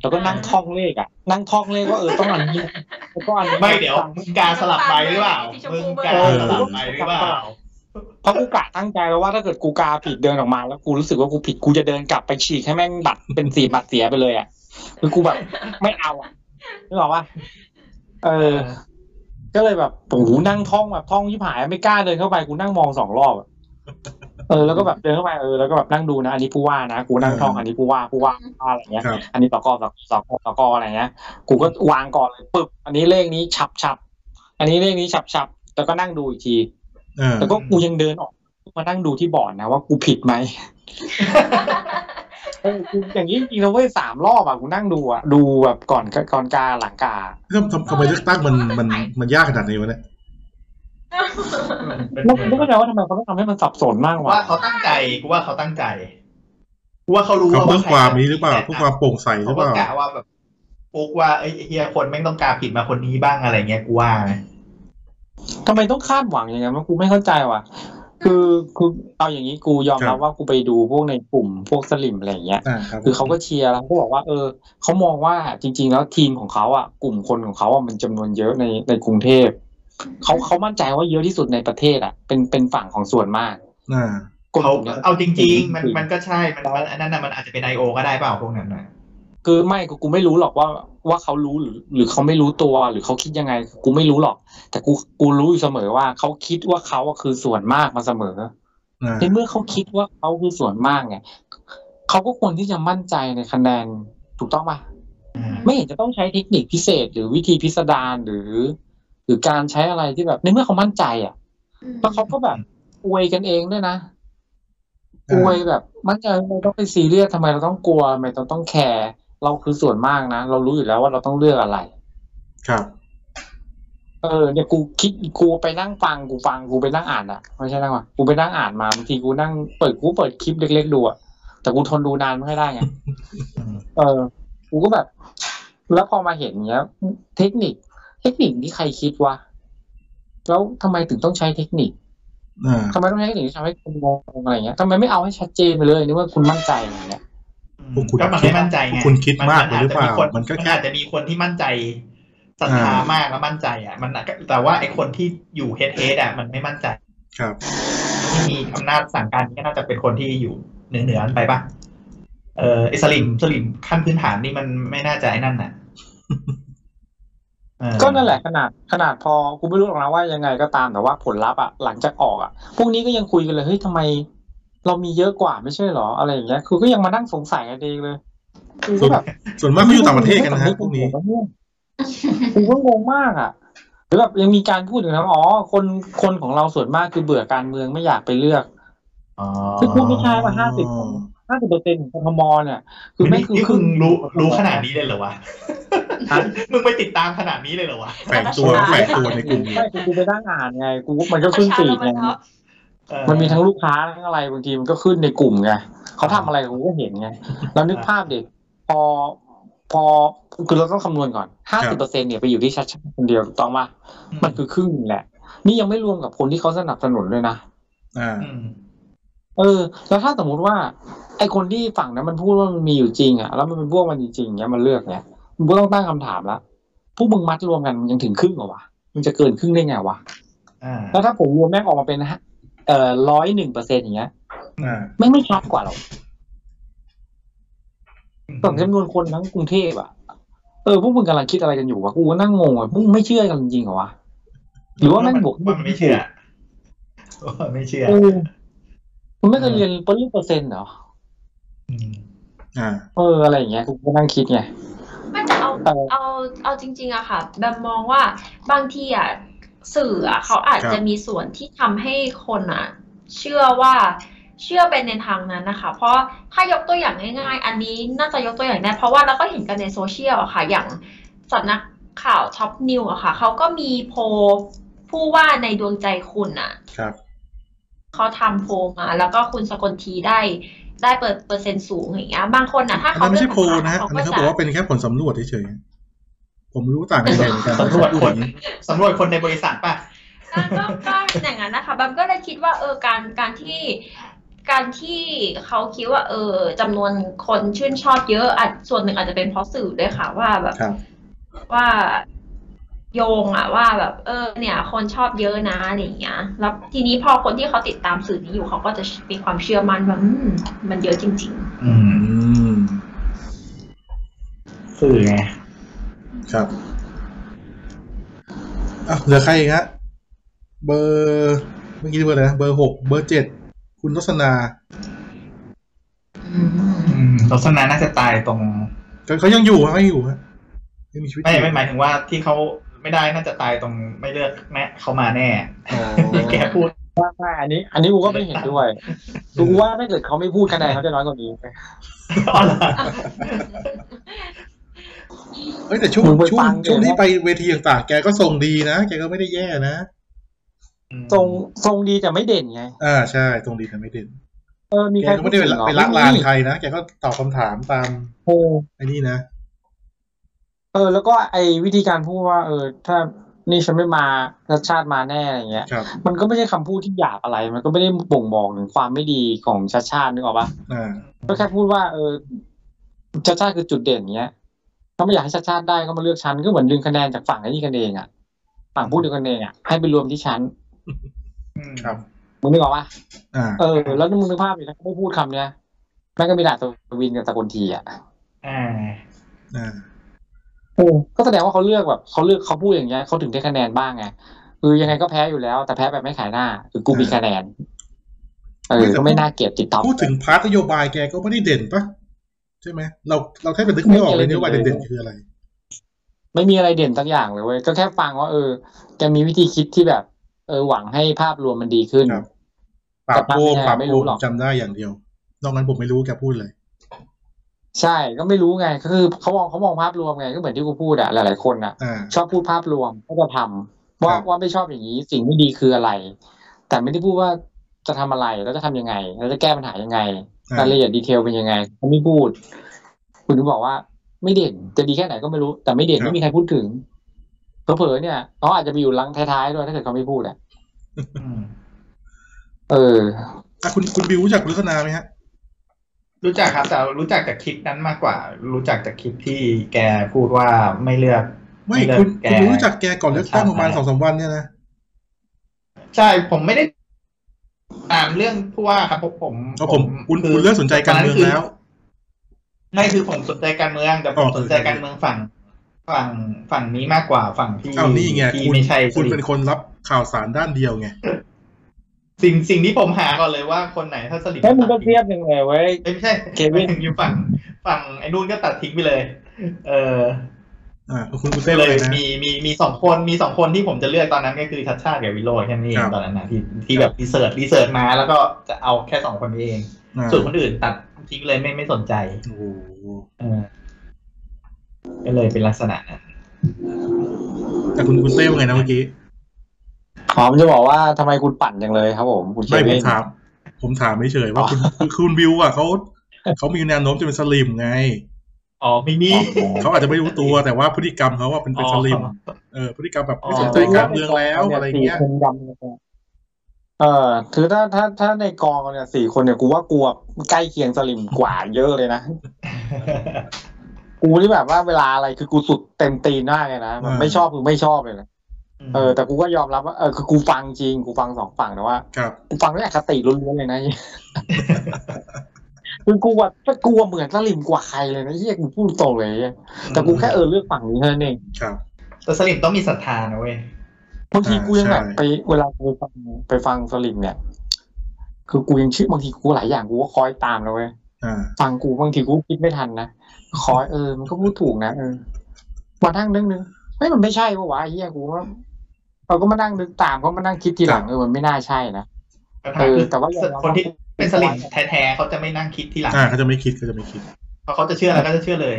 แล้วก็นั่งท่องเลขอ่ะ นั่งท่องเลขว่าเออต้องอันนี้แล้วก็อันนี้
ไม่เดี๋ยวมึงกาสลับไปหรือเปล่ามึงกาสลับไปหรือเปล่า
เพราะกูกะตั้งใจแล้วว่าถ้าเกิดกูกาผิดเดินออกมา แล้วกูรู้สึกว่ากูผิดกูจะเดินกลับไปฉีกให้แม่งบัตรเป็นสีบัตรเสียไปเลยอ่ะคือกูแบบไม่เอาอ่ะนึกออกปะเออ ก็เลยแบบโอ้โหนั่งท่องแบบท่องยิบหายไม่กล้าเดินเข้าไปกูนั่งมองสองรอบอะเออแล้วก็แบบเดินเข้าไปเออแล้วก็แบบนั่งดูนะอันนี้ผู้ว่านะกูนั่งท่องอันนี้ผู้ว่าผู้ว่าผู้ว่าอะไรเงี้ย
ครับ
อันนี้ตอกอตอกตอกตอกอะไรเงี้ย กูก็วางก่อนเลยปึ๊บ อันนี้เลขนี้ฉับฉับ อันนี้เลขนี้ฉับฉับแล้วก็นั่งดูอีกที
เออ
แต่ก็กูยังเดินออก มานั่งดูที่บอร์ดนะว่ากูผิดไหมเออกูอย่างนี้จริงๆนะเว้ยสามรอบอ่ะกูนั่งดูอ่ะดูแบบก่อนก่อนกาหลังกา
ทำทำทำไมเลือกตั้งมันมันมันยากขนาดนี้วะเนี่ย
แล้วกูก็ไม่เข้าใจว่าทำไมเขาต้องทำให้มันสับสนมาก
กู
วะ
ว่าเขาตั้งใจกูว่าเขาตั้งใจกูว่าเขารู้
เขา
ว่า
เพื่อความนี้หรือเปล่า
แต่
เพื่อความโปร่งใสหรื
เขา
อเป
ก็
ล่าก
ะว่าแบบปุ๊กว่าเอ้ยไอ้เฮียคนแม่งต้องการผิดมาคนนี้บ้างอะไรเงี้ยกูว่านะ
ทำไมต้องคาดหวังอย่างนั้นวะกูไม่เข้าใจว่ะ คือคือเอาอย่างนี้กูยอมรับว่ากูไปดูพวกในกลุ่มพวกสลิมอะไรอย่างเงี้ย
อ่าครับ
คือเขาก็เชียร์แล้วเขาก็บอกว่า เออเขามองว่าจริง ๆ แล้วทีมของเขาอ่ะกลุ่มคนของเขาอ่ะมันจำนวนเยอะในในกรุงเทพเขาเขามั่นใจว่าเยอะที่สุดในประเทศอ่ะ เป็นเป็นฝั่งของส่วนมาก
อ่า
คน
เขา
กลุ่มนี้ย
เอาจริง ๆ มันมันก็ใช่มันมันอันนั้นน่ะมันอาจจะเป็นไอโอก็ได้เปล่าพวกนั้นน่ะ
คือไม่กูกูไม่รู้หรอกว่าว่าเขารู้หรือ หรือเขาไม่รู้ตัวหรือเขาคิดยังไง กูไม่รู้หรอก แต่กูกูรู้อยู่เสมอว่าเขาคิดว่าเขาอะคือส่วนมากมาเสมอ
อ่า
ในเมื่อเขาคิดว่าเขาคือส่วนมากเนี่ยเขาก็ควรที่จะมั่นใจในคะแนนถูกต้องปะ
อ่า
ไม่เห็นจะต้องใช้เทคนิคพิเศษ หรือวิธีพิสดารหรือ หรือการใช้อะไรที่แบบ ในเมื่อเขามั่นใจอ่ะแล้วเขาก็แบบอวยกันเองด้วยนะอวยแบบมั่นใจเราต้องไปซีเรียสทำไมเราต้องกลัวทำไมเราต้องแคร์เราคือส่วนมากนะเรารู้อยู่แล้วว่าเราต้องเลือกอะไร
ครับ
เออเนี่ยกูคิดกูไปนั่งฟังกูฟังกูไปนั่งอ่านอะไม่ใช่นั่งว่ะกูไปนั่งอ่านมาบางทีกูนั่งเปิดกูเปิดคลิปเล็กๆดูอะแต่กูทนดูนานไม่ค่อยได้ [laughs] ไงเออ กูก็แบบ แล้วพอมาเห็นเนี้ย เทคนิค เทคนิคนี่ใครคิดวะแล้วทำไมถึงต้องใช้เทคนิค
อ่า
ทำไมต้องใช้เทคนิคที่ทำให้คนงงอะไรเงี้ยทำไมไม่เอาให้ชัดเจนไปเลยนึกว่าคุณมั่นใจอะไรเงี้ย
พวกคุณ
ก็มัน
คิ
ไม่
ด
มั่นใจไง
คุณคิดมากไปหรือเปล่า
มัน
มั
มัน น
ก็
ก็
แค่
อาจจะมีคนที่มั่นใจศรัทธามากแล้วมั่นใจอ่ะ มันอาจจะแต่ว่าไอคนที่อยู่เฮดเฮดอ่ะมันไม่มั่นใจ
ครับ
ที่มีอำนาจสั่งการนี่ก็น่าจะเป็นคนที่อยู่เหนือเหนือๆไปปะเออไอสลิมสลิมขั้นพื้นฐานนี่มันไม่น่าจะไอ้นั่นน่ะ [laughs] เออ
ก็นั่นแหละขนาดขนาดพอกูไม่รู้หรอกนะว่ายังไงก็ตามแต่ว่าผลลัพธ์อ่ะหลังจากออกอ่ะพวกนี้ก็ยังคุยกันเลยเฮ้ยทำไม เรามีเยอะกว่าไม่ใช่หรออะไรอย่างเงี้ยคือก็ยังมานั่งสงสัยกันเองเลยคือก็แบบ
ส่วนมากก็อยู่ต่างประเทศกันนะฮะพวกนี้
กูก็งงมากอ่ะหรือแบบยังมีการพูดถึงนะอ๋อคนคนของเราส่วนมากคือเบื่อการเมืองไม่อยากไปเลือก
อ๋อ
คือพูดไม่ใช่ว่าห้าสิบห้าสิบเปอร์เซ็นต์ของกทมเนี่ย คือไม่
นี่
คือ
นี่
ค
คุ
รึ่
ณ
ง
รู้รู้ขนาดนี้เลยเหรอวะ
ฮะ
[laughs] มึงไปติดตามขนาดนี้เลยเหรอวะ
แฝงตัวแฝงตัวในกลุ่มนี้
ใช่คือกูไปนั่งอ่านไงกูมันก็ขึ้นฟีดไง
เออ
มันมีทั้งลูกค้าทั้งอะไรบางทีมันก็ขึ้นในกลุ่มไงเขาทำอะไรกูก็เห็นไงเรานึกภาพเด็กพอพอคือเราต้องคำนวณก่อนห้าสิบเปอร์เซ็นเนี่ยไปอยู่ที่ชัดชาติคนเดียวถูกต้องป่ะมันคือครึ่งหนึ่งแหละ นี่ยังไม่รวมกับคนที่เขาสนับสนุนด้วยนะ
อ่า
อืม
เออ แล้วถ้าสมมุติว่า ไอคนที่ฝั่งนั้นมันพูดว่ามันมีอยู่จริงอ่ะแล้วมันเป็นพวกมันจริงๆเนี้ยมันเลือกเนี่ยมึงก็ต้องตั้งคำถามละพวกมึงมัดรวมกันมันยังถึงครึ่งเหรอวะมันจะเกินครึ่งได้ไงวะ
อ่า
แล้วถ้าผมรวมแม่งออกมาเป็นฮะเอ่อร้อยหนึ่งเปอร์เซ็นต์อย่างเงี้ย
อ่า
ไม่งไม่ชัดกว่าหรอกต่อจำนวนคนทั้งกรุงเทพอ่ะ เออพวกมึงกำลังคิดอะไรกันอยู่วะกูก็นั่งงงอ่ะพวกมึงไม่เชื่อกันจริงเหรอวะ หรือว่าแม่งบวก
ว่ามันไม่เชื่อว่าไม่เชื่อ
เออมึงไม่เคยเรียนเปอร์เซ็นต์เปอร์เซ็นต์เหรอ
ม
อ่า
เอออะไรอย่างเงี้ยกูก็นั่งคิดไง
ไม่แต่เอา
เออ
เอาเอาจริง ๆอะค่ะแบมมองว่าบางทีอะสื่ออะเขาอาจ
ครับ
จะมีส่วนที่ทำให้คนอะเชื่อว่าเชื่อไปในทางนั้นนะคะ เพราะถ้ายกตัวอย่างง่าย ๆ อันนี้น่าจะยกตัวอย่างได้เพราะว่าเราก็เห็นกันในโซเชียลอะค่ะ อย่างสำนักข่าวท็อปนิวอะค่ะเขาก็มีโพลผู้ว่าในดวงใจคุณอะ
ครับ
เขาทำโพลมา แล้วก็คุณสกลทีได้ได้เปิดเปอร์เซ็นต์สูงอย่างเงี้ยบางคนอะถ้า
อัน
เขา
นั้นไม่ใช่โพลนะฮะ
เขา
อัน
ก็
นั้นเขา
จะ
บอกว่าเป็นแค่ผลสำรวจเฉยๆผมไม่รู้ต่างกันเลยเหมือนกัน
สำรวจคน
อย่างนี้
สำรวจคนในบริษัทป่ะ
ก็ก็อย่างนั้นนะคะบัมก็เลยคิดว่าเออการการที่การที่เขาคิดว่า เออจำนวนคนชื่นชอบเยอะอาจส่วนหนึ่งอาจจะเป็นเพราะสื่อด้วยค่ะ ว่าแบบ
ครับ
ว่าโยงอะว่าแบบ เออ เนี่ย คนชอบเยอะนะอะไรอย่างเงี้ยแล้วทีนี้พอคนที่เขาติดตามสื่อนี้อยู่เขาก็จะมีความเชื่อมั่นว่าอืมมันเยอะจริง
อื
อืม
สื่อไง
ครับอ่ะเหลือใครอีกฮะ เบอร์เมื่อกี้เบอร์อะไรนะ เบอร์หก เบอร์เจ็ด คุณลักษณา
ๆ อืม
ลักษณะน่าจะตายตรง
เขาเขายังอยู่ฮะเขายังอยู่ฮะยังมีชีวิตอ
ไม่
ยู่
ไม่หมายถึงว่าที่เขาไม่ได้น่าจะตายตรงไม่เลือกแม่เขามาแน่
อ๋อ
แกพูด [laughs]
เอ ช่ใช่อันนี้ อันนี้กูก็ไม่เห็นด้วยกูว่าถ้าเกิดเขาไม่พูดคะแนนเขาจะน้อยกว่านี้
อ๋อเหรอ
[laughs]
เอ้ยแต่ช่วงช่วงช่วงที่ไปเวทีต่างๆแกก็ทรงดีนะแกก็ไม่ได้แย่นะ
ทรงทรงดีแต่ไม่เด่นไง
อ่าใช่ทรงดีแต่ไม่เด่น
เออมี
แก
ใคร
ก็
พูด
ไม่ได้
ถึ
ไป
ง
ละไป
เหรอ
ละลานใครนะแกก็ตอบคำถามตาม
โอ้
ไอ้นี่นะ
เออ แล้วก็ไอ้วิธีการพูดว่า เออ ถ้านี่ฉันไม่มารัชชาติมาแน่อะไรเงี้ย
ครับ
มันก็ไม่ใช่คำพูดที่หยาบอะไร มันก็ไม่ได้บ่งบอกถึงความไม่ดีของชาติชาตินึกออกปะ
อ่า
ก็แค่พูดว่า เออชาติชาติคือจุดเด่นเงี้ยถ้าไม่อยากให้ชาติชาติได้ก็มาเลือกฉันก็เหมือนดึงคะแนนจากฝั่งไอ้นี่กันเองอ่ะฝั่งพูดดึงกันเองอ่ะให้ไปรวมที่ฉัน
อืม
ครับ
มึงนึกออกปะ
อ่า
เออแล้วมึงนึกภาพดิถ้าไม่พูดคำเนี้ยแม่งก็มีด่าสวินกับสกลทีอ่ะ
อ่า
อ่า
ก็แสดงว่าเขาเลือกแบบเขาเลือกเขาพูดอย่างเงี้ยเขาถึงได้คะแนนบ้างไงคือยังไงก็แพ้อยู่แล้ว แต่แพ้แบบไม่ขายหน้าคือกูมีคะแนนเออก็ไม่น่าเกลียดติดต่อ
พูดถึงพาร์ทนโยบายแกก็ไม่ได้เด่นปะใช่ไหมเราเราแทบจะนึกไม่ออกเลย
ไม่
นะ
เด่
ว่าน
เลย
เด่นๆคืออะไร
ไม่มีอะไรเด่นสักอย่างเลยเว้ยก็แค่ฟังว่าเออแกมีวิธีคิดที่แบบ เออหวังให้ภาพรวมมันดีขึ้น
ครับ ปราบโกง
แต่
ป
ป
รา
รา
บบ โกง
โกง
จำได้อย่างเดียว นอกนั้นผมไม่รู้แกพูดเลย
ใช่ก็ไม่รู้ไงก็คือเขามองเขามองภาพรวมไงก็เหมือนที่กูพูดอะหลายๆคนอะ
อ่า
ชอบพูดภาพรวมก็จะทำว่า
ครับ
ว่าไม่ชอบอย่างนี้สิ่งไม่ดีคืออะไร แต่ไม่ได้พูดว่าจะทำอะไรแล้วจะทำยังไง แล้วจะแก้ปัญหายังไง
อ่าร
ายละเอียดดีเทลเป็นยังไงเขาไม่พูด คุณถึงบอกว่า ไม่เด่นจะดีแค่ไหนก็ไม่รู้ แต่ไม่เด่นไม่มีใครพูดถึงเผลอๆเนี่ยเขาอาจจะไปอยู่หลังท้ายๆด้วยถ้าเกิดเขาไม่พูดอ่ะ
อืม
เออ
อ่ะคุณคุณบิวรู้จักคุณลักษณะไหมฮะ
รู้จักครับแต่รู้จักจากคลิปนั้นมากกว่า รู้จักจากคลิปที่แกพูดว่าไม่เลือก
ไม่
เลื
คุณ
แก
คุณรู้จักแกก่อนเลือกตั้งประมาณสองสามวันเนี่ยนะ
ใช่ผมไม่ได้ตามเรื่องผู้ว่าครับผมผม
เอาผมคุณคุณเริ่มสนใจการเมืองแล้ว
ไม่คือผมสนใจการเมืองแต่ผ
อ๋
ม
อ
สนใจการเมืองฝั่ง ฝั่งฝั่งนี้มากกว่าฝั่งที่
เอานี่ไง
ที่
คุณ
ไม่ใช่
คุณ
สิ
เป็นคนรับข่าวสารด้านเดียวไง
สิ่งสิ่งที่ผมหาก่อนเลยว่าคนไหนถ้าสลิป
แล้วมึงก็เทียบยังไงเว้ย
เอ้ยไม่ใช่
เควิน
หมายถึ [laughs] งอยู่ฝั่งฝั่งไอ้นู่นก็ตัดทิ้งไปเลย เออ
อ่าคุณคุณเต้
เล
เลย
ย
นะ
มีมีมีสองคนมีสองคนที่ผมจะเลือกตอนนั้นก็คือชัดชาติกับวิโรจน์แค่นี้เอ
ครั
ง
บ
ตอนนั้นนะที่ที่แบบรีเสิร์ชรีเสิร์ชมาแล้วก็จะเอาแค่สองคนนี้เอง
อ่า
ส่วนคนอื่นตัดทิ้งเลยไม่ไม่สนใจ
โอ้โห
เออก็เลยเป็นลักษณะนั้น
แต่คุณคุณเต้ว่าไงนะเมื่อกี้
หอมจะบอกว่าทำไมคุณปั่นจังเลยครับผมคุณเค
ไม่ผ
วิ
ม
น
ถาม ผมถามเฉยๆว่า
อ๋อ
คุณคือคุณบิวอ่ะเขาเขามีแนวโน้มจะเป็นสลิมไง
อ๋อไม่มี
เขาอาจจะไม่รู้ตัวแต่ว่าพฤติกรรมเขาว่าเป็นเป็นสลิ
[laughs]
ม เออพฤติกรรมแบบไม่สนใจการเมืองแล้วอะไรเงี้ย
สี่คนดำเนี่ยเออคือถ้าถ้าถ้าในกองเนี่ยสี่คนเนี่ยกูว่ากลัวใกล้เคียงสลิมกว่าเยอะเลยนะกูนี่แบบว่าเวลาอะไรคือกูสุดเต็มตีนมากเลยนะแบบ
อ่า
ไม่ชอบคือไม่ชอบเลยนะเออแต่กูก็ยอมรับว่าเออคือกูฟังจริงกูฟังสองฝั่งแต่ว่า
ครับ
กูฟังด้วยอคติล้วนๆเลยนะ [laughs] คือกูว่ากูว่าเหมือนสลิมกว่าใครเลยนะเฮียกูพูดตรงเลยเหี้ยแต่กูแค่เออเลือกฝั่งนี้เท่านั้นเอง
ครับ
แต่สลิมต้องมีศรัทธานะเว้ย
บางที
อ่ากู
กูยังแบบ
ใช่
ไปเวลากูไปฟังไปฟังสลิมเนี่ย คือกูยังเชื่อบางทีกูหลายอย่างกูก็คอยตามนะเว้ย
อ่า
ฟังกูบางทีกูคิดไม่ทันนะคอยเออมันก็พูดถูกนะเออมานั่งนึกนึงเฮ้ยมันไม่ใช่ปะวะไอ้เฮียกูว่าเราก็มานั่งนึกตามเขามานั่งคิดทีหลังเออมันไม่น่าใช่นะ เออแต่ว่าอย่างเรา
คนที่เป็นสลิมแท้ๆเขาจะไม่นั่งคิดทีหลัง
อ่าเขาจะไม่คิดเขาจะไม่คิด
พอเขาจะเชื่อแล้วก็จะเชื่อเลย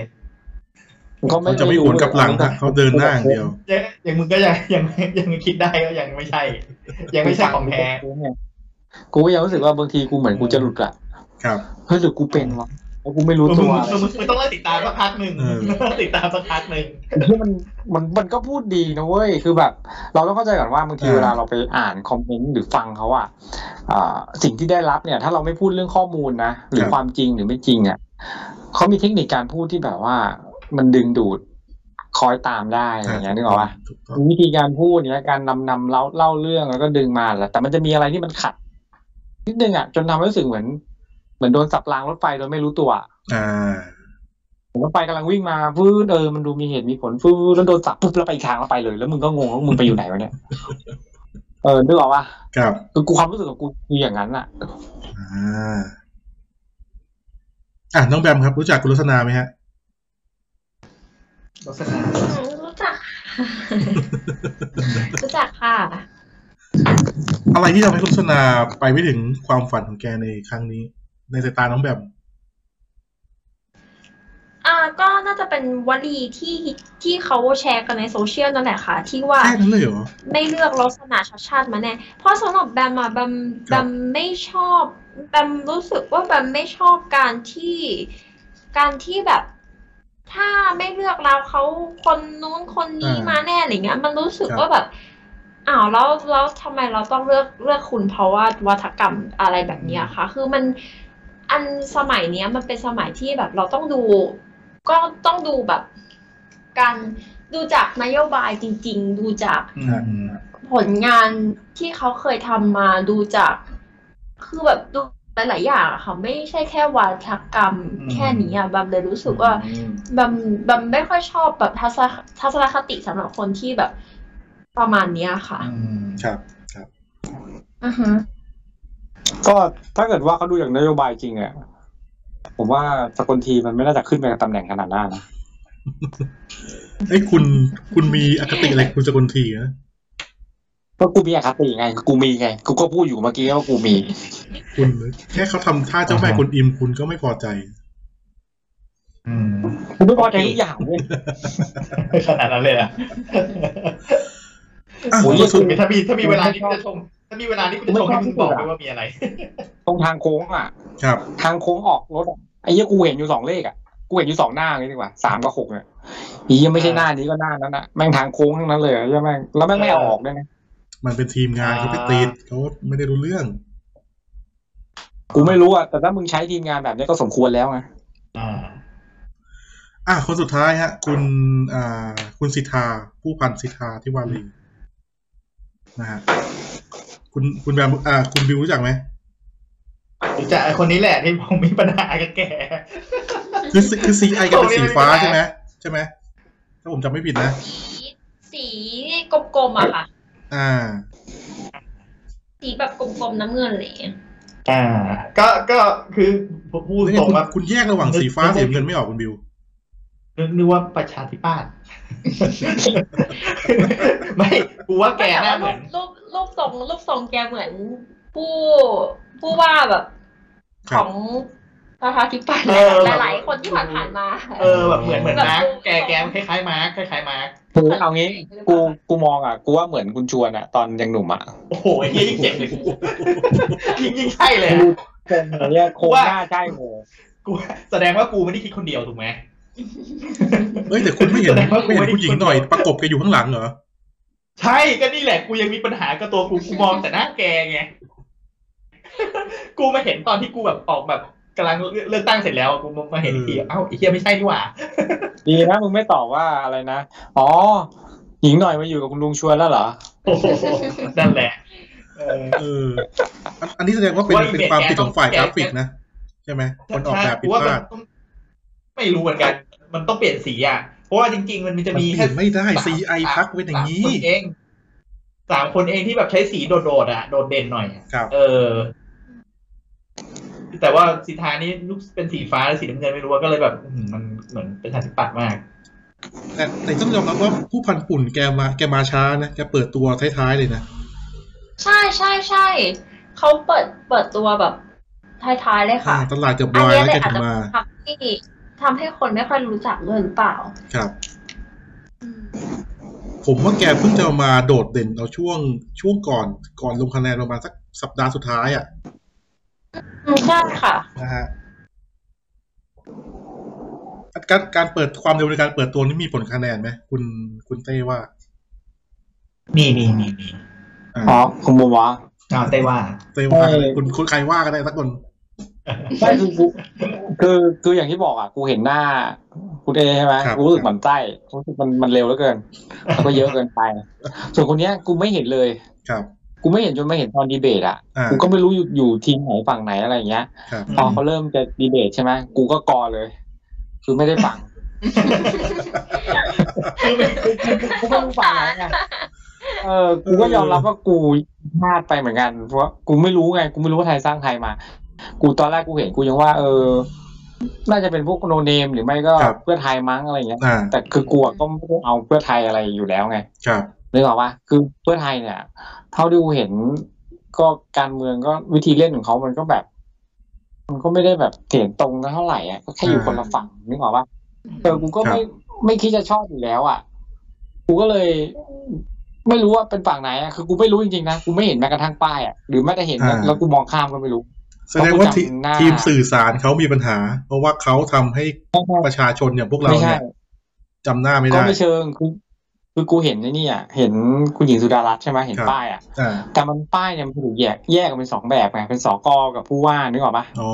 มันก็
เขาจะไม่หวนกลับหลังนะเขาเดินหน้าอย่างเดียว
ยังยังมึงก็ยังยังยังคิดได้ก็ยังไม่ใช่ ยังไม่ใช่ของแท้
กูเนี่ยกูก็ยังรู้สึกว่าบางทีกูเหมือนกูจะหลุดละ
ครับ
เฮ้ยหรือกูเป็นวะแล้วกูไม่รู้
มึง
ตั
มึ
ว
ง
อะไร
มึงมึงต้องเลิกติดตามสักพักหนึ่ง
เออ
ติดตามสักพักหนึ่ง
ที่มันมันมันก็พูดดีนะเว้ย คือแบบ เราต้องเข้าใจก่อนว่าบางที
อ่า
เวลาเราไปอ่านคอมเมนต์หรือฟังเขาอะอ่าสิ่งที่ได้รับเนี่ย ถ้าเราไม่พูดเรื่องข้อมูลนะหรือความจริงหรือไม่จริงอะเขามีเทคนิคการพูดที่แบบว่า มันดึงดูดคอยตามได้อะไรอย่างเงี้ยนึกออกปะ
ถูกต้อง
วิธีการพูดเนี่ยการนำนำเล่าเล่าเรื่องแล้วก็ดึงมาแหละแต่มันจะมีอะไรที่มันขัดนิดนึงอะจนทำให้รู้สึกเหมือน เหมือนโดนสับรางรถไฟโดยไม่รู้ตัวอะ
อ่า
ผมว่าไปกำลังวิ่งมาฟืดเออมันดูมีเหตุมีผลฟืดแล้วโดนจับปุ๊บแล้วไปอีกทางแล้วไปเลย แล้วมึงก็งงว่ามึงไปอยู่ไหนวะ [laughs] เนี่ยเออนึกออกปะ
ครับ
คือกูความรู้สึกกับกูคืออย่างนั้นอะ
อ่าอ่ะน้องแบมครับ รู้จักคุณลักษณะไหมฮะ
ลักษณะ
อืมรู้จักค่ะ รู้จักค่ะ
อะไรที่ทำให้คุณสนาไปไม่ถึงความฝันของแกในครั้งนี้ ในสายตาน้องแบบ
อ่าก็น่าจะเป็นวลีที่ที่เขาแชร์กันในโซเชียลนั่นแหละค่ะ ที่ว่า
แค่นั้นเลยเหรอ
ไม่เลือกลักษณะชาติชาติมาแน่ เพราะสำหรับแบมอะแบม
ค
แบ
รับ
มไม่ชอบแบมรู้สึกว่าแบมไม่ชอบการที่การที่แบบ ถ้าไม่เลือกเราเขาคนนู้นคนนี้มาแน่อะไรเงี้ย มันรู้สึกว่าแบบอ้าวแล้วแล้วทำไมเราต้องเลือกเลือกคุณเพราะว่าวัฒกรรมอะไรแบบเนี้ยคะคือมันอันสมัยเนี้ยมันเป็นสมัยที่แบบเราต้องดู ก็ต้องดูแบบการดูจากนโยบายจริง ๆ ดูจาก
อืม
ผลงานที่เขาเคยทำมาดูจาก คือแบบดูหลายๆอย่างอะค่ะไม่ใช่แค่วาทกรรม
อืม
แค่นี้อะบัมเลยรู้สึกว่าบัมบัมไม่ค่อยชอบแบบทัศนทัศนคติสำหรับคนที่แบบประมาณเนี้ยค่ะ
อืม
ครับ
อือฮึ
ก็ถ้าเกิดว่าเขาดูอย่างนโยบายจริงเนี่ยผมว่าสกลทีมันไม่น่าจะขึ้นไปกับตำแหน่งขนาดนั้นนะ
ไอ้ยคุณคุณมีอคติอะไรคุณจะคนทีนะ
ก็กูมีอคติไงกูมีไง กูก็พูดอยู่เมื่อกี้ว่ากูมี
คุณแค่เขาทำท่าเจ้าแม่คุณอิมคุณก็ไม่พอใจ
อืม
กู [laughs] ไม่พอใจทุกอย่างเว้ย
ขนาดนั้นเลยอ่ะ
อ่ะ
โอ้ย
ก็สุด
ถ้ามีถ้ามีเวลานี่กูจะชม ถ้ามีเวลานี่กูจะชมให้มึงบอกด้วยว่ามีอะไร
[laughs] ตรงทางโค้งอ่ะ
ครับ
ทางโค้งออกรถอะไอ้เหี้ยกูเห็นอยู่สองเลขอ่ะกูเห็นอยู่สองหน้าเลยดีกว่าสามกับหกเนี่ยอียังไม่ใช่หน้านี้ก็หน้านั้นอ่ะแม่งทางโค้งทั้งนั้นเลยอะใช่ไหมแล้วแม่งไม่เอาออกด้วยนะ
มันเป็นทีมงานเขาไปตีดเขาไม่ได้รู้เรื่อง
กูไม่รู้อ่ะแต่ถ้ามึงใช้ทีมงานแบบนี้ก็สมควรแล้วไง
อ่า
อ่ะคนสุดท้ายฮะ คุณอ่าคุณสิทธา ผู้พันสิทธาที่วาลีนะฮะคุณคุณแบบอ่า คุณบิวรู้จักไหม
จะไอ้คนนี้แหละที่ผมมีปัญหากับแก
คือคือซีไอแกเป็นสีฟ้า
ผมไม่รู้จัก
ใช่ไหมใช่ไหมถ้าผมจำไม่ผิดนะ
สีสีกลมๆอะค่ะ
อ่า
สีแบบกลมๆน้ำเงินอะไรอย่างเงี้ย
อ่า ก็ก็คือผมพูด
นี่ไง
ตรง
คุณ
ว่า
คุณแยกระหว่างสีฟ้าสีน้ำเงินไม่ออกคุณบิว
นึกนึกว่าประชาธิปัตย์ [laughs] ไม่กูว่าแก
แต่
หน้า
ว่า
เห
รู
มือน
ปรูปรูปทรงรูปทรงแกเหมือน ผู้ผู้ว่าแบบ
ค
ข
รับ
องประชาธิปัตย์หลายๆคนที่ผ่านๆมา
เออแบบเหมือนเหมือนมาร์กแกแกคล้ายๆมาร์กคล้ายๆมาร์ก
คือเอางี้ กูกูมองอ่ะกูว่าเหมือนคุณชวนอ่ะตอนยังหนุ่มอ่ะ
โอ้โหไอ้เหี้ยยิ่งเจ๋งเลยกูยิ่งยิ่งใช่เลย
กู
อะ
เป็นไอ้เนี่ยโค้งหน้าใช่โห
กูแสดงว่ากูไม่ได้คิดคนเดียวถูกไหม
เอ้ยแต่คุณไม่เห็น
[laughs] แสดงว่าคุณ
ไม่เห็น
ไม่ได้
ผู้หญิงหน่อย ประกบแกอยู่ข้างหลังเหรอ
ใช่ก็นี่แหละกูยังมีปัญหากับตัวกูกูมองแต่หน้าแกไง กูมาเห็นตอนที่กูแบบออกแบบกำลังเลือกตั้งเสร็จแล้วกูมาเห็นอีกทีเอ้าไอ้เฮียไม่ใช่นี่หว่า
ดีนะมึงไม่ตอบว่าอะไรนะอ๋อหญิงหน่อยมาอยู่กับคุณลุงชวนแล้วเหรอ
โอ้โหนั่นแหละ เออ
เอออันอันนี้แสดงว่าเป็น
ว่าอีเมจ
เป็นความผิดของฝ่าย
แก
ก
ต้
รา
อง
ฟิก
แก
นะ ใช่ไหมคนออกแบบผิด
กูว่า
พ
มัน
ลาด
ต้องไม่รู้เหมือนกัน มันต้องเปลี่ยนสีอ่ะ เพราะว่าจริง ๆ มันจะ
มัน
มี
เป
แค่
ลี่ยนไม่ได้
สาม
CI พักไว้อย่างนี้
สามคนเองสามคนเองที่แบบใช้สีโดดๆอ่ะ โดดเด่นหน่อยอะ
ครับ
เออ แต่ว่าสีทานี้ลูกเป็นสีฟ้าและสีน้ำเงินไม่รู้ว่าก็เลยแบบอื้อหือมันเหมือนเป็นทางปัดมาก
แต่แต่ต้องยอมรับว่าผู้พันปุ่นแกมาแกมาช้านะ แกเปิดตัวท้ายๆเลยนะ
ใช่ใช่ใช่ เขาเปิดเปิดตัวแบบท้ายๆเลยค่ะ
ตลาดเกือบ
อัน
วายแล้ว
เนี้ยเลย
แก
อาจ
ถึง
จะ
มา
ทำให้ทำให้คนไม่ค่อยรู้จักเลยหรือเปล่า
ครับ ผมว่าแกเพิ่งจะมาโดดเด่นเอาช่วงช่วงก่อนก่อนลงคะแนนประมาณสักสัปดาห์สุดท้ายอ่ะ
อืมใช่ค่ะ
นะฮะการการเปิดความเร็วในการเปิดตัวนี่มีผลคะแนนไหมคุณคุณเต้ว่า
มีมีมีมี
อ๋อคุณบัววะ
อ้าวได้ว่า
เต้ว่า
ใช่
คุณคุณใครว่าก็ได้สักคน
ใช่คือกูคือคืออย่างที่บอกอ่ะ กูเห็นหน้าคุณเอใช่ไหม
ครับ
กูรู้สึกหมันไส้รู้สึกมันมันเร็วเหลือเกินแล้วก็เยอะเกินไป ส่วนคนเนี้ยกูไม่เห็นเลย
ครับ
กูไม่เห็นจนมาเห็นตอนดีเบตอ่ะ
อ่า
กูก็ไม่รู้อยู่อยู่ทีมไหนฝั่งไหนอะไรอย่างเงี้ย
ครับ
พอเขาเริ่มจะดีเบตใช่ไหมกูก็กอเลย คือไม่ได้ฟัง
คือมัน
กูกูกูกูไม่รู้ฟังแล้วไงเออกูก็ยอมรับว่ากูพลาดไปเหมือนกัน เพราะกูไม่รู้ไงกูไม่รู้ว่าไทยสร้างไทยมา กูตอนแรกกูเห็นกูยังว่า เออ น่าจะเป็นพวกโนเนมหรือไม่ก็
ครับ
เพื่อไทยมั้งอะไรอย่างเงี้ย
อ่า
แต่คือกูอะก็ไม่ได้เอาเพื่อไทยอะไรอยู่แล้วไง
ครับ
นึกออกปะคือเพื่อไทยเนี่ย เท่าที่กูเห็นก็การเมืองก็วิธีเล่นของเขามันก็แบบ มันก็ไม่ได้แบบเถียงตรงกันเท่าไหร่อ่ะก็แค่อยู่คนละฝั่งนึกออกปะเออกูก็ไม่ไม่คิดจะชอบอยู่แล้วอ่ะกูก็เลย ไม่รู้ว่าเป็นฝั่งไหนอ่ะคือกูไม่รู้จริงๆนะกูไม่เห็นแม้กระทั่งป้ายอ่ะหรือแม้แต่เห็นนะ
อ่า
แล้วกูมองข้ามก็ไม่รู้
แสดงว่าที
ต้องจำหน้า
ทีมสื่อสารเขามีปัญหา เพราะว่าเขาทำให้ประชาชนอย่างพวกเรา
ไม่ใช่
เนี่ยจำหน้าไม่
ก็
ได้
ไม่เชิงคือคือกูเห็นในนี่อ่ะเห็นคุณหญิงสุดารัตน์ใช่ไหมเห็น
ครับ
ป้ายอ่ะ
อ่า
แต่มันป้ายเนี่ยมันถูกแยกแยกออกเป็นสองแบบไงเป็นสกกับผู้ว่านึกออกปะ
อ๋อ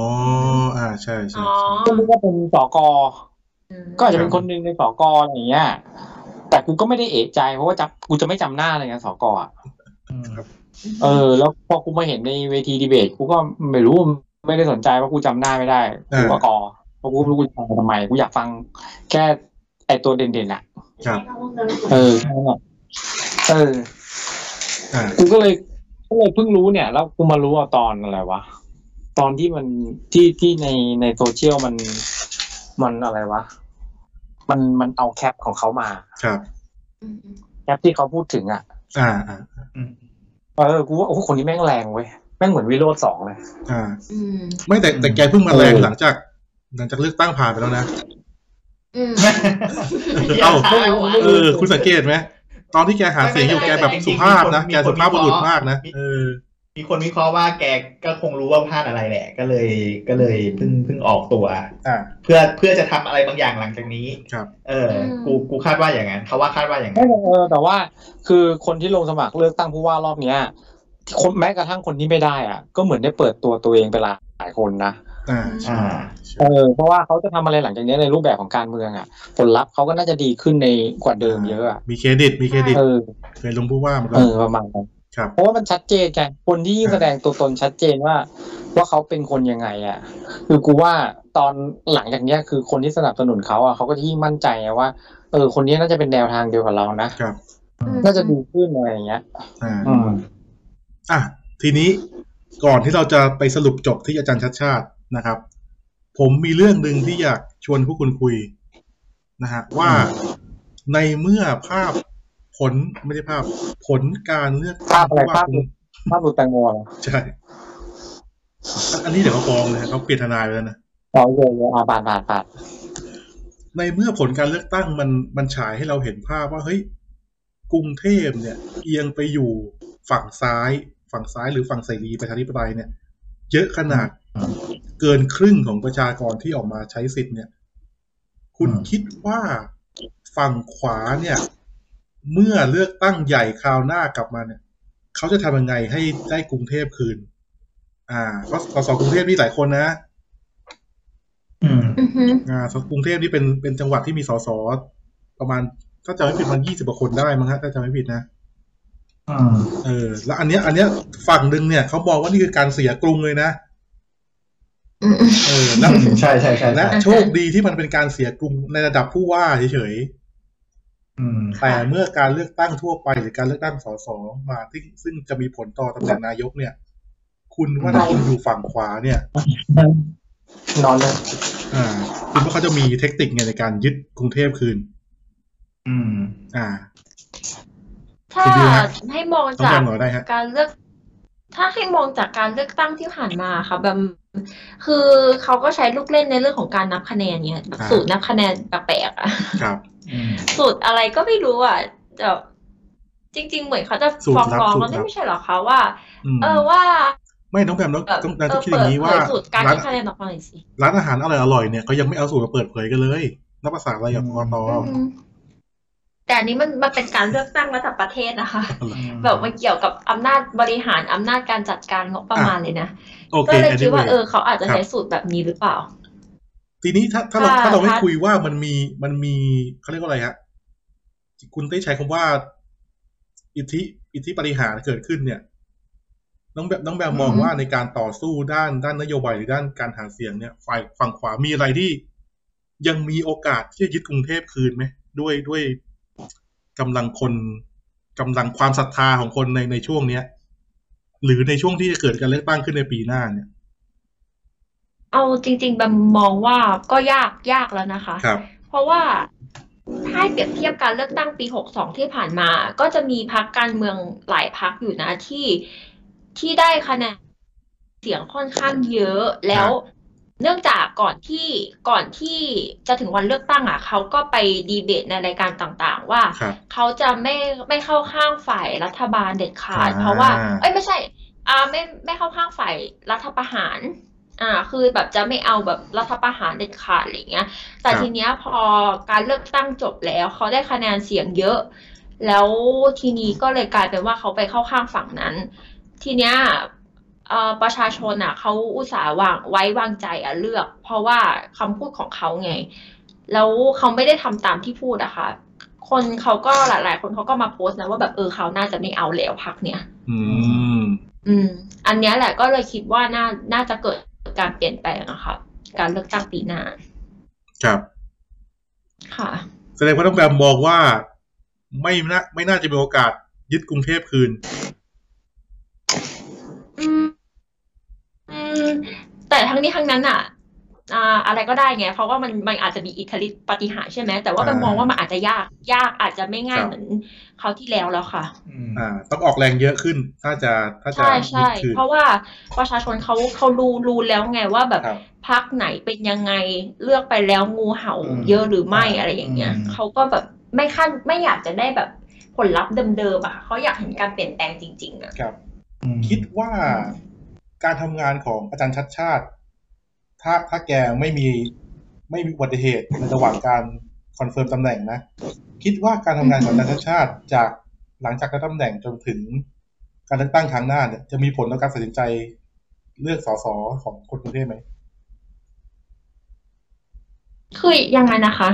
อ่าใช่ใช่
อ๋อ
ใช่
ก็นึกว่าเป็นสกก็อาจจะเป็
ครับ
นคนหนึ่งในสกอะไรอย่างเงี้ย แต่กูก็ไม่ได้เอะใจเพราะว่าจำกูจะไม่จำหน้าเลยไงสกอ่ะเออ แล้วพอกูมาเห็นในเวทีดีเบตกูก็ไม่รู้ไม่ได้สนใจว่ากูจำหน้าไม่ได้กูก็กอเพราะกูไม่รู้กูจะฟังทำไมกูอยากฟังแค่ไอตัวเด่นๆอ่ะ
ครับ
เออใช่ไหมเออ
อ่า
กูก็เลยก็เลยเพิ่งรู้เนี่ย แล้วกูมารู้เอาตอนอะไรวะตอนที่มันที่ที่ในในโซเชียลมันมันอะไรวะมันมันเอาแคปของเขามา
ครับ
อืมอืม
แคปที่เขาพูดถึงอ่ะ
อ่าอ่า
เออกูว่าโอ้โหคนนี้แม่งแรงเว้ยแม่งเหมือนวิโรดสองเลย
อ่า
อืม
ไม่แต่แต่แกเพิ่งมาแรง
เออ
หลังจาก หลังจากเลือกตั้งผ่านไปแล้วนะ
อืม
[laughs]
เอ้า
ไม่รู้ไม่
เอ
รู้
อ คุณสังเกตไหมตอนที่แกหาเสียงอยู่แกแบบสุภาพนะ แกสุภาพบุรุษมากนะเออ
มีคนวิเคราะห์ว่าแกก็คงรู้ว่าพลาดอะไรแหละ ก็เลยก็เลยเพิ่งเพิ่งออกตัว
อ่า
เพื่อเพื่อจะทำอะไรบางอย่างหลังจากนี้
ครับ
เอออ
ม
กูกูคาดว่าอย่างนั้นเขาว่าคาดว่าอย่างนั้
ไม่
น
เออแต่ว่าคือคนที่ลงสมัครเลือกตั้งผู้ว่ารอบเนี้ยคนแม้กระทั่งคนที่ไม่ได้อ่ะ ก็เหมือนได้เปิดตัวตัวเองไปหลายคนนะ
อ่า
อ่า
เออเพราะว่าเขาจะทำอะไรหลังจากนี้ในรูปแบบของการเมืองอ่ะ ผลลัพธ์เขาก็น่าจะดีขึ้นในกว่าเดิมเยอะอ่ะ
มีเครดิต มีเครดิต
เออ
เคยลงผู้ว่ามาแล้
เอ
ว
อประมาณนั้น
ครับ
เพราะว่ามันชัดเจนไงคนที่ยิ่งแสดงตัวตนชัดเจนว่า ว่าเขาเป็นคนยังไงอ่ะ คือกูว่าตอนหลังจากเนี้ยคือคนที่สนับสนุนเขาอ่ะเขาก็จะยิ่งมั่นใจไงว่าเออคนนี้น่าจะเป็นแนวทางเดียวกับเรานะครับ น่าจะดีขึ้นอะไรอย่างเงี้ย
อ่า
อืม
อ่ะ ทีนี้ก่อนที่เราจะไปสรุปจบที่อาจารย์ชัดชาตินะครับ ผมมีเรื่องหนึ่งที่อยากชวนพวกคุณคุยนะฮะว่าในเมื่อภาพผลไม่ใช่ภาพ ผลการเลือกตั้ง
ภาพอะไร
ผู้ว่
ภาพ
คุณ
ภาพหลุดแตงโมเหรอ
ใช่อันอันนี้เดี๋ยวเขาฟ้องเลยนะเขาเปลี่ยนทนายไปแล้วนะ
อ๋อเยอะเยอะอ่าบาดบาดบาด
ในเมื่อผลการเลือกตั้งมันมันฉายให้เราเห็นภาพว่าเฮ้ยกรุงเทพเนี่ยเอียงไปอยู่ฝั่งซ้าย ฝั่งซ้ายหรือฝั่งเสรีประชาธิปไตยเนี่ย เยอะขนาด
อืม
เกินครึ่งของประชากรที่ออกมาใช้สิทธิ์เนี่ย คุณคิดว่าฝั่งขวาเนี่ย เมื่อเลือกตั้งใหญ่คราวหน้ากลับมาเนี่ย เขาจะทำยังไงให้ได้กรุงเทพคืน อ่าเพราะสสกรุงเทพนี่หลายคนนะ
อืม
อือฮึ
อ่าสกรุงเทพนี่เป็นเป็นจังหวัดที่มีสสประมาณถ้าจำไม่ผิดประมาณยี่สิบกว่าคนได้มั้งฮะถ้าจำไม่ผิดนะ
อืม
เออแล้วอันเนี้ย อันเนี้ยฝั่งหนึ่งเนี่ยเขามองว่านี่คือการเสียกรุงเลยนะ
อืมอืม
เออแล้ว [laughs]
ใช่ใช่ใช่
และ
ใช่
โชคดีที่มันเป็นการเสียกรุงในระดับผู้ว่าเฉย
อืม
ๆแต่เมื่อการเลือกตั้งทั่วไปหรือการเลือกตั้งสสมาซึ่งซึ่งจะมีผลต่อตำแหน่งนายกเนี่ย คุณว่าถ้าคุณอยู่ฝั่งขวาเนี่ย
นอนเลย
อ่า คุณว่าเขาจะมีเทคนิคไงในการยึดกรุงเทพคืน
อืม
อ่า
ถ้า
คุณดิวฮะ
ให้มอง
ต้อง
จาก
จำหน่อยได้ฮะ
การเลือก ถ้าให้มองจากการเลือกตั้งที่ผ่านมาค่ะแบบคือเขาก็ใช้ลูกเล่นในเรื่องของการนับคะแนนเนี่ยแบบ
อ่า
สูตรนับคะแนนแปลกๆอะ
ครับ
อืม
สูตรอะไรก็ไม่รู้อ่ะแต่จริง ๆ เหมือนเขาจะ
สูตร
ฟ้อง
ลับ
ร้อง
สูตร
แล้ว
ลับ
ไม่ใช่เหรอคะว่า
อืม
เออว่า
ไม่น้องแพมต้อง
แบบ
ต้องการ
เอ
จะ
อ
คิดอ
เปิ
ย่า
ด
งนี้
เผ
ว่าย
สูตรการ
ร้า
นั
น
บคะแนนออกมาหน่อยสิ
ร้านอาหารอร่อยอร่อยเนี่ยเขายังไม่เอาสูตรมาเปิดเผยกันเลยนับภาษาอะไรกับกรตอ
มแต่อันนี้มันมันเป็นการเลือกตั้งระดับประเทศนะคะ แบบมันเกี่ยวกับอำนาจบริหารอำนาจการจัดการงบประมาณเลยนะ
โอเค
ก็เลย
อัน
คิด
นี้
ว่าเอ
เว้
อย เขาอาจจะ
ครับ
ใช้สูตรแบบนี้หรือเปล่า
ทีนี้ถ้าถ้าเรา
ค่ะ
ถ้าเราไม่
ค่ะ
คุยว่ามันมีมันมีเขาเรียกว่าอะไรฮะคุณได้ใช้คำว่า อิทธิ อิทธิปริหารย์เกิดขึ้นเนี่ย น้องแบบน้องแบบมองว่าในการต่อสู้ด้านด้านนโยบายหรือด้านการหาเสียงเนี่ยฝ่ายฝั่งขวามีอะไรที่ ยังมีโอกาสที่จะยึดกรุงเทพคืนไหมด้วยด้วยกำลังคนกำลังความศรัทธาของคนในในช่วงเนี้ย หรือในช่วงที่จะเกิดการเลือกตั้งขึ้นในปีหน้าเนี่ย
เอาจริงๆแบมมองว่าก็ยากยากแล้วนะคะ
ครับ
เพราะว่า ถ้าเปรียบเทียบการเลือกตั้งปี 62 ที่ผ่านมา ก็จะมีพักการเมืองหลายพักอยู่นะที่ที่ได้คะแนนเสียงค่อนข้างเยอะ แล้วเนื่องจากก่อนที่ก่อนที่จะถึงวันเลือกตั้งอ่ะเขาก็ไปดีเบตในรายการต่างๆ ว่า
ครับ
เขาจะไม่ไม่เข้าข้างฝ่ายรัฐบาลเด็ดขาด
อ่า
เพราะว่า เอ้ยไม่ใช่ อ่าไม่ไม่เข้าข้างฝ่ายรัฐประหาร อ่า คือแบบจะไม่เอาแบบรัฐประหารเด็ดขาดอะไรเงี้ย แต่
ครับ
ทีเนี้ยพอการเลือกตั้งจบแล้ว เขาได้คะแนนเสียงเยอะ แล้วทีนี้ก็เลยกลายเป็นว่าเขาไปเข้าข้างฝั่งนั้น ทีเนี้ยเอ่อประชาชนอ่ะเขาอุตส่าห์วางไว้วางใจอ่ะเลือก เพราะว่าคำพูดของเขาไง แล้วเขาไม่ได้ทำตามที่พูดอะค่ะ คนเขาก็หลาย ๆ คนเขาก็มาโพสต์นะว่าแบบเออเขาวหน่าจะไม่เอาแล้วพักเนี้ย
อืม
อืม อันเนี้ยแหละก็เลยคิดว่าน่าน่าจะเกิดการเปลี่ยนแปลงอะค่ะ การเลือกตั้งปีหน้า
ครับ
ค่ะ
แสดงว่าต้องแบบมองว่าไม่น่าไม่น่าจะมีโอกาสยึดกรุงเทพคืน
อืมอืม แต่ทั้งนี้ทั้งนั้นอะอ่า อะไรก็ได้ไง เพราะว่ามันมันอาจจะมีอิทธิฤทธิปาฏิหาริย์ใช่ไหมแต่ว่ามัน
อ่าม
องว่ามันอาจจะยาก ยากอาจจะไม่ง่าย
ครับ
เหมือนคราวที่แล้วแล้วค่ะ
อืม
อ่า ต้องออกแรงเยอะขึ้น ถ้าจะถ้าจะ
ใช่ใช่
ยึดคืน
เพราะว่าประชาชนเขาเขารู้รู้แล้วไงว่าแบบ
ครับ
พักไหนเป็นยังไงเลือกไปแล้วงูเห่า
อืม
เยอะหรือไม่อะไรอย่างเงี้ย
อืม
เขาก็แบบไม่คาดไม่อยากจะได้แบบผลลัพธ์เดิมๆอะค่ะเขาอยากเห็นการเปลี่ยนแปลงจริงๆอะ
ครับ
อืม
คิดว่าการทำงานของอาจารย์ชัดชาติ ถ้าถ้าแกไม่มีไม่มีอุบัติเหตุในระหว่างการคอนเฟิร์มตำแหน่งนะ คิดว่าการทำงานของอาจารย์ชัดชาติ จากหลังจากได้ตำแหน่งจนถึงการเลือกตั้งครั้งหน้าเนี่ยจะมีผลต่อการตัดสินใจเลือกสสของคนกรุงเทพไหม
คือยังไงนะคะ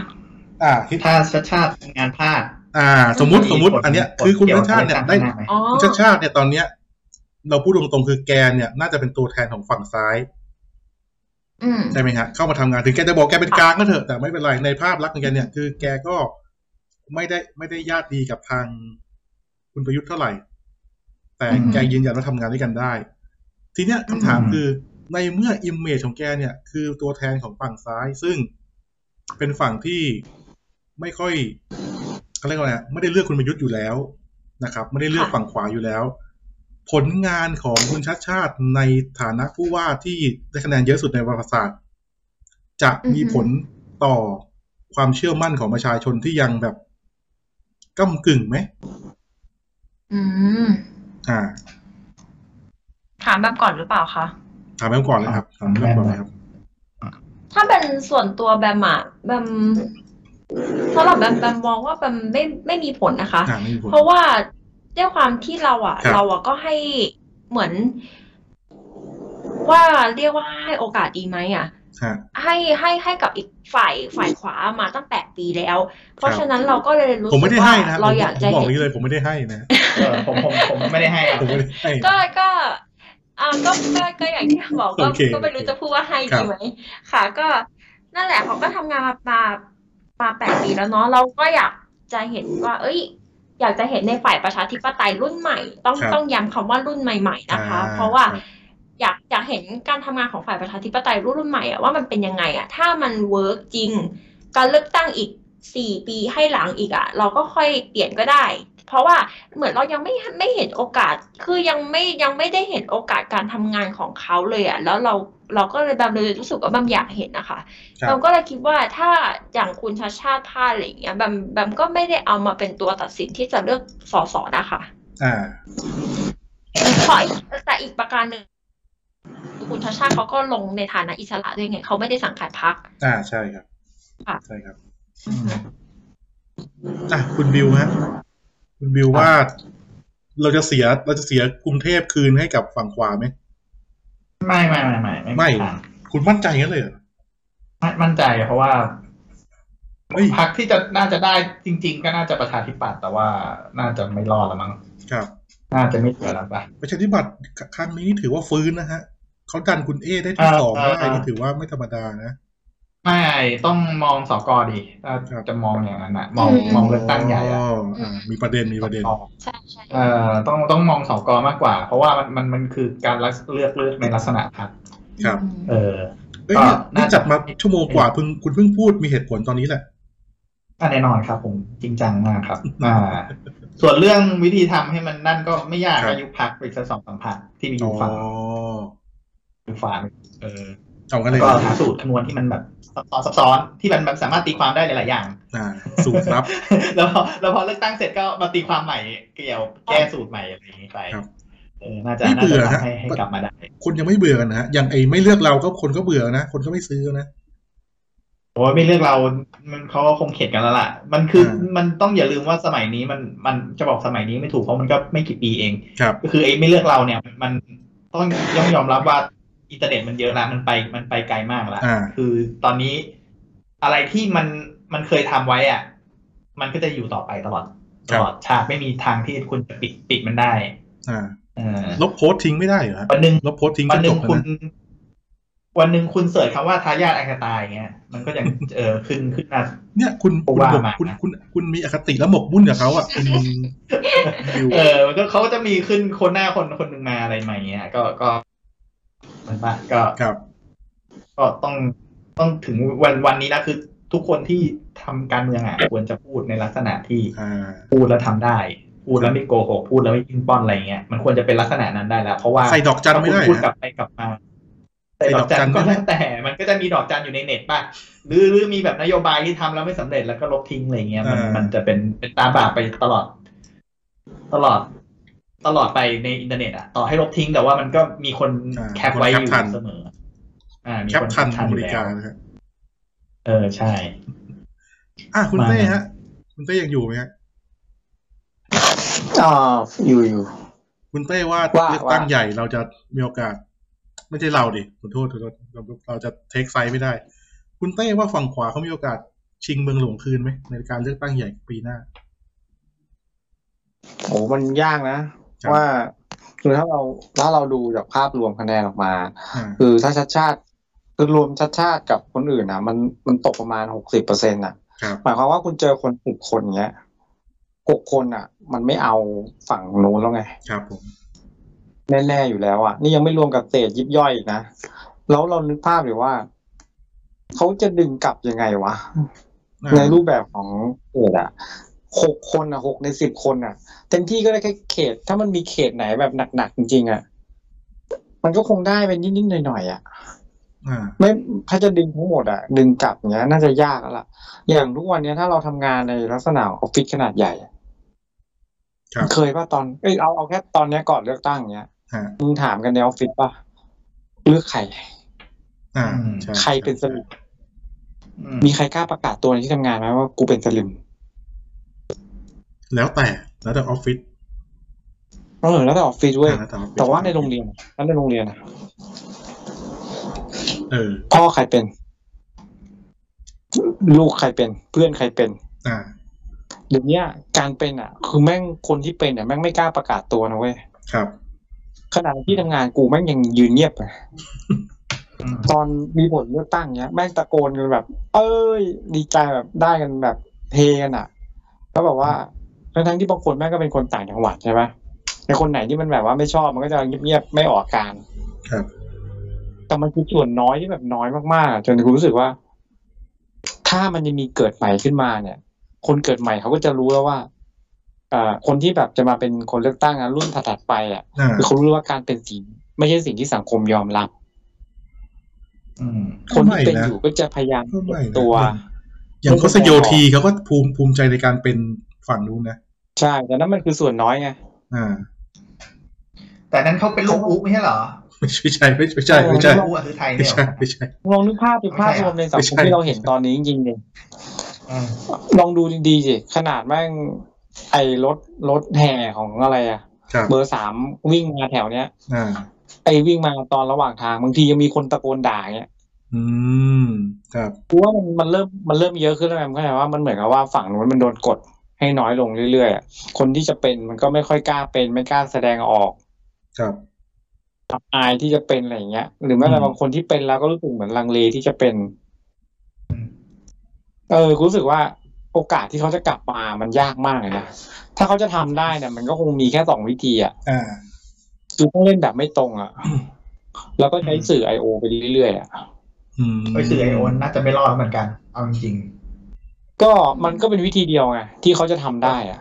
อ่าคิด
ถ้าชาติชาติงานพลาด
อ่า สมมติสมมติ อันเนี้ยคือคุณชัดชาติเนี่ยได้
อ๋อ
คุณชาติชาติเนี่ยตอนเนี้ย เราพูดตรงๆคือแกเนี่ย น่าจะเป็นตัวแทนของฝั่งซ้าย
อืม
ได้ไหมฮะเข้ามาทำงานถึงแกจะบอกแกเป็นกลางก็เถอะแต่ไม่เป็นไรในภาพลักษณ์ของแกเนี่ย คือแกก็ไม่ได้ไม่ได้ญาติดีกับทางคุณประยุทธ์เท่าไหร่ แต่แกยืนยันว่าทำงานด้วยกันได้ ทีเนี้ยคำถามคือในเมื่ออิมเมจของแกเนี่ย คือตัวแทนของฝั่งซ้าย ซึ่งเป็นฝั่งที่ไม่ค่อยเขาเรียกว่าไงไม่ได้เลือกคุณประยุทธ์อยู่แล้วนะครับ ไม่ได้เลือก
ค่ะ
ฝั่งขวาอยู่แล้ว ผลงานของคุณชัดชาติในฐานะผู้ว่าที่ได้คะแนนเยอะสุดในประวัติศาสตร์ จะมีผลต่อความเชื่อมั่นของประชาชนที่ยังแบบก้ากึ่งไหม
อืม
อ่า
ถามแบบก่อนหรือเปล่าคะ
ถามแม่ก่อนเลยครับถามแม่ก่อนเลยครับ
ถ้าเป็นส่วนตัวแบมอะแบมสำหรับแบมแบมมองว่าแบมไม่ไม่มีผลนะคะ
อ่าไม่มีผล
เพราะว่าด้วยความที่เราอ่ะ
ครับ
เราอ่ะก็ให้เหมือน ว่าเรียกว่าให้โอกาสดีไหมอ่ะ
ฮะ
ให้ให้ให้กับอีกฝ่ายฝ่ายขวามาตั้งแปดปีแล้ว เพ
ค
ราะ
รับ
ฉะนั้นเราก็เลยรู้
ผม
สึ
ไม่
ก
ได้
ว่า
ให้นะ
เรา
ผม
อยาก
ผม
จะ
บอก
เห็น
นี้เลย ผมไม่ได้ให้นะ
เออผมผมผมไม่ได้ให้อะ
ผมไม่ได้ให้
ก็ก็อ่าก็ก็ก็อย่างที่บอกก็
โอเค
ก็ไม่รู้จะพูดว่าให้
ครั
ดี
บ
ไหมค่ะ ก็นั่นแหละเขาก็ทำงานมามามาแปดปีแล้วเนาะเราก็อยากจะเห็นว่า เอ้ย อยากจะเห็นในฝ่ายประชาธิปไตยรุ่นใหม่ ต้อง
ครับ
ต้องย้ำคำว่ารุ่นใหม่ ๆ นะคะ
อ่า
เพราะว่า
ครับ
อยากอยากเห็นการทำงานของฝ่ายประชาธิปไตยรุ่นใหม่อะว่ามันเป็นยังไงอะถ้ามันเวิร์กจริง การเลือกตั้งอีกสี่ปีให้หลังอีกอะเราก็ค่อยเปลี่ยนก็ได้ เพราะว่าเหมือนเรายังไม่ไม่เห็นโอกาส คือยังไม่ยังไม่ได้เห็นโอกาสการทำงานของเขาเลยอะแล้วเราเราก็เลยแบบเลยรู้สึกว่าบางอยากเห็นนะคะ
ครับ
เราก็เลยคิดว่าถ้าอย่างคุณชาชาติพลาดอะไรอย่างเงี้ยแบมแบมก็ไม่ได้เอามาเป็นตัวตัดสินที่จะเลือกสอสอนะคะ
อ่า
เพราะอีกแต่อีกประการหนึ่งคุณชาชาติเขาก็ลงในฐานะอิสระด้วยไงเขาไม่ได้สังกัดพรรค
อ่าใช่ครับ
ค่ะ
ใช่ครับอ่ะคุณบิวฮะคุณบิวว่า เราจะเสียเราจะเสียกรุงเทพคืนให้กับฝั่งขวาไหม
ไม่ไม่ไม่ไม่ไม่
ไม่
ไม่ทาง
คุณมั่นใจงั้นเลยเหรอ
มั่นมั่นใจเพราะว่า
เฮ้ย
พรรคที่จะน่าจะได้จริง ๆ ก็น่าจะประชาธิปัตย์แต่ว่าน่าจะไม่รอดแล้วมั้ง
ครับ
น่าจะไม่เหลือแล้วปะ
ประชาธิปัตย์ครั้งนี้ถือว่าฟื้นนะฮะเขาดันคุณเอได้ที่
อ่า
สองได้
อ่า
นี่ถือว่าไม่ธรรมดานะ
ไม่ต้องมองสกอดีถ้า
ครับ
จะมองอย่างนั้นอะมอง
อืม
มองเลือกตั้งใหญ่อะ
ออ่ามีประเด็นมีประเด็น
ใช่ใช่
เอ่อต้องต้องมองสกมากกว่า เพราะว่ามันมันมันคือการเลือกเลือกเลือกในลักษณะพรรค
ครับ
อืม
เออ
เอ้ย
ก็
เนี่ยนี่
น่าจะ
จัดมาชั่วโมงกว่าเพิ่งคุณเพิ่งพูดมีเหตุผลตอนนี้แหละ
อ่ะแน่นอนครับ ผมจริงจังมากครับ อ่า ส่วนเรื่องวิธีทำให้มันนั่นก็ไม่ยาก
ครับ
อายุพักไปสักสองสามพักที่มีอ
อ๋อยู่
ฝาอยู่ฝาเออ
เอากัน
แล้
เล
วย ก็หาสูตรคำนวณที่มันแบบซับซ้อนซับซ้อนที่มันแบบสามารถตีความได้หลาย ๆ อย่าง
อ่าสูตรลับ
[laughs] แล้วพอแล้วพอเลือกตั้งเสร็จก็มาตีความใหม่เกี่ยวแก้สูตรใหม่อะไรอย่างนี้ไป
ครับ
เออน่าจะ
ไม่
น่า
เบื่
จะ
อฮะ
ทำให้ให้กลับมาได้
คนยังไม่เบื่อกันนะฮะอย่างไอ้ไม่เลือกเราก็คนก็เบื่อนะ คนก็ไม่ซื้อนะ
โอ้ยไม่เลือกเรา มันเขาก็คงเข็ดกันแล้วล่ะ มันคือ
อ่ามั
มันต้องอย่าลืมว่าสมัยนี้มันมันจะบอกสมัยนี้ไม่ถูกเพราะมันก็ไม่กี่ปีเอง
ครับ
ก็คือไอ้ไม่เลือกเราเนี่ยมันต้องต้องยอมรับว่าอินเทอร์เน็ตมันเยอะละมันไปมันไปไกลมากละ
อ่า
คือตอนนี้อะไรที่มันมันเคยทำไว้อ่ะ มันก็จะอยู่ต่อไปตลอด
ค
ต
รับ
ลอดชาติไม่มีทางที่คุณจะปิดปิดมันได้
อ่า
เออ
ลบโพสต์ทิ้งไม่ได้เหรอฮะ
วันหนึ่ง
ลบโพสต์ทิ้ง
วัน
ก็จ
หนึ่ง
บแล้ว
คุณ
นะ
วันหนึ่งคุณเสิร์ชคำว่าทายาทไอคาตายเงี้ยมันก็ยัง [laughs] เออขึ้นขึ้นมา
เนี่ยคุณคุณ
ว่า
หมก
มา
คุณคุณคุณมีอคติแล้วหมกมุ่นกับเขาอ่ะคุณอยู่
เออมันก็เขาก็จะมีขึ้นคนหน้าคนคนหนึ่งมาอะไรมาอย่างเงี้ย ก็ก็มันบ้างก็
ครับ
ก็ต้องต้องถึงวันวันนี้นะคือทุกคนที่ทำการเมืองอ่ะควรจะพูดในลักษณะที่
อ่า
พูดแล้วทำได้ พูดแล้วไม่โกหกพูดแล้วไม่กินป้อนอะไรเงี้ยมันควรจะเป็นลักษณะนั้นได้แล้วเพราะว่า
ใส่ดอกจันไม่ได้
ถ้าคุณพูด
นะ
กลับไปกลับมาใส่ดอกจันก็แล้วแต่ มันก็จะมีดอกจันอยู่ในเน็ตป่ะหรือหรือมีแบบนโยบายที่ทำแล้วไม่สำเร็จแล้วก็ลบทิ้งอะไรเงี้ยมัน
อ่ามั
มันจะเป็นเป็นตาบาปไปตลอด ตลอด ตลอดไปในอินเทอร์เน็ตอ่ะต่อให้ลบทิ้งแต่ว่ามันก็มีคน
อ่า
แคปไว้
มีค
อ
นแคป
ยู่
ทัน
เสมอ อ่ามี
แคป
คน
ทัน
อ
อเม
ยู่
ริ
แล้ว
กานะฮะ
เออใช่
อ่ะคุณ
มา
เต้ฮะ คุณเต้ยังอยู่ไหมฮะ
อ่าอยู่อยู่
คุณเต้ว่า
ว่า
เลือกตั้ง
ว่า
ใหญ่เราจะมีโอกาส ไม่ใช่เราดิขอโทษขอโทษเราเราจะเทคไซด์ไม่ได้ คุณเต้ว่าฝั่งขวาเขามีโอกาสชิงเมืองหลวงคืนไหมในการเลือกตั้งใหญ่ปีหน้า
โอ้มันยากนะครับ ว่าคือถ้าเราถ้าเราดูจากภาพรวมคะแนนออกมา
อ่า
คือถ้าชัดชาติคือรวมชัดชาติกับคนอื่นนะมันมันตกประมาณหกสิบเปอร์เซ็นต์อ่ะ
ครับ
หมายความว่าคุณเจอคนสิบคนเงี้ยหกคนอ่ะ มันไม่เอาฝั่งนู้นแล้วไง
ครับผม
แน่ๆอยู่แล้วอ่ะนี่ยังไม่รวมกับเศษยิบย่อยอีกนะแล้วเรานึกภาพหรือว่าเขาจะดึงกลับยังไงวะ
อ่า
ในรูปแบบของเขตอ่ะหกคนอ่ะหกในสิบคนอ่ะ เต็มที่ก็ได้แค่เขต ถ้ามันมีเขตไหนแบบหนักๆจริงๆอ่ะมันก็คงได้เป็นนิดๆหน่อยๆอ่ะ
อ่า
ไม่ถ้าจะดึงทั้งหมดอ่ะ ดึงกลับเนี้ย น่าจะยากแล้วล่ะ อย่างทุกวันเนี้ยถ้าเราทำงานในลักษณะออฟฟิศขนาดใหญ่อะ
ครับ
เคยป่ะตอนเอ้ยเอาเอาแค่ตอนเนี้ยก่อนเลือกตั้งเนี้ย
ฮะ
มึงถามกันในออฟฟิศป่ะเลือกใคร
อ่า
อืม
ใช่
ใครเป็นสลิม
อืม
มีใครกล้าประกาศตัวในที่ทำงานไหมว่ากูเป็นสลิม
แล้วแต่แล้วแต่ออฟฟิศ
เออแล้วแต่ออฟฟิศเว้ย
อ่าล้วออฟฟิศ
แต่ว่าในโรงเรียนแล้วในโรงเรียนอะ
เออ
พ่อใครเป็น ลูกใครเป็น เพื่อนใครเป็น
อ่า
เดี๋ยวเนี้ยการเป็นอ่ะ คือแม่งคนที่เป็นอ่ะแม่งไม่กล้าประกาศตัวนะเว้ย
ครับ
ขนาดที่ทำงานกูแม่งยังยืนเงียบอะ
อืม
ตอนมีผลเลือกตั้งเนี้ยแม่งตะโกนกันแบบ เอ้ย ดีใจแบบได้กันแบบเฮกันอ่ะแล้วแบบว่าทั้งทั้งๆที่บางคนแม่งก็เป็นคนต่างจังหวัดใช่ไหมในคนไหนที่มันแบบว่าไม่ชอบมันก็จะเงียบๆไม่ออกอาการ
ครับ
แต่มันคือส่วนน้อยที่แบบน้อยมากๆอะจนกูรู้สึกว่า ถ้ามันยังมีเกิดใหม่ขึ้นมาเนี่ย คนเกิดใหม่เขาก็จะรู้แล้วว่าเอ่อคนที่แบบจะมาเป็นคนเลือกตั้งอะรุ่นถัดๆไปอ่ะ
อ่า
คือเขารู้ว่าการเป็นสีไม่ใช่สิ่งที่สังคมยอมรับ
อืม
คนที่เป็น
ไม่นะ
อยู่ก็จะพยายาม
ก็ไม่
เก็บ
นะ
ตัว
อย่างโคสโยทีเขาก็ภูมิภูมิใจในการเป็นฝั่งนู้นนะ
ใช่แต่นั้นมันคือส่วนน้อยไง
อ่า
แต่นั้นเขาเป็นลูกอุ๊ไม่ใช่เหรอ
ไม่ใช่ไม่ใช่ไม่ใช่ไม่ใช่
ลูกอุ๊คือไทย
ไม่
เนี่ยเหร
ใช่
อ
ไม่ใช่
ลองนึกภาพดูภาพรวมในสังคมที่เราเห็นตอนนี้จริงๆเลย
อืม
ลองดูดีๆสิขนาดแม่งไอ้รถรถแห่ของอะไรอะ
ครับ
เบอร์สามวิ่งมาแถวเนี้ย
อ่า
ไอ้วิ่งมาตอนระหว่างทางบางทียังมีคนตะโกนด่าเงี้ย
อืม ครับ
กูว่ามันมันเริ่มมันเริ่มเยอะขึ้นแล้วไงมันก็แปลว่ามันเหมือนกับว่าฝั่งนู้นมันโดนกดให้น้อยลงเรื่อยๆอะคนที่จะเป็นมันก็ไม่ค่อยกล้าเป็นไม่กล้าแสดงออก
ครับ
อายที่จะเป็นอะไรอย่างเงี้ย หรือแม้แต่
อืม
บางคนที่เป็นแล้วก็รู้สึกเหมือนลังเลที่จะเป็น เออรู้สึกว่าโอกาสที่เขาจะกลับมามันยากมากเลยนะถ้าเขาจะทำได้เนี่ยมันก็คงมีแค่สองวิธีอ่ะ
อ่า
คือต้องเล่นแบบไม่ตรงอ่ะแล้วก็ใช้สื่อ I.O. ไปเรื่อยๆอ่ะ
อืม
ไปสื่อไอโอนน่าจะไม่รอดเหมือนกัน เอาจริง
ก็ ก็มันก็เป็นวิธีเดียวไงที่เขาจะทำได้อะ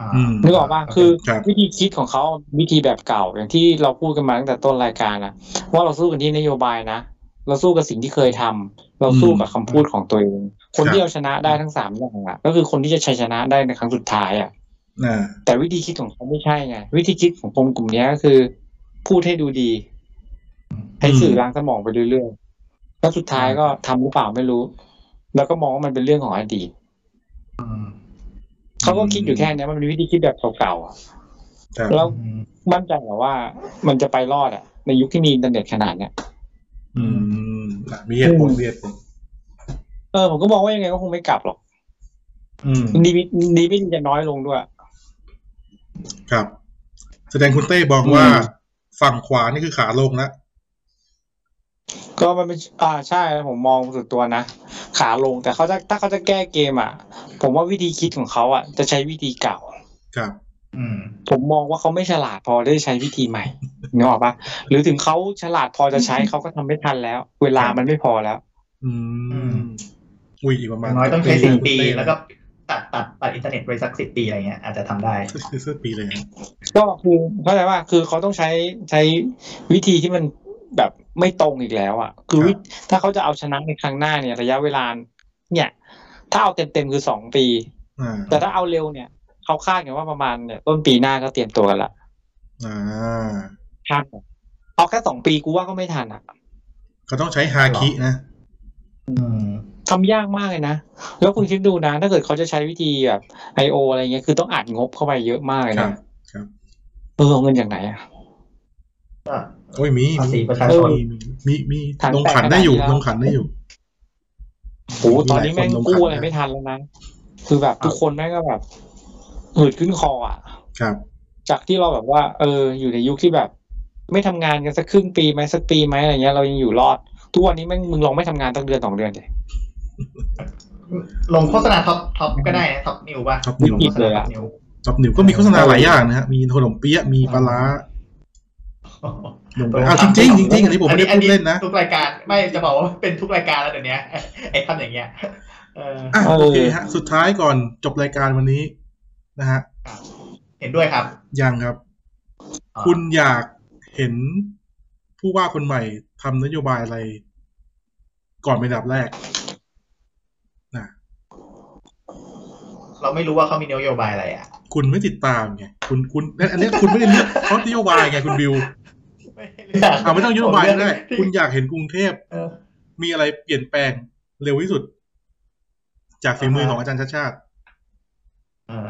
อ่า
อืม
นึกออกป่ะ
โเ
คือ
ครับ
วิธีคิดของเขาวิธีแบบเก่าอย่างที่เราพูดกันมาตั้งแต่ต้นรายการนะว่าเราสู้กันที่นโยบายนะ เราสู้กับสิ่งที่เคยทำเราสู้กับคำพูดของตัวเอง คนที่
ครับ
เอาชนะได้ทั้งสามอย่างอ่ะ ก็คือคนที่จะชัยชนะได้ในครั้งสุดท้ายอ่ะ
อ่า
แต่วิธีคิดของเขาไม่ใช่ไงวิธีคิดของคนกลุ่มเนี้ยก็คือ พูดให้ดูดี ให้สื่อล้างสมองไปเรื่อยๆแล้วสุดท้ายก็ทำหรือเปล่าไม่รู้ แล้วก็มองว่ามันเป็นเรื่องของอดีต
อืม
เขาก็คิดอยู่แค่เนี้ยมันเป็นวิธีคิดแบบเก่าๆอะ
ครับ
แล้ว
อืม
มั่นใจเหรอว่ามันจะไปรอดอะในยุคที่มีอินเทอร์เน็ตขนาดเนี้ย
อืมอ่ะมีเหตุผลมีเหตุผล
เออผมก็มองว่ายังไงก็คงไม่กลับหรอก
อืม
ดีวิดีวิจะน้อยลงด้วย
ครับ แสดงคุณเต้บอกว่า
อืม
ฝั่งขวานี่คือขาลงแล้ว
ก็มันเป็นอ่าใช่ผมมองส่วนตัวนะ ขาลงแต่เขาจะถ้าเขาจะแก้เกมอ่ะ ผมว่าวิธีคิดของเขาอ่ะจะใช้วิธีเก่า
ครับ
อืม
ผมมองว่าเขาไม่ฉลาดพอได้ใช้วิธีใหม่นึกออกปะหรือถึงเขาฉลาดพอจะใช้เขาก็ทำไม่ทันแล้ว เวลามันไม่พอแล้ว
อืม
ม
อุ้ยอีกประมา
อ
ณ
ย่างน้อยต้องใช้สิบปี
เต้
แล้วก็ตัดตัดตัดอินเทอร์เน็ตไปสักสิบปีอะไรเงี้ยอาจจะทำได้
คือเสื้อปีเลยนะ
ก็คือเข้าใจว่าคือเขาต้องใช้ใช้วิธีที่มันแบบไม่ตรงอีกแล้วอ่ะ คือวิถ้าเขาจะเอาชนะในครั้งหน้าเนี่ย ระยะเวลาเนี่ย ถ้าเอาเต็มๆคือสองปี
อ่า
แต่ถ้าเอาเร็วเนี่ยเขาคาดกันว่าประมาณเนี่ยต้นปีหน้าก็เตรียมตัวกันละ
อ่า
ทันเอาแค่สองปีกูว่าก็ไม่ทันอ่ะ
ก็ต้องใช้ฮาคินะ
อืม
ทำยากมากเลยนะ แล้วคุณคิดดูนะ ถ้าเกิดเขาจะใช้วิธีแบบไอโออะไรเงี้ยคือต้องอัดงบเข้าไปเยอะมากเลย
ครับ
นะครับ เออเอาเงินจากไหนอ่ะ
โอ้ยมี
ภาษี
มี
ประชาชน
มีมีมี
ถัง
ลง
แตก
ขันได้อยู่
ขนาดนี้แล้ว
ลงขันได้อยู่
โอ้โหตอนนี้
หลา
แม่
ยคนล
ง
ง
กู้
ขัน
อะไร
นะ
ไม่ทันแล้วนะ คือแบบทุกคนแม่งก็แบบหืดขึ้นคออ่ะ
ครับ
จากที่เราแบบว่า เออ อยู่ในยุคที่แบบ ไม่ทำงานกันสักครึ่งปีไหมสักปีไหมอะไรเงี้ยเรายังอยู่รอด ทุกวันนี้แม่งมึงลองไม่ทำงานตั้งเดือนสองเดือนดิ
ลงโฆษณาท็อปท็อปก็ได้นะท็อปนิวป่ะ
Top News
งโฆษณาท็อปนิว
ท็อปนิวก็มีโฆษณาหลายอย่างนะฮะ มีขนมเปี๊ยะ มีปลาร้า ลงไปอ่ะจริงๆจริงๆอันนี้ผมไม่ได้พูดเล่นนะ
ทุกรายการไม่จะบอกว่าเป็นทุกรายการแล้วเดี๋ยวนี้ [laughs] ไอ้ทำอย่างเงี้ยเออ
อ่ะโอเคฮะ สุดท้ายก่อนจบรายการวันนี้นะฮะ
เห็นด้วยครับ
ยังครับ คุณอยากเห็นผู้ว่าคนใหม่ทำนโยบายอะไร ก่อนเป็นอันดับแรกนะ
เราไม่รู้ว่าเขามีนโยบายอะไรอ่ะ
คุณไม่ติดตามไงคุณคุณอันอันเนี้ยคุณไม่ได้เลือก [laughs] เพราะนโยบายไงคุณบิวอ่าไม่ต้องนโยบายก็ได้คุณอยากเห็นกรุงเทพ
เออ
มีอะไรเปลี่ยนแปลงเร็วที่สุด จากฝีมือของอาจารย์ชาติชาติ
เออ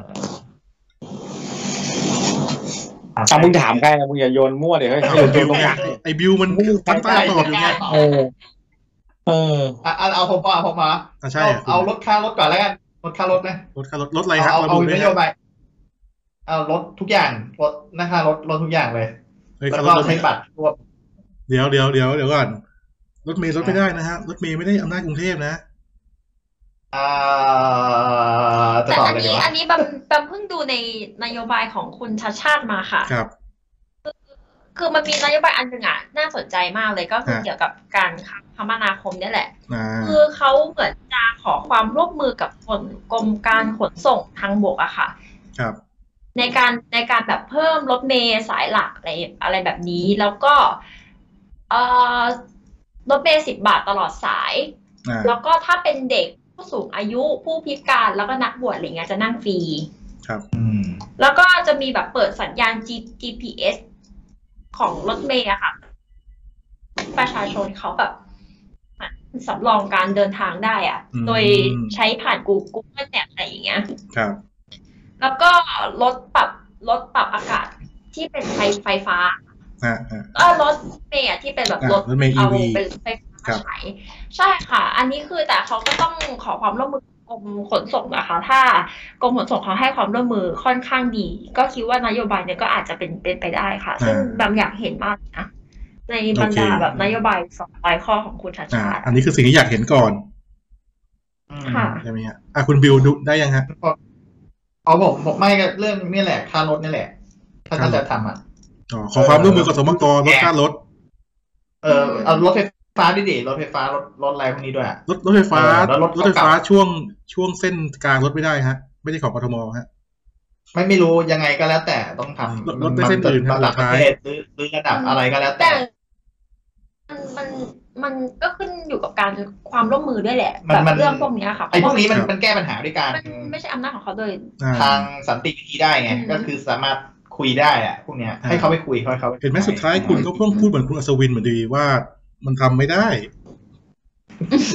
อ่ะมึงถามใครนะมึงอย่าโยนมั่วเดี๋ยวเฮ้ย
ไอ้
โยนโย
บิวน
ลง
ไง
มา
ไอ้บิวมันตั้งใต้ตอบอยู่ไง
เออ เออ
อ่ะอ่ะเอาผมเอาผมมา
อ่ะใช่
เอา
อ่ะ
เอาลดค่ารถก่อนแล้วกันลดค่ารถนะ
รถค่ารถรถอะไร
เอา
ฮะ
เอา
ระ
เอา
บุได้ไห
น
ม
โยบายเอาลดทุกอย่างลดนะคะลดลดทุกอย่างเลย
เฮ้ย
แล้
ค่าว รถร
ก็
ถ
ใช้บัตรรวบ
เดี๋ยวเดี๋ยวเดี๋ยวเดี๋ยวก่อนรถเมล์รถไม่ได้นะฮะรถเมล์ไม่ได้อำนาจกรุงเทพนะ
อ่าจะ
แต่
ตอบ
อัน
อะไรดี
นี้
วะ
อันนี้บํบํเพิ่งดูในนโยบายของคุณชาติชาติมาค่ะ
ครับ
คือมันมีนโยบายอันหนึ่งอ่ะน่าสนใจมากเลยก็คือ
ฮะ
เกี่ยวกับการคมนาคมเนี่ยแหละ
อ่า
คือเขาเหมือนจะขอความร่วมมือกับกรมกรมการขนส่งทางบกอะค่ะ
ครับ
ในการในการแบบเพิ่มรถเมย์สายหลักอะไรอะไรแบบนี้แล้วก็เอ่อรถเมย์สิบบาทตลอดสาย
อ่า
แล้วก็ถ้าเป็นเด็กผู้สูงอายุผู้พิการแล้วก็นักบวชอะไรเงี้ยจะนั่งฟรี
ครับ
อืม
แล้วก็จะมีแบบเปิดสัญญาณ G- GPS ของรถเมย์อะค่ะ ประชาชนเขาแบบสำรองการเดินทางได้อะ
อืม
โดยใช้ผ่าน Google Map อะไรอย่างเงี้ย
ครับ
แล้วก็ลดปรับลดปรับอากาศที่เป็นไฟไฟฟ้า
อ่าอ่า
ก็รถเมย์อะที่เป็นแบบ
อ่ะ
รถ
รถเมย์ EV
เอาเป็นไฟ
ครั
ฟ้า
บ
ใช้ใช่ค่ะ อันนี้คือแต่เขาก็ต้องขอความร่วมมือกรมขนส่งนะคะ ถ้ากรมขนส่งเขาให้ความร่วมมือค่อนข้างดี ก็คิดว่านโยบายเนี่ยก็อาจจะเป็นเป็นไปได้ค่ะ ซึ่ง
อ่า
บางอย่างเห็นมากนะในบรรดา
โอเค
แบบนโยบายสองร้อยข้อของคุณชา
อ่า
ชาติ
อันนี้คือสิ่งที่อยากเห็นก่อน
ค่ะ
ใช่ไหมฮะ อ่ะคุณบิวดูได้ยังฮะ
เอาผมบอกไม่ก็เรื่องนี่แหละค่ารถนี่แหละ ถ้า
ครั
ท่า
บ
นจะทำอ่ะ
อ๋อ ขอความร่วมมือกับสมกรลดค่ารถ
เออเอารถไฟ ฟ้าดิเดรถไฟฟ้ารถรถอะไรพวกนี้ด้วยอะ
รถรถไฟฟ้า
เออแล้วรถ
รถไฟฟ้า
เก่าๆ
ช่วงช่วงเส้นกลางรถไม่ได้ฮะ ไม่ใช่ของกทมฮะ
ไม่ไม่รู้ยังไงก็แล้วแต่ต้องทำ
รถรถไปเส้นอื่นครับ
ระดับ
สุ
ป
ด
ระ
ท้าย
เทศหรือหรือระดับอะไรก็แล้วแต่
แต่มันมันมันก็ขึ้นอยู่กับการความร่วมมือด้วยแหละ
มัน
แบบ
มัน
เรื่องพวกเนี้ยค่ะ
ไอ้พวกนี้มัน
ครับ
มันแก้ปัญหาด้วยการ
มันไม่ใช่อำนาจของเขาโดย
อ่า
ทางสันติวิธีได้ไง
อืม
ก็คือสามารถคุยได้อะพวกเนี้ย
อ่า
ให้เขาไปคุยเขาให้เขาป
เห็นไหมสุดท้ายคุณก็เพิ่งพูดเหมือนคุณอัศวินเหมือนดีว่ามันทำไม่ได้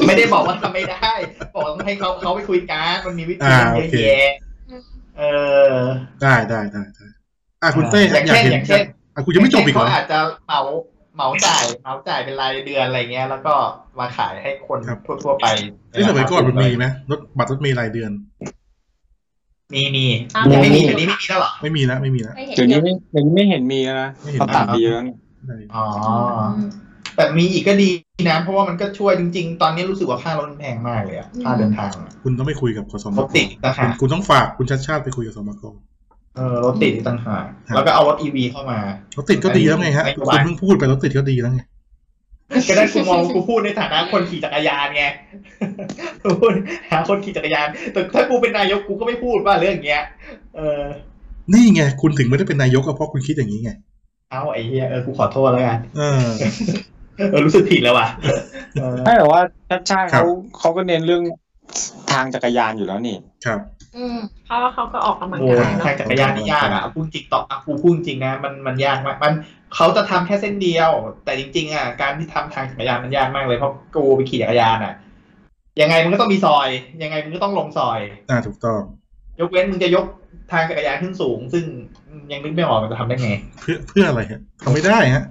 ไม่ได้บอกว่าทำไม่ได้บอกว่าให้เขาเขาไปคุยกันมันมีวิธี
อ่าโอ
เยอะ
เค
แยะเออ
ได้ได้ได้ได้อ่ะคุณเต้
อย่าง
อยาก
เช่น
เห็น
อย่างเช่น
อ่ะคุณยังไม่จบอีกเหรอ
เขาอาจจะเหมาเหมาจ่ายเหมาจ่ายเป็นรายเดือนอะไรเงี้ย แล้วก็มาขายให้คน
ครับ
ทั่วๆไป
ที่สมัยก่อนมันมีไหมรถบัตรรถเมล์รายเดือน
มีมี
อ่า
แต่ไม่มีเดี๋ยวนี้ไม่มีแล้วเหรอ
ไม่มีแล้วไม่มีแล้ว
ไม่เห็น
เดี๋ยวนี้ไม่เดี๋ยวนี้ไม่เห็นมีแล้วนะ
ไม่เห็น
เขาตัดไปเยอะนี่
อ๋อ
ม
แต่มีอีกก็ดีนะ เพราะว่ามันก็ช่วยจริง ๆ ตอนนี้รู้สึกว่าค่ารถมันแพงมากเลยอะค่าเดินทางอะ
คุณต้องไปคุยกับกสม
รถติดต่าง
คุ
หา
ณ
ก
คุณต้องฝากคุณชัดชาติไปคุยกับสมก
เออรถติดต่างหาก
ครับ
แล้วก็เอารถอีวีเข้ามาร
ถติดก็ดีแล้วไงฮะ
นโย
คุ
บา
ณ
ย
เพิ่งพูดไปรถติดก็ดีแล้วไง
ก็ได้กูมองกูพูดในฐานะคนขี่จักรยานไง [laughs] กูพูดหาคนขี่จักรยาน แต่ถ้ากูเป็นนายกกูก็ไม่พูดว่าเรื่องเงี้ย เออ
นี่ไงคุณถึงไม่ได้เป็นนายกก็เพราะคุณคิดอย่างนี้ไง
เอาไอ้เหี้ยเออกูขอโทษแล้วกัน
เออ
เออรู้สึกผิดแล้วว่ะเออ
ไม่แต่ว่าชัดชาติ
ครั
เขา
บ
เขาก็เน้นเรื่องทางจักรยานอยู่แล้วนี่
ครับ
อืมเพราะว่าเขาก็ออกกำลัง
โอ้
กาย ยเนาะ
ทางจักรยานนี่ยากอ่ะเอาพูดจริงตอบกูพูดจริงนะมันมันยากมากมันเขาจะทำแค่เส้นเดียว แต่จริง ๆอ่ะการที่ทำทางจักรยานมันยากมากเลยเพราะกูไปขี่จักรยานอ่ะ ยังไงมันก็ต้องมีซอย ยังไงมันก็ต้องลงซอย
อ่าถูกต้อง
ยกเว้นมึงจะยกทางจักรยานขึ้นสูง ซึ่งยังนึกไม่ออกมันจะทำได้ไง
เพื่อเพื่ออะไรฮะทำไม่ได้ฮะ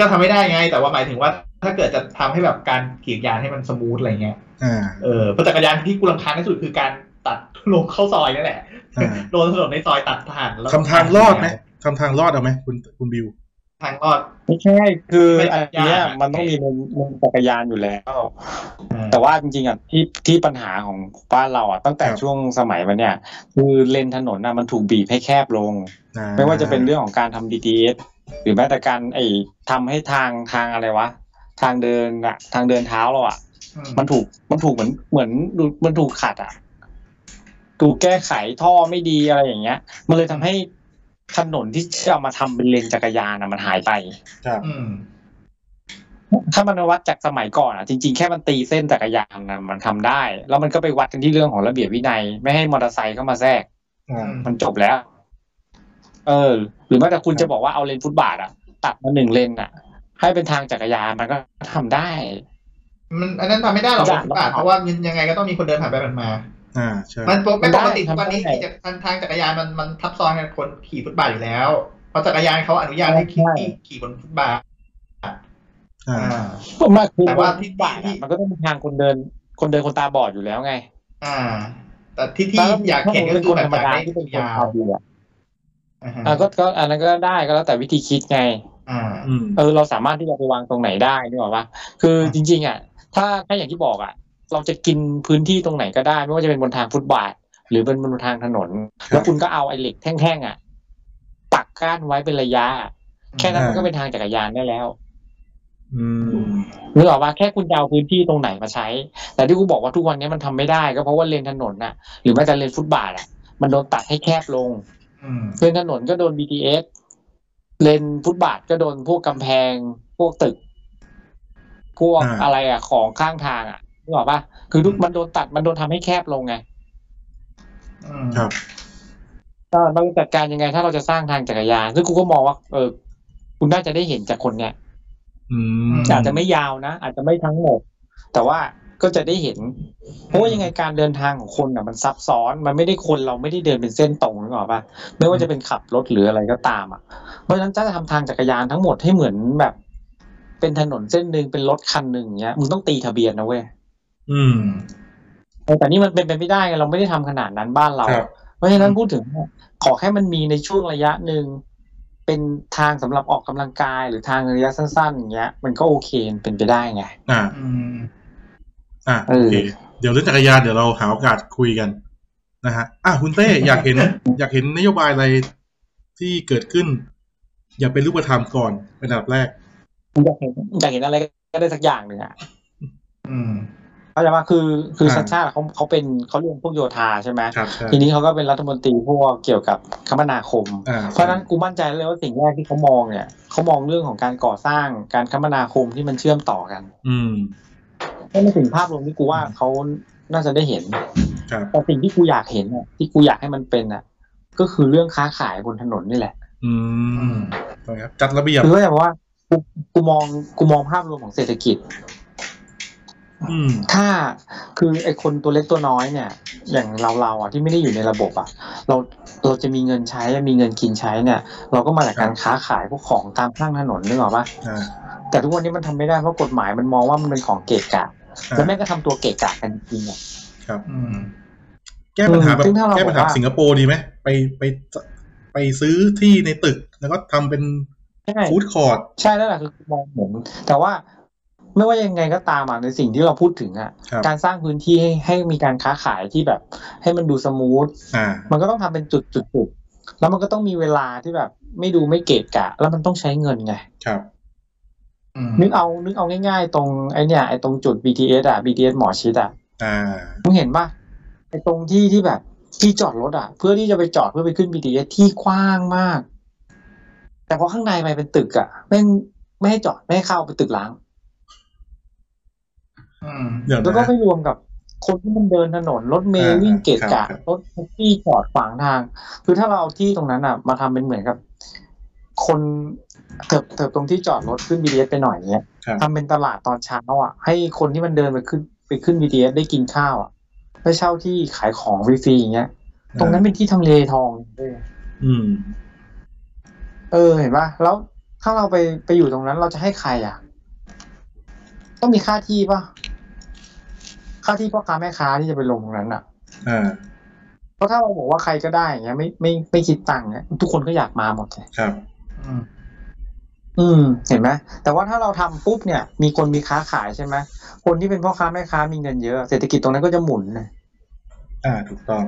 ก็ทำไม่ได้ไง แต่ว่าหมายถึงว่า ถ้าเกิดจะทำให้แบบการขี่จักรยานให้มันสมูทอะไรเงี้ย
อ่า
เออเพราะจักรยานที่กูรำคาญที่สุดคือการตัดลงเข้าซอยนั่นแหละ
อ่า
โดนถนนในซอยตัดผ่านแล้ว
ทำทางรอดไหมทำทางรอดเอาไหมคุณคุณบิว
ทางรอด
ไม่ใช่คือ
ไม่
อันเนี้ย
ยากอะ
มันต้องมีมุมมุมจักรยานอยู่แล้ว
อ่า
แต่ว่าจริงๆอ่ะที่ที่ปัญหาของบ้านเราอ่ะตั้งแต่
ครับ
ช่วงสมัยมันเนี่ย คือเลนถนนน่ะมันถูกบีบให้แคบลง
อ่
ไม่ว่าจะเป็นเรื่องของการทำ BTS หรือแม้แต่การไอ้ทำให้ทางทางอะไรวะ ทางเดินอ่ะทางเดินเท้าเราอ่ะ
อืม
มันถูกมันถูกเหมือนเหมือนดูมันถูกขัดอ่ะถูกแก้ไขท่อไม่ดีอะไรอย่างเงี้ย มันเลยทำให้ถนนที่จะเอามาทำเป็นเลนจักรยานอ่ะมันหายไป
ครับ
อืม
ถ้ามันวัดจากสมัยก่อนอ่ะจริงๆแค่มันตีเส้นจักรยานนะมันทำได้ แล้วมันก็ไปวัดกันที่เรื่องของระเบียบวินัย ไม่ให้มอเตอร์ไซค์เข้ามาแทรก
อ่า
มันจบแล้ว เออ หรือแม้แต่คุณจะบอกว่าเอาเลนฟุตบาทอ่ะ ตัดมาหนึ่งเลนอ่ะ ให้เป็นทางจักรยานมันก็ทำได้
มันอันนั้นทำไม่ได้หรอก
จ้ะ
บนฟุตบาทเพราะว่ายังยังไงก็ต้องมีคนเดินผ่านไปผ่านมา
อ่าใช่
มันปก
มัน
ป
ได้
กติ
ทำได้
ตอนนี้ขี่จักรทางทางจักรยานมันมันทับซ้อนกันคนขี่ฟุตบาทอยู่แล้วเพราะจักรยานเขาอนุญาตให้ขี่ขี่ขี่บนฟุตบาท
อ่า
อ่า
มากคือ
แต่ว่าที่
ฟุตบาท
ที่
อะมันก็ต้องเป็นทางคนเดิน คนเดินคนตาบอดอยู่แล้วไง
อ่า แต่ที่ที่อยากเห็นก็
ถ้าผม
คื
ป็นค
อน แบบ
ธรร
อ
ม
ยาก
ดา
ได้
ที่เป็นคน
ยาว
ตาบอดอะ
อ่าฮะ
อ่ะก็ก็อันนั้นก็ได้ก็แล้วแต่วิธีคิดไง
อ่า
อืม
เออเราสามารถที่จะไปวางตรงไหนได้นึกออกปะคือ
ครับ
จริง ๆอ่ะถ้าถ้าอย่างที่บอกอ่ะ เราจะกินพื้นที่ตรงไหนก็ได้ ไม่ว่าจะเป็นบนทางฟุตบาท หรือเป็นบนทางถนน
ครับ
แล้วคุณก็เอาไอ้เหล็กแท่งๆอ่ะปักก้านไว้เป็นระยะ แค่นั้น
อ่ามั
มันก็เป็นทางจักรยานได้แล้ว
อืม
นึกออกปะแค่คุณจะเอาพื้นที่ตรงไหนมาใช้ แต่ที่กูบอกว่าทุกวันนี้มันทำไม่ได้ก็เพราะว่าเลนถนนน่ะ หรือแม้แต่เลนฟุตบาทอ่ะมันโดนตัดให้แคบลง
อืม
เลนถนนก็โดน BTS เลนฟุตบาทก็โดนพวกกำแพง พวกตึก พวก
อ่า
อะไรอ่ะของข้างทางอ่ะนึกออกปะคือทุก
อืม
มันโดนตัดมันโดนทำให้แคบลงไง
อืม
ครับ
ก็เราจะจัดการยังไง ถ้าเราจะสร้างทางจักรยานซึ่งกูก็มองว่า เออ คุณน่าจะได้เห็นจากคนเนี้ย
อืม
อาจจะไม่ยาวนะอาจจะไม่ทั้งหมด แต่ว่าก็จะได้เห็น เพราะว่ายังไงการเดินทางของคนอ่ะ มันซับซ้อนมันไม่ได้คนเราไม่ได้เดินเป็นเส้นตรงนึกออกปะไม่ว่าจะเป็นขับรถหรืออะไรก็ตามอ่ะเพราะฉะนั้นถ้าจะทำทางจักรยานทั้งหมดให้เหมือนแบบ เป็นถนนเส้นหนึ่งเป็นรถคันหนึ่งอย่างเงี้ยมึงต้องตีทะเบียนนะเว้ย
อืม
เออแต่นี่มันเป็นไปไม่ได้ไงเราไม่ได้ทำขนาดนั้นบ้านเรา
ครับ
เพราะฉะนั้นพูดถึงว่าขอแค่มันมีในช่วงระยะหนึ่งเป็นทางสำหรับออกกำลังกายหรือทางระยะสั้นๆอย่างเงี้ย มันก็โอเคมันเป็นไปได้ไง
อ่า
อืม
อ่า
เอ
โอ
อ
เคเดี๋ยวเรื่องจักรยานเดี๋ยวเราหาโอกาสคุยกันนะฮะอ่ะคุณเต้
[laughs]
อยากเห็น อยากเห็นนโยบายอะไรที่เกิดขึ้น อย่าเป็นรูปธรรมก่อนเป็นอันดับแรก
อยากเห็นอยากเห็นอะไร ก็ได้สักอย่างหนึ่งอ่ะ
อืม
เข้าใจว่าคือคือ
อ่า
ชาติชาติเขาเขาเป็นเขาเรียนพวกโยธาใช่ไหม
ครับใช่
ทีนี้เขาก็เป็นรัฐมนตรีพวกเกี่ยวกับคมนาคม
อ่า
เพราะฉะนั้นกูมั่นใจเลยว่าสิ่งแรกที่เขามองเนี่ยเขามองเรื่องของการก่อสร้างการคมนาคมที่มันเชื่อมต่อกัน
อืม
นั่นถึงภาพรวมที่กูว่าเขาน่าจะได้เห็น
ครับ
แต่สิ่งที่กูอยากเห็นน่ะที่กูอยากให้มันเป็นอ่ะ ก็คือเรื่องค้าขายบนถนนนี่แหละ
อื
อื
ม
ม
ตรงนี้ครับจัดระเบียบ
คือก็จะบอกว่ากูกูมองกูมองภาพรวมของเศรษฐกิจ
อืม
ถ้าคือไอคนตัวเล็กตัวน้อยเนี่ย อย่างเราเราๆอ่ะที่ไม่ได้อยู่ในระบบอ่ะ เราเราจะมีเงินใช้มีเงินกินใช้เนี่ย เราก็มาจากการค้าขายพวกของตามข้างถนนนึกออกปะ
อ่า
แต่ทุกวันนี้มันทำไม่ได้เพราะกฎหมายมันมองว่ามันเป็นของเกะกะ แล้วแม่งก็ทำตัวเกะกะกันจริงๆอ่ะ
อืม
แก้ปัญหาแบบ
ซึ่งถ้าเรา
แก้ปัญหา
บอกว่า
สิงคโปร์ดีไหมไปไปไปซื้อที่ในตึก แล้วก็ทำเป็น
ใช่
ฟู้ดคอร์ด
ใช่นั่นแหละคือมองผมแต่ว่าไม่ว่ายังไงก็ตามอะในสิ่งที่เราพูดถึงอ่ะ
ครับ
การสร้างพื้นที่ให้ให้มีการค้าขายที่แบบ ให้มันดูสมูท
อ่า
มันก็ต้องทำเป็นจุดจุดจุดแล้วมันก็ต้องมีเวลาที่แบบ ไม่ดูไม่เกะกะ แล้วมันต้องใช้เงินไง
ครับ
อืม
นึกเอานึกเอาง่าย ๆ ตรงไอเนี่ยไอตรงจุด BTS อ่ะ BTS หมอชิดอ่ะ
อ่า
มึงเห็นปะไอตรงที่ที่แบบที่จอดรถอ่ะ เพื่อที่จะไปจอดเพื่อไปขึ้น BTS ที่กว้างมาก แต่พอข้างในไปเป็นตึกอ่ะแม่งไม่ให้จอดไม่ให้เข้าเป็นตึกล้าง
อืม
เดี๋ยว
แล้ว
นะ
ก็
ฮะ
ไม่รวมกับคนที่มันเดินถนนรถเม
อ่า
ล์วิ่งเกะ
ครั
กะ
บครับ
รถแท็กซี่จอดขวางทาง คือถ้าเราเอาที่ตรงนั้นอ่ะ มาทำเป็นเหมือนกับ คนเถิบเถิบตรงที่จอดรถขึ้น BTS ไปหน่อยเนี้ย
ครับ
ทำเป็นตลาดตอนเช้าอ่ะ ให้คนที่มันเดินไปขึ้นไปขึ้น BTS ได้กินข้าวอ่ะได้เช่าที่ขายของฟรีๆอย่างเงี้ย ตรงนั้นเป็นที่ทำเลทอง
อืม
เออเห็นปะแล้วถ้าเราไปไปอยู่ตรงนั้นเราจะให้ใครอ่ะ ต้องมีค่าที่ปะค่าที่พ่อค้าแม่ค้าที่จะไปลงตรงนั้นอ่ะ
อ่า
เพราะถ้าเราบอกว่าใครก็ได้อย่างเงี้ยไม่ไม่ไม่คิดตังค์เนี่ยทุกคนก็อยากมาหมดเลย
ครับ
อืม
อืม เห็นไหมแต่ว่าถ้าเราทำปุ๊บเนี่ย มีคนมีค้าขายใช่ไหมคนที่เป็นพ่อค้าแม่ค้ามีเงินเยอะเศรษฐกิจตรงนั้นก็จะหมุนนะ
อ่า ถูกต้อง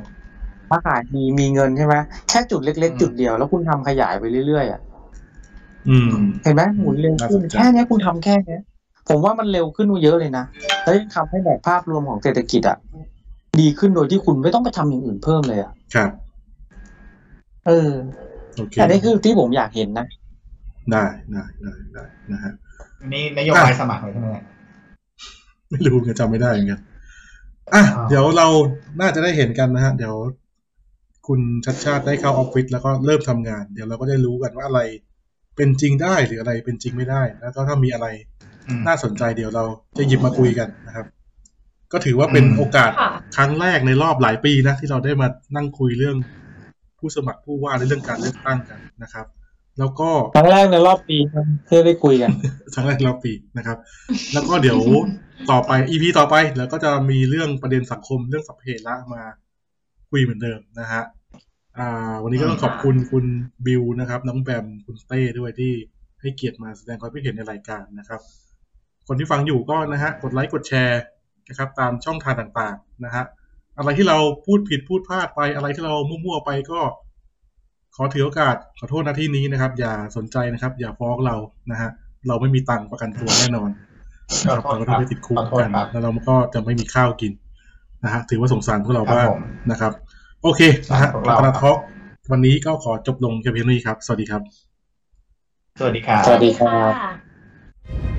ค้าขายมีมีเงินใช่ไหมแค่จุดเล็ก
อืม
ๆ จุดเดียวแล้วคุณทำขยายไปเรื่อยๆอ่ะ
อืม
เห็นไหมหมุนเร็วขึ้น
น่าสนใจ
แค่เนี้ยคุณทำแค่เนี้ยผมว่ามันเร็วขึ้นเยอะเลยนะแล้วยังทำให้แบบภาพรวมของเศรษฐกิจอ่ะดีขึ้นโดยที่คุณไม่ต้องไปทำอย่างอื่นเพิ่มเลยอ่ะ
ครับ
เออ
โอเค
แต่นี่คือที่ผมอยากเห็นนะ
ได้ได้ได้ได้นะฮ [laughs] ะ
นี่นโยบายสมัครเลยใช่ไหมเนี่ย
ไม่รู้กันจำไม่ได้เหมือนกัน อ่ะ
อ่า
เดี๋ยวเราน่าจะได้เห็นกันนะฮะ เดี๋ยว คุณชัดชาติได้เข้าออฟฟิศแล้วก็เริ่มทำงาน เดี๋ยวเราก็ได้รู้กันว่าอะไร เป็นจริงได้หรืออะไรเป็นจริงไม่ได้ แล้วก็ถ้ามีอะไร
อืม
น่าสนใจเดี๋ยวเราจะหยิบมาคุยกันนะครับ ก็ถือว่าเป็น
อืม
โอกาส
ค่ะ
ครั้งแรกในรอบหลายปีนะ ที่เราได้มานั่งคุยเรื่อง ผู้สมัครผู้ว่าและเรื่องการเลือกตั้งกันนะครับ แล้วก็
ครั้งแรกในรอบปีที่ได้คุยกัน
ทั้งแรกเราปีนะครับ แล้วก็เดี๋ยวต่อไป EP ต่อไปแล้วก็จะมีเรื่องประเด็นสังคมเรื่องสัพเพละมาคุยเหมือนเดิมนะฮะอ่า วันนี้ก็ต้องขอบคุณคุณบิวนะครับ น้องแบมคุณเต้ด้วยที่ให้เกียรติมาแสดงความคิดเห็นในรายการนะครับ คนที่ฟังอยู่ก็นะฮะกดไลค์กดแชร์นะครับ ตามช่องทางต่างๆนะฮะอะไรที่เราพูดผิดพูดพลาดไปอะไรที่เรามั่วๆไปก็ ขอถือโอกาสขอโทษหน้าที่นี้นะครับ อย่าสนใจนะครับ อย่าฟ้องเรานะฮะ เราไม่มีตังค์ประกันตัวแน่นอนนะครับ
ขอ
เรา
โท
ก็ต้อบ ง
ษครั
ไปติดคุก
ขอโทษ
กัน
ครับ
แล้วเราก็จะไม่มีข้าวกินนะฮะถือว่าสงสารพวกเรา
ครับ
บ้าง
ผม
นะครับ โอเคนะฮะ
ขอบคุ
ป
ณครับ
ระทอกวันนี้ก็ขอจบลงแค่เพียงเท่านี้ครับ สวัสดีครับ
สวัสดีครับ
สวัสดีครับ
ค่ะ